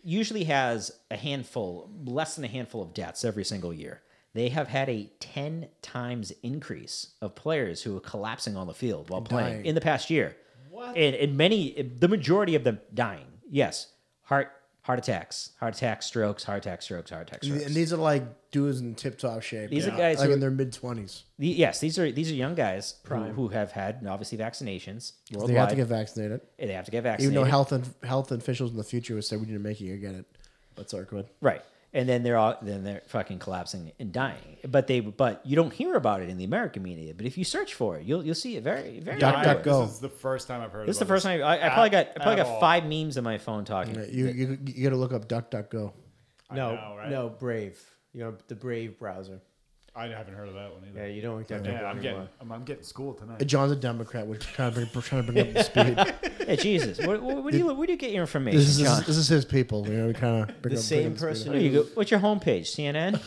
usually has a handful, less than a handful of deaths every single year. They have had a 10 times increase of players who are collapsing on the field while playing
dying.
in the past year.
What?
And, and many, the majority of them dying. Yes. Heart, heart attacks, heart attacks, strokes, heart attacks, strokes, heart attacks, strokes.
And these are like dudes in tip top shape.
These are
Yeah.
guys
like
who-
in their mid twenties.
The- yes, these are, these are young guys who, who have had obviously vaccinations worldwide.
They have to get vaccinated.
they have to get vaccinated.
Even though health and health officials in the future would say we need to make you get it. But sorry, go ahead.
Right. And then they're all then they're fucking collapsing and dying. But they but you don't hear about it in the American media. But if you search for it, you'll you'll see it very very.
Doc-
I-
often.
Duck,
this
go.
is the first time I've heard.
this is the
about
first time I, I probably got I probably
at
got
all.
five memes in my phone talking.
You you, you got to look up DuckDuckGo.
No,
know, right?
no, Brave. You know the Brave browser.
I haven't heard of that one
Yeah,
either.
you don't have to have
Yeah,
to go
I'm
anymore.
getting I'm, I'm getting schooled tonight.
John's a Democrat. We're trying to bring, trying to bring up the speed.
Hey, Jesus, where, where, where do you where do you get your information,
This is
John?
this is his people. You know, we kind of
The same person.
Where you
who-
go, what's your homepage? CNN.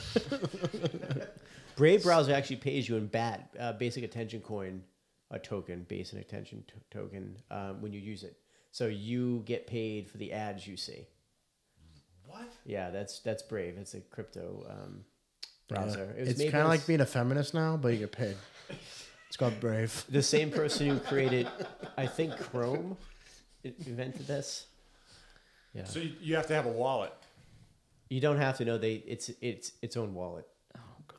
Brave browser actually pays you in BAT, uh, basic attention coin, a token, basic attention t- token, um, when you use it. So you get paid for the ads you see.
What?
Yeah, that's that's Brave. It's a crypto um, browser. It was
It's
made
kind of
by
like
s-
being a feminist now, but you get paid. It's called brave.
the same person who created, I think Chrome, i- invented this. Yeah.
So you, you have to have a wallet.
You don't have to know they. It's it's its own wallet.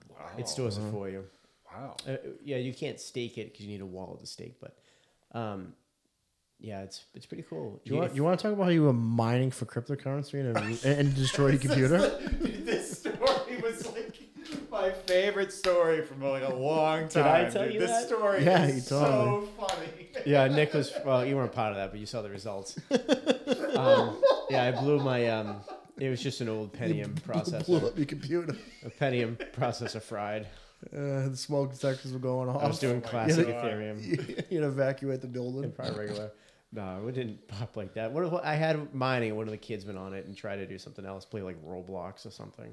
Wow.
It stores
Mm-hmm.
it for you.
wow.
Uh, yeah, you can't stake it because you need a wallet to stake. But, um, yeah, it's it's pretty cool.
You want, you want to talk about how you were mining for cryptocurrency and, and, and destroyed a computer?
this story was like my favorite story from like a long time.
I tell
dude.
you
this
that?
story
Yeah,
is
you told
so funny.
yeah, Nick was. Well, you weren't part of that, but you saw the results. um, yeah, I blew my. Um, it was just an old Pentium
Blew
processor.
up your computer.
A Pentium processor fried.
Uh, the smoke detectors were going off.
I was doing classic Ethereum.
You'd evacuate the building.
Probably regular. No, it didn't pop like that. What, what I had mining, one of the kids went on it and tried to do something else, play like Roblox or something.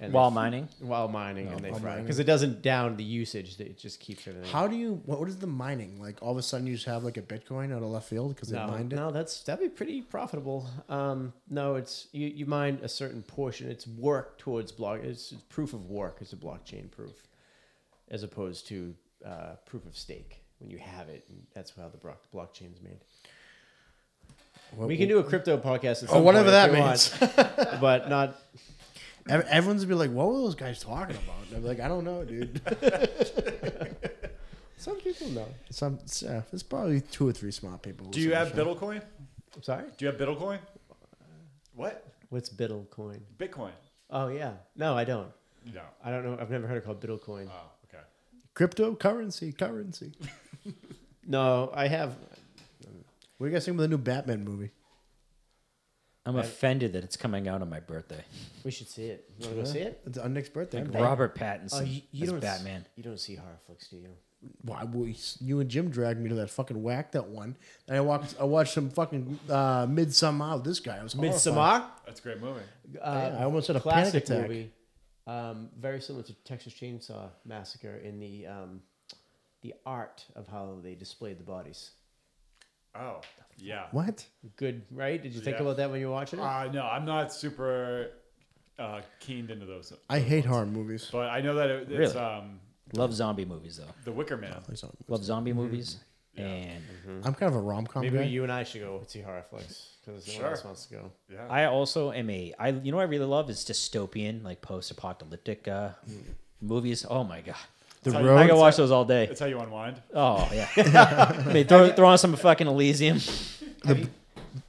And they
While
f-
mining,
while mining, and they
while
fried
mining.
because it doesn't down the usage; that it just keeps everything.
How do you? What, what is the mining like? All of a sudden, you just have like a Bitcoin out of left field because they
no,
mined it.
no, that's that'd be pretty profitable. Um, no, it's you, you mine a certain portion. It's work towards block. It's, it's proof of work. It's a blockchain proof, as opposed to uh, proof of stake. When you have it, and that's how the block, blockchain's made.
What-
we can do a crypto podcast at some
or Oh, whatever
point if
that
we
means.
want, but not
Ev- Everyone's gonna be like, "What were those guys talking about?" And I'm like, "I don't know, dude."
some people know.
Some, yeah, there's probably two or three smart people.
Do you have
listening
Bitcoin?
I'm sorry.
Do you have Bitcoin? What?
What's Bitcoin?
Bitcoin?
Oh yeah, no, I don't.
No.
I don't know. I've never heard it called Bitcoin.
Oh, okay.
to the show. cryptocurrency, currency.
No, I have.
What do you guys think about the new Batman movie?
I'm offended that it's coming out on my birthday.
We should see it. You want to go see it?
It's our next birthday.
Like Robert Pattinson
Oh, you, you
as
don't s-
Batman.
you don't see horror flicks, do you?
Why we, you and Jim dragged me to that fucking whack that one? And I walked. I watched some fucking uh, Midsummer. out of This guy, I was horrified.
Midsommar,
That's a great movie.
Uh,
I almost had a
classic
panic attack.
movie, um, very similar to Texas Chainsaw Massacre in the um, the art of how they displayed the bodies.
Oh, yeah.
What?
Good, right? Did you think
Yeah.
about that when you were watching it?
Uh, no, I'm not super uh, keened into those.
I hate horror movies.
But I know that it, it's
Really?
um,
Love zombie movies though.
The Wicker Man.
Please don't.
Love zombie movies. And
I'm kind of a rom com
Maybe
guy.
you and I should go see horror flicks because no
Sure.
one else wants to go.
Yeah.
I also am a I you know what I really love is dystopian like post apocalyptic uh, movies. Oh my god.
the
Sorry,
road.
I can watch those all day.
That's how you unwind.
Oh yeah. I mean, throw, throw on some fucking Elysium.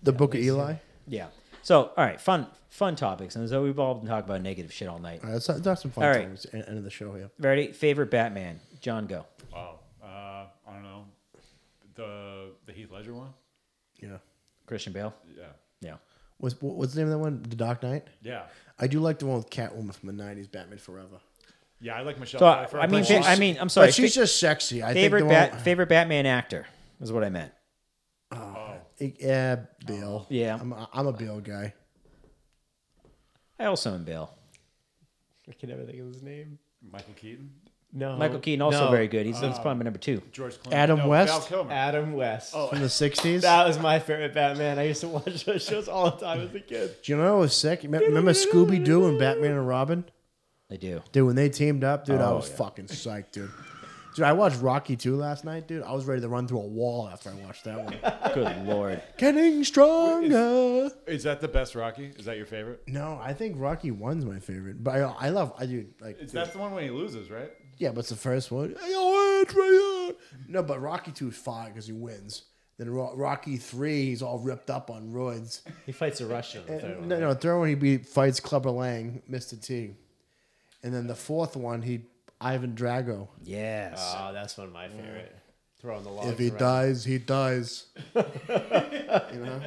The Book of Eli.
Yeah. So all right, fun fun topics. And so we've all been talking about negative shit all night.
All right, let's, let's have some fun
All right.
times. End end of the show here.
Ready? Favorite Batman? John go.
Wow. Uh, I don't know. The the Heath Ledger one.
Yeah.
Christian Bale.
Yeah.
Yeah.
What's, what- what's the name of that one? The Dark Knight?
Yeah.
I do like the one with Catwoman from the 90s, Batman Forever.
Yeah. I like Michelle.
So I,
Pfeiffer,
I mean,
but
fa-
she's-
I mean, I'm sorry.
but she's
fa-
just sexy. I
favorite
think the one,
bat favorite Batman actor is what I meant.
uh, Yeah, Bill.
Yeah.
I'm, a- I'm a Bill guy.
I also am Bale.
I can never think of his name.
Michael Keaton,
No,
Oh,
Michael Keaton also
no.
very good. He's,
Uh,
he's probably my number two.
George Clooney,
Adam
no,
West?
Val Kilmer.
Adam West. Oh,
From the 60s.
that was my favorite Batman. I used to watch those shows all the time as a kid.
Do you know what was sick? You me- Remember Scooby Doo and Batman and Robin?
I do.
Dude, when they teamed up, dude, I
Oh,
was
yeah.
fucking psyched, dude. Dude, I watched Rocky 2 last night, dude. I was ready to run through a wall after I watched that one.
Good lord.
Getting stronger.
Is that the best Rocky? Is that your favorite?
No, I think Rocky 1's my favorite. But I, I love, I do, like,
Is
dude,
that the one when he loses, right?
Yeah, but it's the first one. Hey, yo, Adrian! No, but Rocky 2 is fine because he wins. Then Ro- Rocky 3, he's all ripped up on roids.
He fights a Russian. in the third one.
No, no, third one, he beat, fights Clubber Lang, Mr. T. And then the fourth one, he Ivan Drago.
Yes.
Oh, that's one of my favorite. Throwing the log.
If he dies, he dies. you know?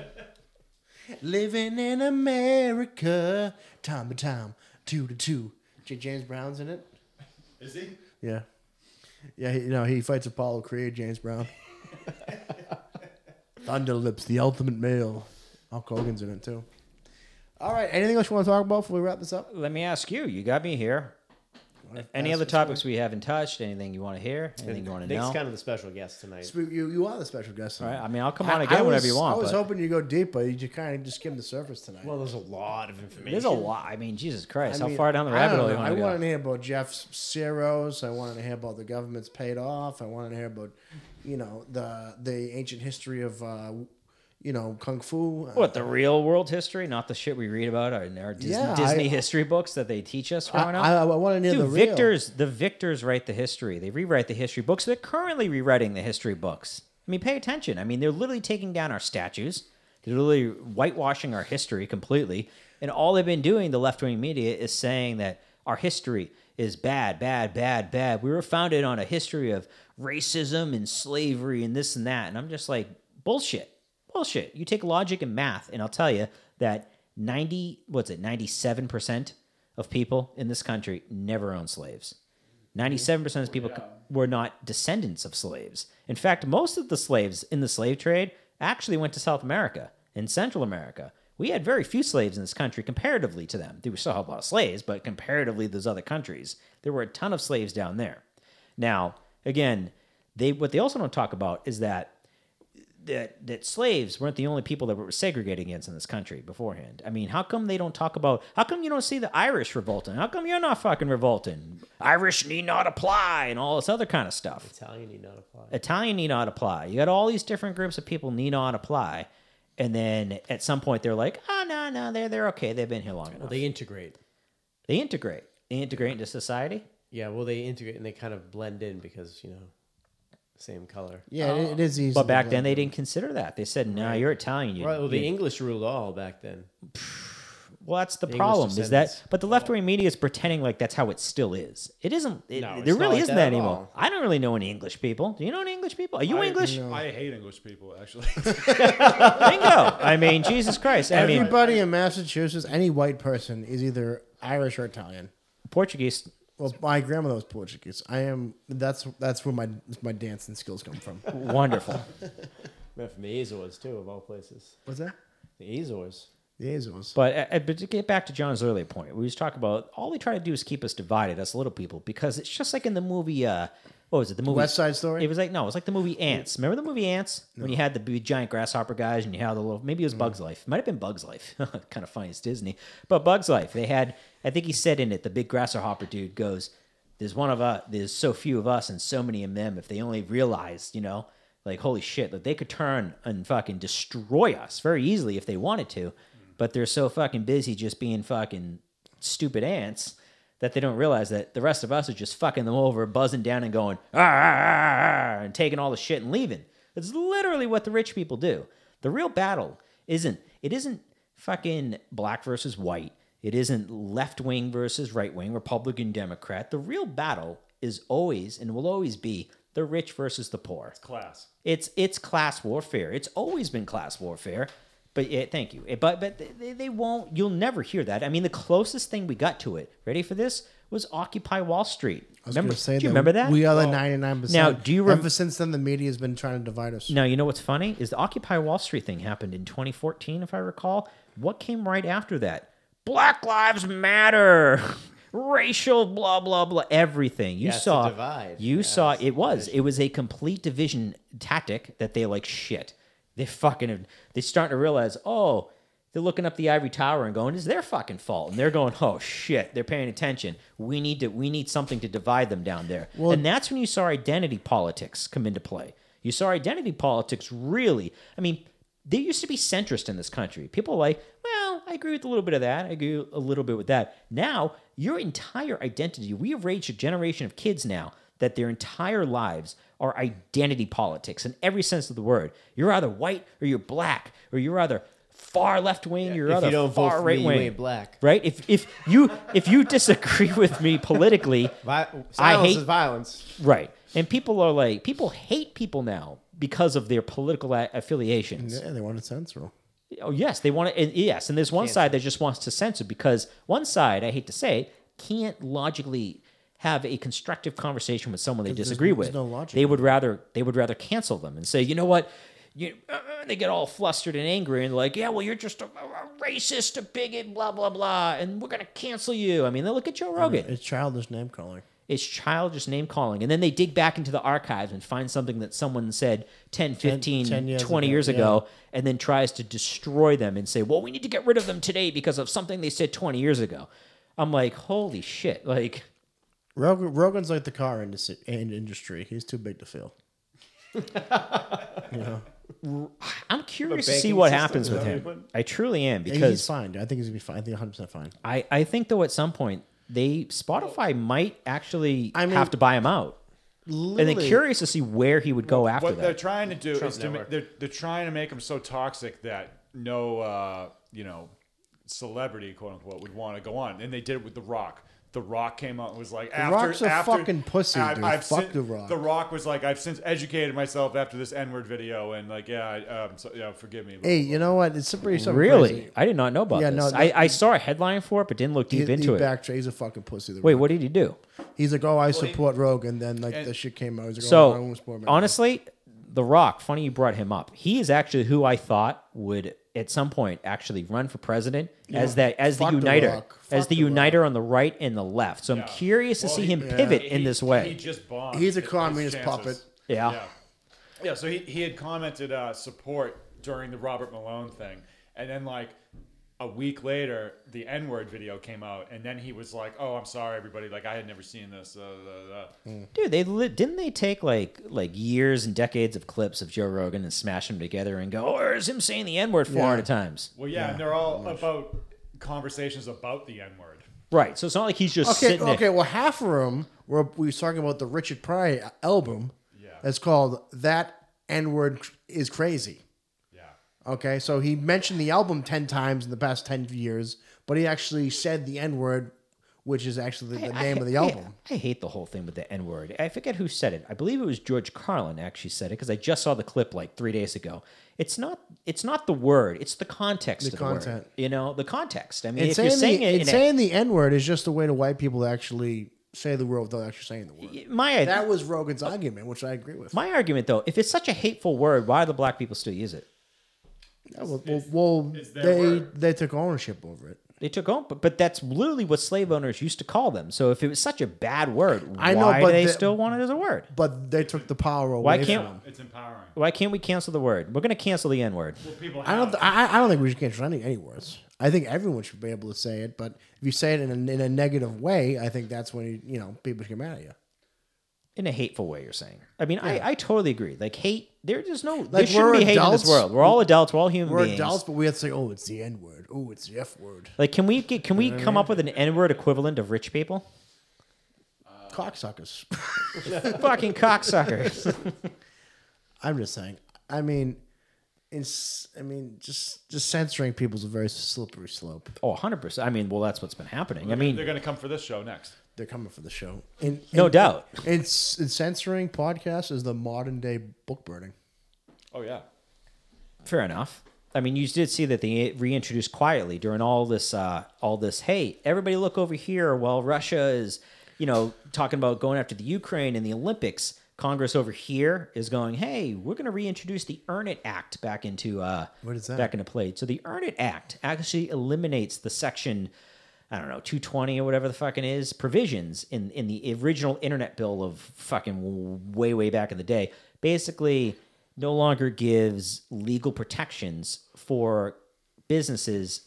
Living in America, time to time, two to two. J- James Brown's in it?
Is he?
Yeah. Yeah, he, you know, he fights Apollo Creed, James Brown. Thunder Lips, the ultimate male. Hulk Hogan's in it, too. All right, anything else you want to talk about before we wrap this up?
Let me ask you. You got me here. Any other topics we haven't touched? Anything you want to hear? Anything you want to
Nick's
know?
kind of the special guest tonight.
Sp- You, you are the special guest.
All right.
tonight.
I mean, I'll come on
I-
again
I
whenever
was-
you want.
I was
but
hoping you go deep, but you just kind of just skimmed the surface tonight.
Well, there's a lot of information.
there's a lot. I mean, Jesus Christ,
I
how
mean,
far down the
I
rabbit
don't
hole you
know.
want to
I wanted
go?
to hear about Jeff's Ceros. I wanted to hear about the government's paid off. I wanted to hear about, you know, the the ancient history of, uh, you know, kung fu.
What the real world history, not the shit we read about in our Dis-
Yeah, I-
Disney history books that they teach us
I,
growing up.
I, I wanted to hear
Dude,
the real.
victors, the victors write the history. They rewrite the history books. They're currently rewriting the history books. I mean, pay attention. I mean, they're literally taking down our statues. They're literally whitewashing our history completely. And all they've been doing, the left wing media, is saying that our history is bad, bad, bad, bad. We were founded on a history of racism and slavery and this and that. And I'm just like, bullshit, bullshit. You take logic and math, and I'll tell you that 90, what's it, 97% of people in this country never owned slaves. 97% of people c- were not descendants of slaves. In fact, most of the slaves in the slave trade actually went to South America and Central America. We had very few slaves in this country comparatively to them. We still had a lot of slaves, but comparatively to those other countries, there were a ton of slaves down there. Now, again, they what they also don't talk about is that that that slaves weren't the only people that were segregated against in this country beforehand. I mean, how come they don't talk about? How come you don't see the Irish revolting? How come you're not fucking revolting? Irish need not apply and all this other kind of stuff.
Italian, you not apply.
Italian need not apply. You got all these different groups of people need not apply, and then at some point they're like, oh no no they're they're okay. They've been here long enough.
They integrate.
they integrate. They integrate into society.
Yeah, well, they integrate and they kind of blend in because you know, same color.
Yeah, it- it is easy.
But back then they didn't consider that. They said, "No, you're Italian. You,
Well, the
you-
English ruled all back then.
Well, that's the
English
problem is that,
descendants. Oh.
but the left wing media is pretending like that's how it still is. It isn't. It,
No,
there
it's not
really
like
isn't
that
that
at
anymore.
all.
I don't really know any English people. Do you know any English people? Are you
I-
English?
I hate English people, actually.
Bingo. I mean, Jesus Christ. I mean,
Everybody in Massachusetts, any white person is either Irish or Italian.
Portuguese.
Well, my grandmother was Portuguese. I am. That's that's where my my dancing skills come from.
Wonderful.
Man, from the Azores too, of all places.
What's that?
The Azores.
The Azores.
But, uh, but to get back to John's earlier point, we was talking about all they try to do is keep us divided, us little people, because it's just like in the movie. Uh, what was it? The movie
West Side Story?
It was like no, it was like the movie Ants. Remember the movie Ants when you had the big giant grasshopper guys and you had the little. Maybe it was Bugs Life. It might have been Bugs Life. kind of funny. It's Disney, but Bugs Life. They had. I think he said in it the big grasshopper dude uh, goes, "There's one of us. There's so few of us and so many of them. If they only realized, you know." Like holy shit, that they could turn and fucking destroy us very easily if they wanted to, but they're so fucking busy just being fucking stupid ants that they don't realize that the rest of us are just fucking them over, buzzing down and going "Ah, ah, ah, ah," and taking all the shit and leaving. It's literally what the rich people do. The real battle isn't it isn't fucking black versus white. It isn't left wing versus right wing, Republican Democrat. The real battle is always and will always be the rich versus the poor.
class.
It's it's class warfare. It's always been class warfare. But yeah, thank you. Eh, But but they, they won't. You'll never hear that. I mean, the closest thing we got to it. Ready for this? Was Occupy Wall Street.
I was
remember?
gonna say
do you remember that?
We are the 99%.
Now, do you rem-
Ever since then, the media has been trying to divide us.
Now you know what's funny is the Occupy Wall Street thing happened in 2014, if I recall. What came right after that? Black Lives Matter, racial blah blah blah, everything. You
Yeah, it's a
saw
divide.
You
Yeah,
saw
it's a
it was it was a complete division tactic that they like shit. They fucking they starting to realize oh. They're looking up the ivory tower and going, "It's their fucking fault." And they're going, "Oh shit!" They're paying attention. We need to, we need something to divide them down there. and that's when you saw identity politics come into play. You saw identity politics really. I mean, there used to be centrist in this country. People were like, well, I agree with a little bit of that. I agree a little bit with that. Now, your entire identity, we have raised a generation of kids now that their entire lives are identity politics in every sense of the word. You're either white or you're black, or you're either far left wing, you're
if
either
you don't vote
far
for
right
me, you
wing.
ain't black.
Right? If if you if you disagree with me politically,
Vi- silence
I hate
is violence.
Right. And people are like, people hate people now because of their political a- affiliations.
Yeah, they want to censor. 'em.
Oh, yes. They want to, and yes. And there's one side that just wants to censor because one side, I hate to say, it, can't logically have a constructive conversation with someone they disagree
there's
with.
no logic.
They would rather, they would rather cancel them and say, you know what? You, uh, uh," they get all flustered and angry and like, yeah, well, you're just a, a racist, a bigot, blah, blah, blah. And we're going to cancel you. I mean, look at Joe Rogan.
It's childish name calling.
It's childish name calling. And then they dig back into the archives and find something that someone said 10, 15,
10 years
20
ago,
years ago, and then tries to destroy them and say, well, we need to get rid of them today because of something they said 20 years ago. I'm like, holy shit. Like,
Rogan, Rogan's like the car industry. in- industry. He's too big to fail.
I'm curious to
banking
see what
system,
happens
is
with
that
him.
what you
I truly am
Yeah, he's
because
fine. dude. I think he's gonna be fine. I think 100 percent fine.
I, I think, though, at some point, they Spotify might actually
I mean-
have to buy him out. And then
Literally,
curious to see where he would go after
what they're
that.
trying to do
Trump
is to ma-
network.
they're, they're trying to make them so toxic that no uh, you know celebrity quote unquote would want to go on and they did it with the rock the rock came out and was like after,
Rock's a
after-
fucking pussy, dude. Fuck
sin-
The Rock.
the rock was like i've since educated myself after this n-word video and like yeah I, um, so, yeah forgive me
hey, you know what? It's pretty something
Really?
crazy.
I did not know about
Yeah, no,
this.
that-
I, I saw a headline for it, but didn't look
He,
deep into
he
it.
backtracked. He's a fucking pussy. The
Wait,
Rock.
what did he do?
He's like, oh, I support Rogan. Then like
and-
the shit came out. He's like, oh, I
So
almost support him.
honestly, The Rock. Funny you brought him up. He is actually who I thought would at some point actually run for president as that as
Fuck The
the uniter,
Rock.
as
Fuck
the
The Rock.
uniter on the right and the left. So I'm curious to
Well,
see
he-
him pivot in
He-
this way.
he just bombed
He's a
his- his
communist
chances.
puppet.
Yeah.
yeah Yeah, so he, he had commented uh, support during the Robert Malone thing. And then, like, a week later, the N word video came out. And then he was like, oh, I'm sorry, everybody. Like, I had never seen this. Uh, uh, uh.
Mm.
dude, they li- didn't they take like like years and decades of clips of Joe Rogan and smash them together and go, oh, there's him saying the N word 400 times.
Well, yeah, and they're all about conversations about the N word.
Right. So it's not like he's just
Okay,
sitting there.
okay. Well, half of them were we was talking about the Richard Pryor album.
Yeah.
That's called "That N Word Is Crazy."
Yeah.
Okay, so he mentioned the album ten times in the past ten years, but he actually said the N word, which is actually the, the name of the
I-
album.
I, hate the whole thing with the N word. I forget who said it. I believe it was George Carlin actually said it because I just saw the clip like three days ago. It's not. It's not the word. It's the context.
The
of the word.
content.
You know the context. I mean,
And
if you're
saying,
saying
the,
it,
and
in a-
saying the N word is just a way to white people to actually say the word without actually saying the word.
my
That was Rogan's argument, which I agree with.
my argument though, if it's such a hateful word, why do black people still use it?
Yeah, well, well, well,
it's their
they
word.
they took ownership over it.
They took on, but, but that's literally what slave owners used to call them. So if it was such a bad word,
I know,
why do
but
they
the-
still want it as a word?
But they took the power away.
Why
From them.
can't
It's empowering.
why can't we cancel the word? We're going to cancel the N word.
Well, people
I don't.
have-
Th- I, I don't think we should cancel any, any words. I think everyone should be able to say it, but if you say it in a, in a negative way, I think that's when you, you know people get mad at you.
in a hateful way. You're saying. I mean, I, I totally agree. Like hate, there just no. there
Like,
shouldn't
we're
be hate in this
adults.
world. We're all adults. We're all human
We're
beings.
adults, but we have to say, "Oh, it's the N word. Oh, it's the F word.
Like, can we get, can we come up with an N word equivalent of rich people?
Cocksuckers."
Fucking cocksuckers.
I'm just saying. I mean, it's. I mean, just just censoring people is a very slippery slope.
oh, 100 percent. I mean, well, that's what's been happening. I
They're
mean,
going to come for this show next.
They're coming for the show. And,
No
and-
doubt.
And, s- and censoring podcasts is the modern day book burning.
Oh yeah.
fair enough. I mean, you did see that they reintroduced quietly during all this, uh, all this. Hey, everybody, look over here! While Russia is, you know, talking about going after the Ukraine and the Olympics, Congress over here is going, "Hey, we're going to reintroduce the Earn It Act back into uh,
What is that?
Back into play." So the Earn It Act actually eliminates the section, I don't know, two twenty or whatever the fucking is provisions in in the original Internet Bill of fucking way way back in the day. Basically, no longer gives legal protections for businesses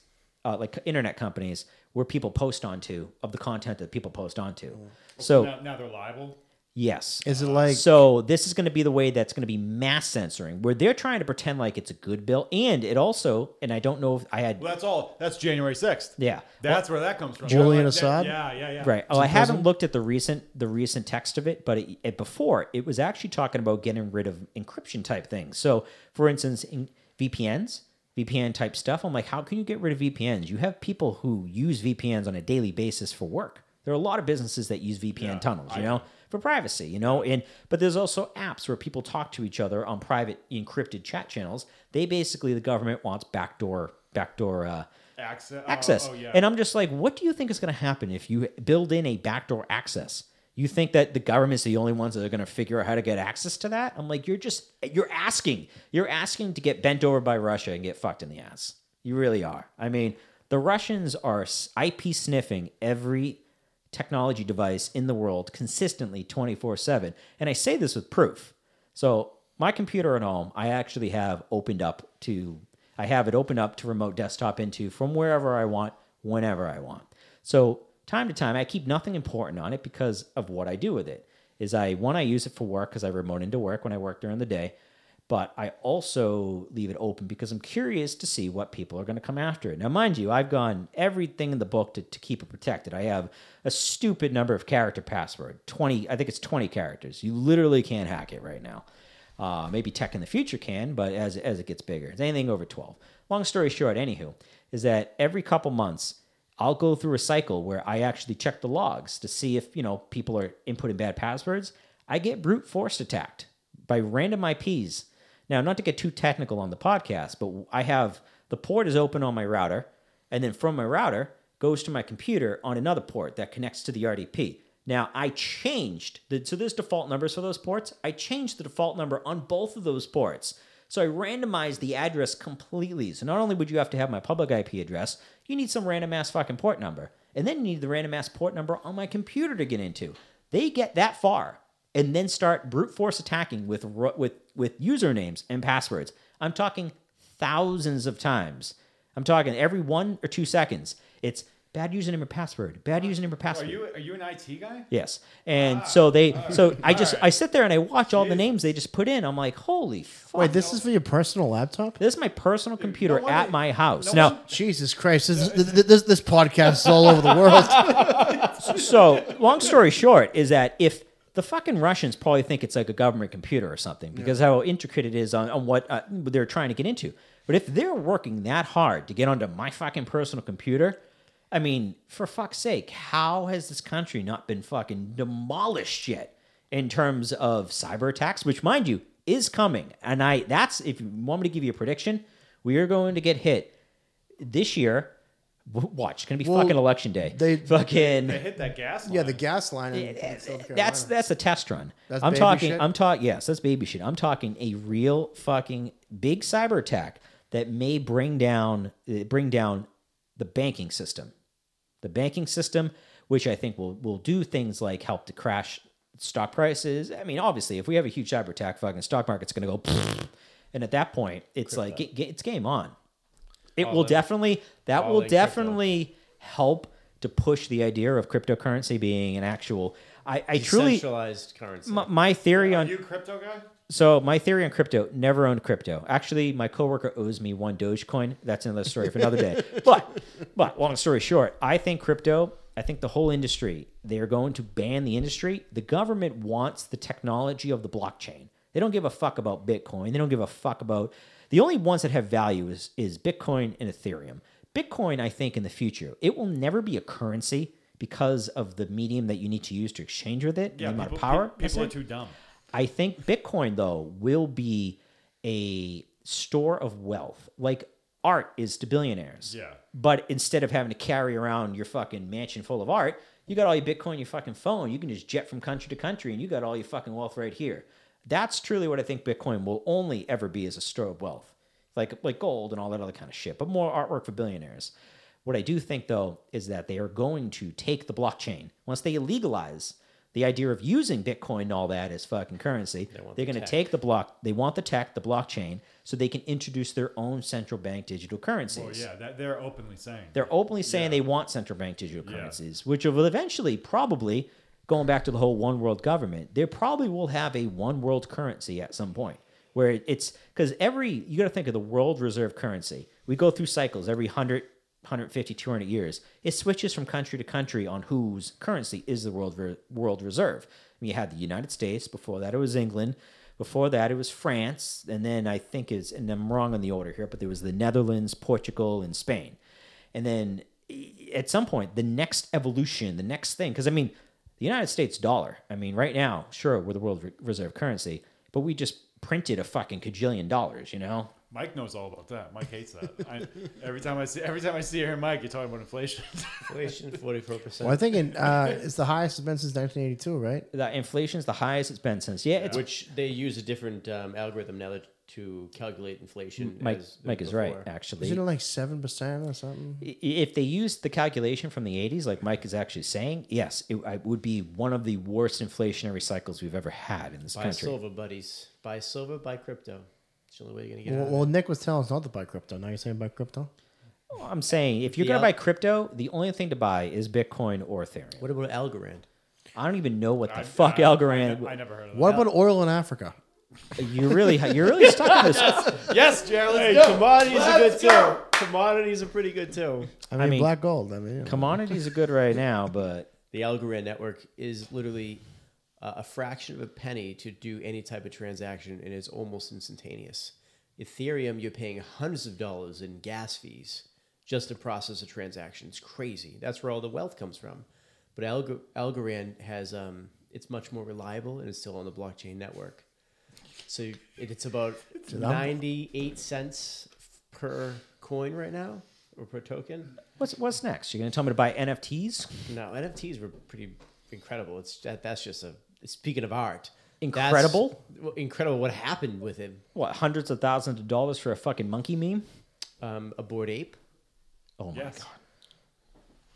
uh, like internet companies where people post onto of the content that people post onto. So
Now, now they're liable.
yes,
Is it like
so this is going to be the way that's going to be mass censoring, where they're trying to pretend like it's a good bill, and it also, and I don't know if I had,
Well, that's all. That's January sixth.
yeah,
That's where that comes from.
Julian
Like that-
Assad?
Yeah, yeah, yeah.
right. Oh, I haven't looked at the recent the recent text of it, but it, it, before it was actually talking about getting rid of encryption type things. So, for instance, in VPNs, VPN type stuff. I'm like, how can you get rid of VPNs? You have people who use VPNs on a daily basis for work. There are a lot of businesses that use VPN tunnels, you know, for privacy, you know, and but there's also apps where people talk to each other on private encrypted chat channels. They basically the government wants backdoor backdoor uh,
Access.
access.
Oh, oh, yeah.
And I'm just like, what do you think is going to happen if you build in a backdoor access? You think that the government's the only ones that are going to figure out how to get access to that? I'm like, you're just you're asking, you're asking to get bent over by Russia and get fucked in the ass. You really are. I mean, the Russians are s- IP sniffing every technology device in the world consistently 24/7. And I say this with proof. So my computer at home, I actually have opened up to I have it opened up to remote desktop into from wherever I want, whenever I want. So time to time I keep nothing important on it because of what I do with it. Is I one I use it for work because I remote into work when I work during the day, but I also leave it open because I'm curious to see what people are going to come after it. Now, mind you, I've gone everything in the book to, to keep it protected. I have a stupid number of character password 20, I think it's 20 characters. You literally can't hack it right now. Uh, maybe tech in the future can, but as, as it gets bigger, it's anything over 12. Long story short, anywho, is that every couple months, I'll go through a cycle where I actually check the logs to see if, you know, people are inputting bad passwords. I get brute force attacked by random IPs. Now, not to get too technical on the podcast, but I have the port is open on my router, and then from my router goes to my computer on another port that connects to the RDP. Now, I changed the so there's default numbers for those ports. I changed the default number on both of those ports. So I randomized the address completely. So not only would you have to have my public IP address, you need some random ass fucking port number. And then you need the random ass port number on my computer to get into. They get that far and then start brute force attacking with ro- with with usernames and passwords. I'm talking thousands of times. I'm talking every one or two seconds. It's bad username or password. Bad username or
Are
password.
you Ah. are you an IT guy?
Yes. And so they so I just
Alright.
I sit there and I watch all the names they just put in. I'm like, holy fuck.
wait? This is for your personal laptop.
this is my personal computer
wonder-
at my house.
no
now
wonder-
Jesus Christ! This, this, this, this podcast is all over the world.
so long story short is that if the fucking Russians probably think it's like a government computer or something because how intricate it is on, on what uh, they're trying to get into. But if they're working that hard to get onto my fucking personal computer, I mean, for fuck's sake, how has this country not been fucking demolished yet in terms of cyber attacks, which mind you is coming? And I that's if you want me to give you a prediction, we are going to get hit this year. W- Watch, it's gonna be fucking election day.
they-
fucking
They hit that gas line.
yeah, the gas line. In, in South Carolina.
that's that's a test run.
That's
I'm
baby
talking.
shit?
I'm talking. Yes, that's baby shit. I'm talking a real fucking big cyber attack that may bring down eh, bring down the banking system, the banking system, which I think will will do things like help to crash stock prices. I mean, obviously, if we have a huge cyber attack, fucking stock market's gonna go, and at that point, it's like ga- ga- it's game on. It will definitely that will
in crypto.
definitely help to push the idea of cryptocurrency being an actual. I, I truly.
Centralized currency.
My, my theory
Are
on
you a crypto guy?
so my theory on crypto never owned crypto. Actually, my coworker owes me one Dogecoin. That's another story for another day. But but long story short, I think crypto. I think the whole industry. They are going to ban the industry. The government wants the technology of the blockchain. They don't give a fuck about Bitcoin. They don't give a fuck about the only ones that have value is is Bitcoin and Ethereum. Bitcoin, I think, in the future, it will never be a currency because of the medium that you need to use to exchange with it, and the amount
people,
of power.
pe- people are
necessary.
too dumb.
I think Bitcoin though will be a store of wealth, like art is to billionaires.
Yeah.
But instead of having to carry around your fucking mansion full of art, you got all your Bitcoin, in your fucking phone. You can just jet from country to country, and you got all your fucking wealth right here. That's truly what I think Bitcoin will only ever be as a store of wealth, like like gold and all that other kind of shit. But more artwork for billionaires. What I do think though is that they are going to take the blockchain once they legalize the idea of using Bitcoin and all that as fucking currency. They are going to take the block. They want the tech, the blockchain, so they can introduce their own central bank digital currencies.
Well, yeah, that they're openly saying.
They're openly saying they want central bank digital currencies, which will eventually probably going back to the whole one world government. They probably will have a one world currency at some point where it- it's because every you got to think of the world reserve currency. We go through cycles every 100 150 200 years. It switches from country to country on whose currency is the world re- world reserve. I mean, you had the United States before that it was England. Before that, it was France, and then I think is, and I'm wrong on the order here, but there was the Netherlands, Portugal, and Spain. And then e- at some point, the next evolution, the next thing, because I mean, the United States dollar, I mean, right now, sure, we're the world re- reserve currency, but we just printed a fucking cajillion dollars, you know?
Mike knows all about that. Mike hates that. I, every time I see every time I see her and Mike, you're talking about inflation.
Inflation, 44%.
Well, I think in, uh, it's the highest it's been since 1982, right?
The inflation's the highest it's been since. Yeah, it's.
Which they use a different um, algorithm now that- to calculate inflation.
Mike,
as
Mike is right,
before.
actually.
Isn't it like seven percent or something?
I- if they used the calculation from the 80s, like Mike is actually saying, yes, it, I would be one of the worst inflationary cycles we've ever had in this
Buy
country.
silver, buddies. Buy silver, buy crypto. It's the only way you're going to get
Well,
out
well,
of it.
Nick was telling us not to buy crypto. Now you're saying buy crypto.
I'm saying if you're
The
going to buy
al-
crypto, the only thing to buy is Bitcoin or Ethereum.
What about Algorand?
I don't even know what the
I-
fuck
I-
Algorand.
I, I never heard of that.
What about oil in Africa?
You're really, you're really stuck in this.
Yes, Jared.
Hey, commodities are good too. Commodities are pretty good too.
I mean,
mean-
black gold. I mean, you know.
Commodities are good right now, but
The Algorand network is literally uh, a fraction of a penny to do any type of transaction, and it's almost instantaneous. Ethereum, you're paying hundreds of dollars in gas fees just to process a transaction. It's crazy. That's where all the wealth comes from. But Algo- Algorand has um, it's much more reliable, and it's still on the blockchain network. So it- it's about ninety-eight cents per coin right now, or per token.
what's what's next? You're gonna tell me to buy NFTs?
No, NFTs were pretty incredible. It's that, that's just a speaking of art. that's-
Incredible?
well, incredible. What happened with him?
What hundreds of thousands of dollars for a fucking monkey meme?
Um, a bored ape.
Oh my
Yes.
god!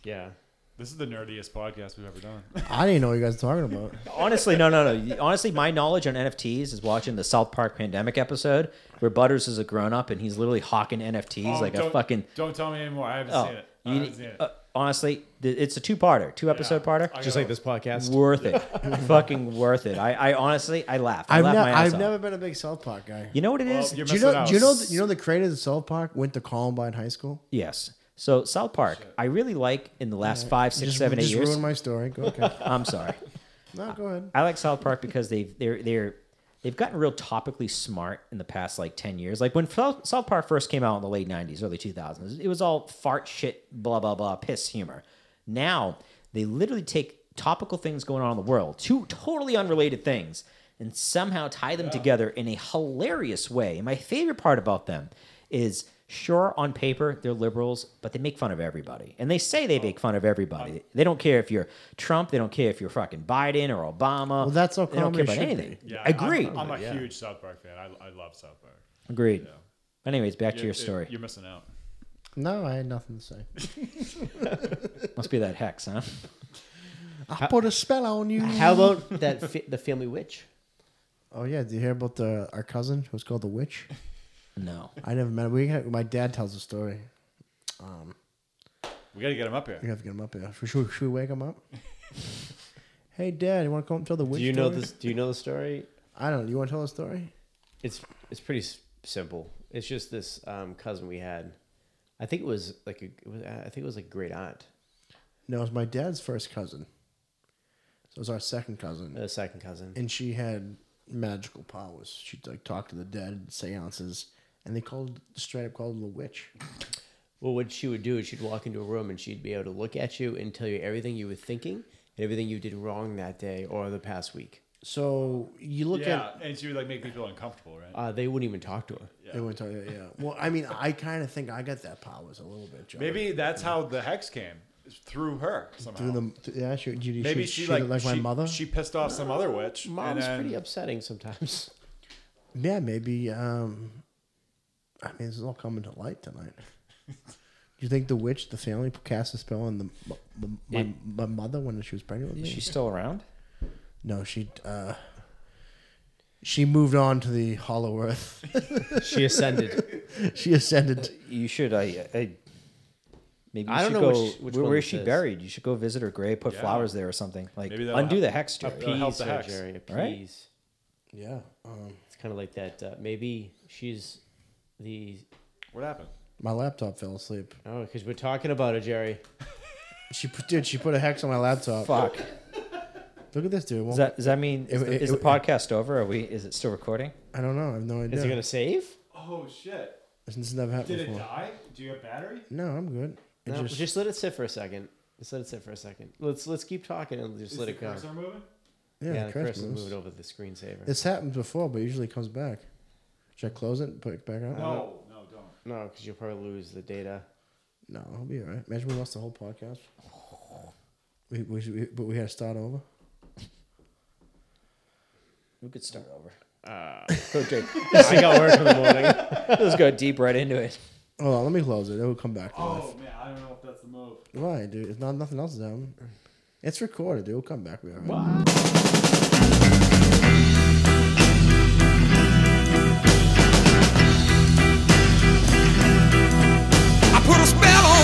Yeah.
This is the nerdiest podcast we've ever done.
I didn't know what you guys were talking about.
Honestly, no, no, no. Honestly, my knowledge on NFTs is watching the South Park pandemic episode where Butters is a grown up and he's literally hawking NFTs
Oh,
like a
don't-
fucking.
Don't tell me anymore. I haven't
Oh,
seen it. I
you,
haven't seen it.
uh, honestly, th- it's a two parter, two episode parter.
I
Just
gotta-
like this podcast.
Worth it, fucking worth it. I, I honestly, I laughed. I
I've,
laughed
ne-
my ass
I've
off.
never been a big South Park guy.
You know what it is?
you're
do you
missing
know?
out.
Do you know? th- You know the creators of South Park went to Columbine High School.
Yes. So South Park, I really like in the last five, six,
Just,
seven, eight
just
years.
ruined my story. Go, okay.
I'm sorry.
no, go ahead.
I like South Park because they've they're they're they've gotten real topically smart in the past like ten years. Like when South South Park first came out in the late '90s, early 2000s, it was all fart shit, blah blah blah, piss humor. Now they literally take topical things going on in the world, two totally unrelated things, and somehow tie them together in a hilarious way. And my favorite part about them is. Sure, on paper they're liberals, but they make fun of everybody, and they say they make fun of everybody. They don't care if you're Trump, they don't care if you're fucking Biden or Obama.
Well, that's how
They don't
comedy
care about
should be.
anything.
Yeah, I-
Agreed.
I'm, I'm a huge South Park fan. I, I love South Park.
Agreed. Anyways, back to
You're-
your story.
You're missing out.
No, I had nothing to say.
Must be that hex, huh?
I put a spell on you.
How about that? Fi- the family witch.
Oh yeah, did you hear about the our cousin who's called the witch?
No.
I never met. Him. We had, my dad tells a story. Um,
We got to get him up here.
You have to get him up here. Should, should, should we wake him up? hey, Dad, you want to come and tell the witch
Do you know
story?
this? Do you know the story?
I don't know. You want to tell a story?
It's it's pretty s- simple. It's just this um, cousin we had. I think it was like a, it was, I think it was like great aunt,
No, it was my dad's first cousin. So it was our second cousin.
a second cousin.
and she had magical powers. She'd like talk to the dead, seances, and they called straight up called her the witch.
Well, what she would do is she'd walk into a room and she'd be able to look at you and tell you everything you were thinking and everything you did wrong that day or the past week.
So you look
yeah,
at
and she would like make me feel uncomfortable, right?
Uh, they wouldn't even talk to her.
They went to- yeah. Well, I mean, I kind of think I got that powers a little bit. John.
Maybe that's how the hex came is through her somehow.
through the th- yeah, she, she,
Maybe she, like
like my
she-
mother.
She pissed off some other witch. and
Mom's
then-
pretty upsetting sometimes.
yeah, maybe. Um, I mean, this is all coming to light tonight. Do you think the witch, the family, cast a spell on the, the my, my mother when she was pregnant with me?
She's still around?
No, she uh she moved on to the Hollow Earth.
She ascended.
she ascended.
You should. I. I maybe you
I don't
should
know
go.
which- which
where
one
where is
this
she
is.
buried? You should go visit her grave, put
Yeah.
flowers there or something. Like
Maybe
undo
that'll help.
the hex
A
to her.
That'll help
peas
the hex.
surgery. A peas.
Right?
Yeah. Um,
It's kind of like that. Uh, maybe she's the.
What happened?
my laptop fell asleep.
Oh, because we're talking about her, Jerry.
She put, dude, she put a hex on my laptop.
Fuck.
Look at this dude. It won't-
Does that, does that mean is,
It-
the,
it-
is the
it-
podcast over? Are we? Is it still recording?
I don't know. I have no
Is
idea.
it going to save?
Oh shit!
This has never happened before.
die? Do you have battery?
No, I'm good. It
No,
just-
just, let it sit for a second. Just let it sit for a second. Let's let's keep talking and just let it go.
moving?
yeah,
yeah, the
Christmas.
cursor moved over the screensaver.
This happened before, but usually comes back. Should I close it and put it back on?
No, no, don't.
No, because you'll probably lose the data.
No, it'll be all right. Imagine we lost the whole podcast. We, we, should- we, but we had to start over.
We could start over.
I got work in the morning.
Let's go deep right into it.
Hold on, let me close it. It will come back to life.
Oh, man, I don't know if that's the move.
Why, dude? It's not nothing else down. It's recorded, dude. We'll come back. We are.
I put a spell on "Oh,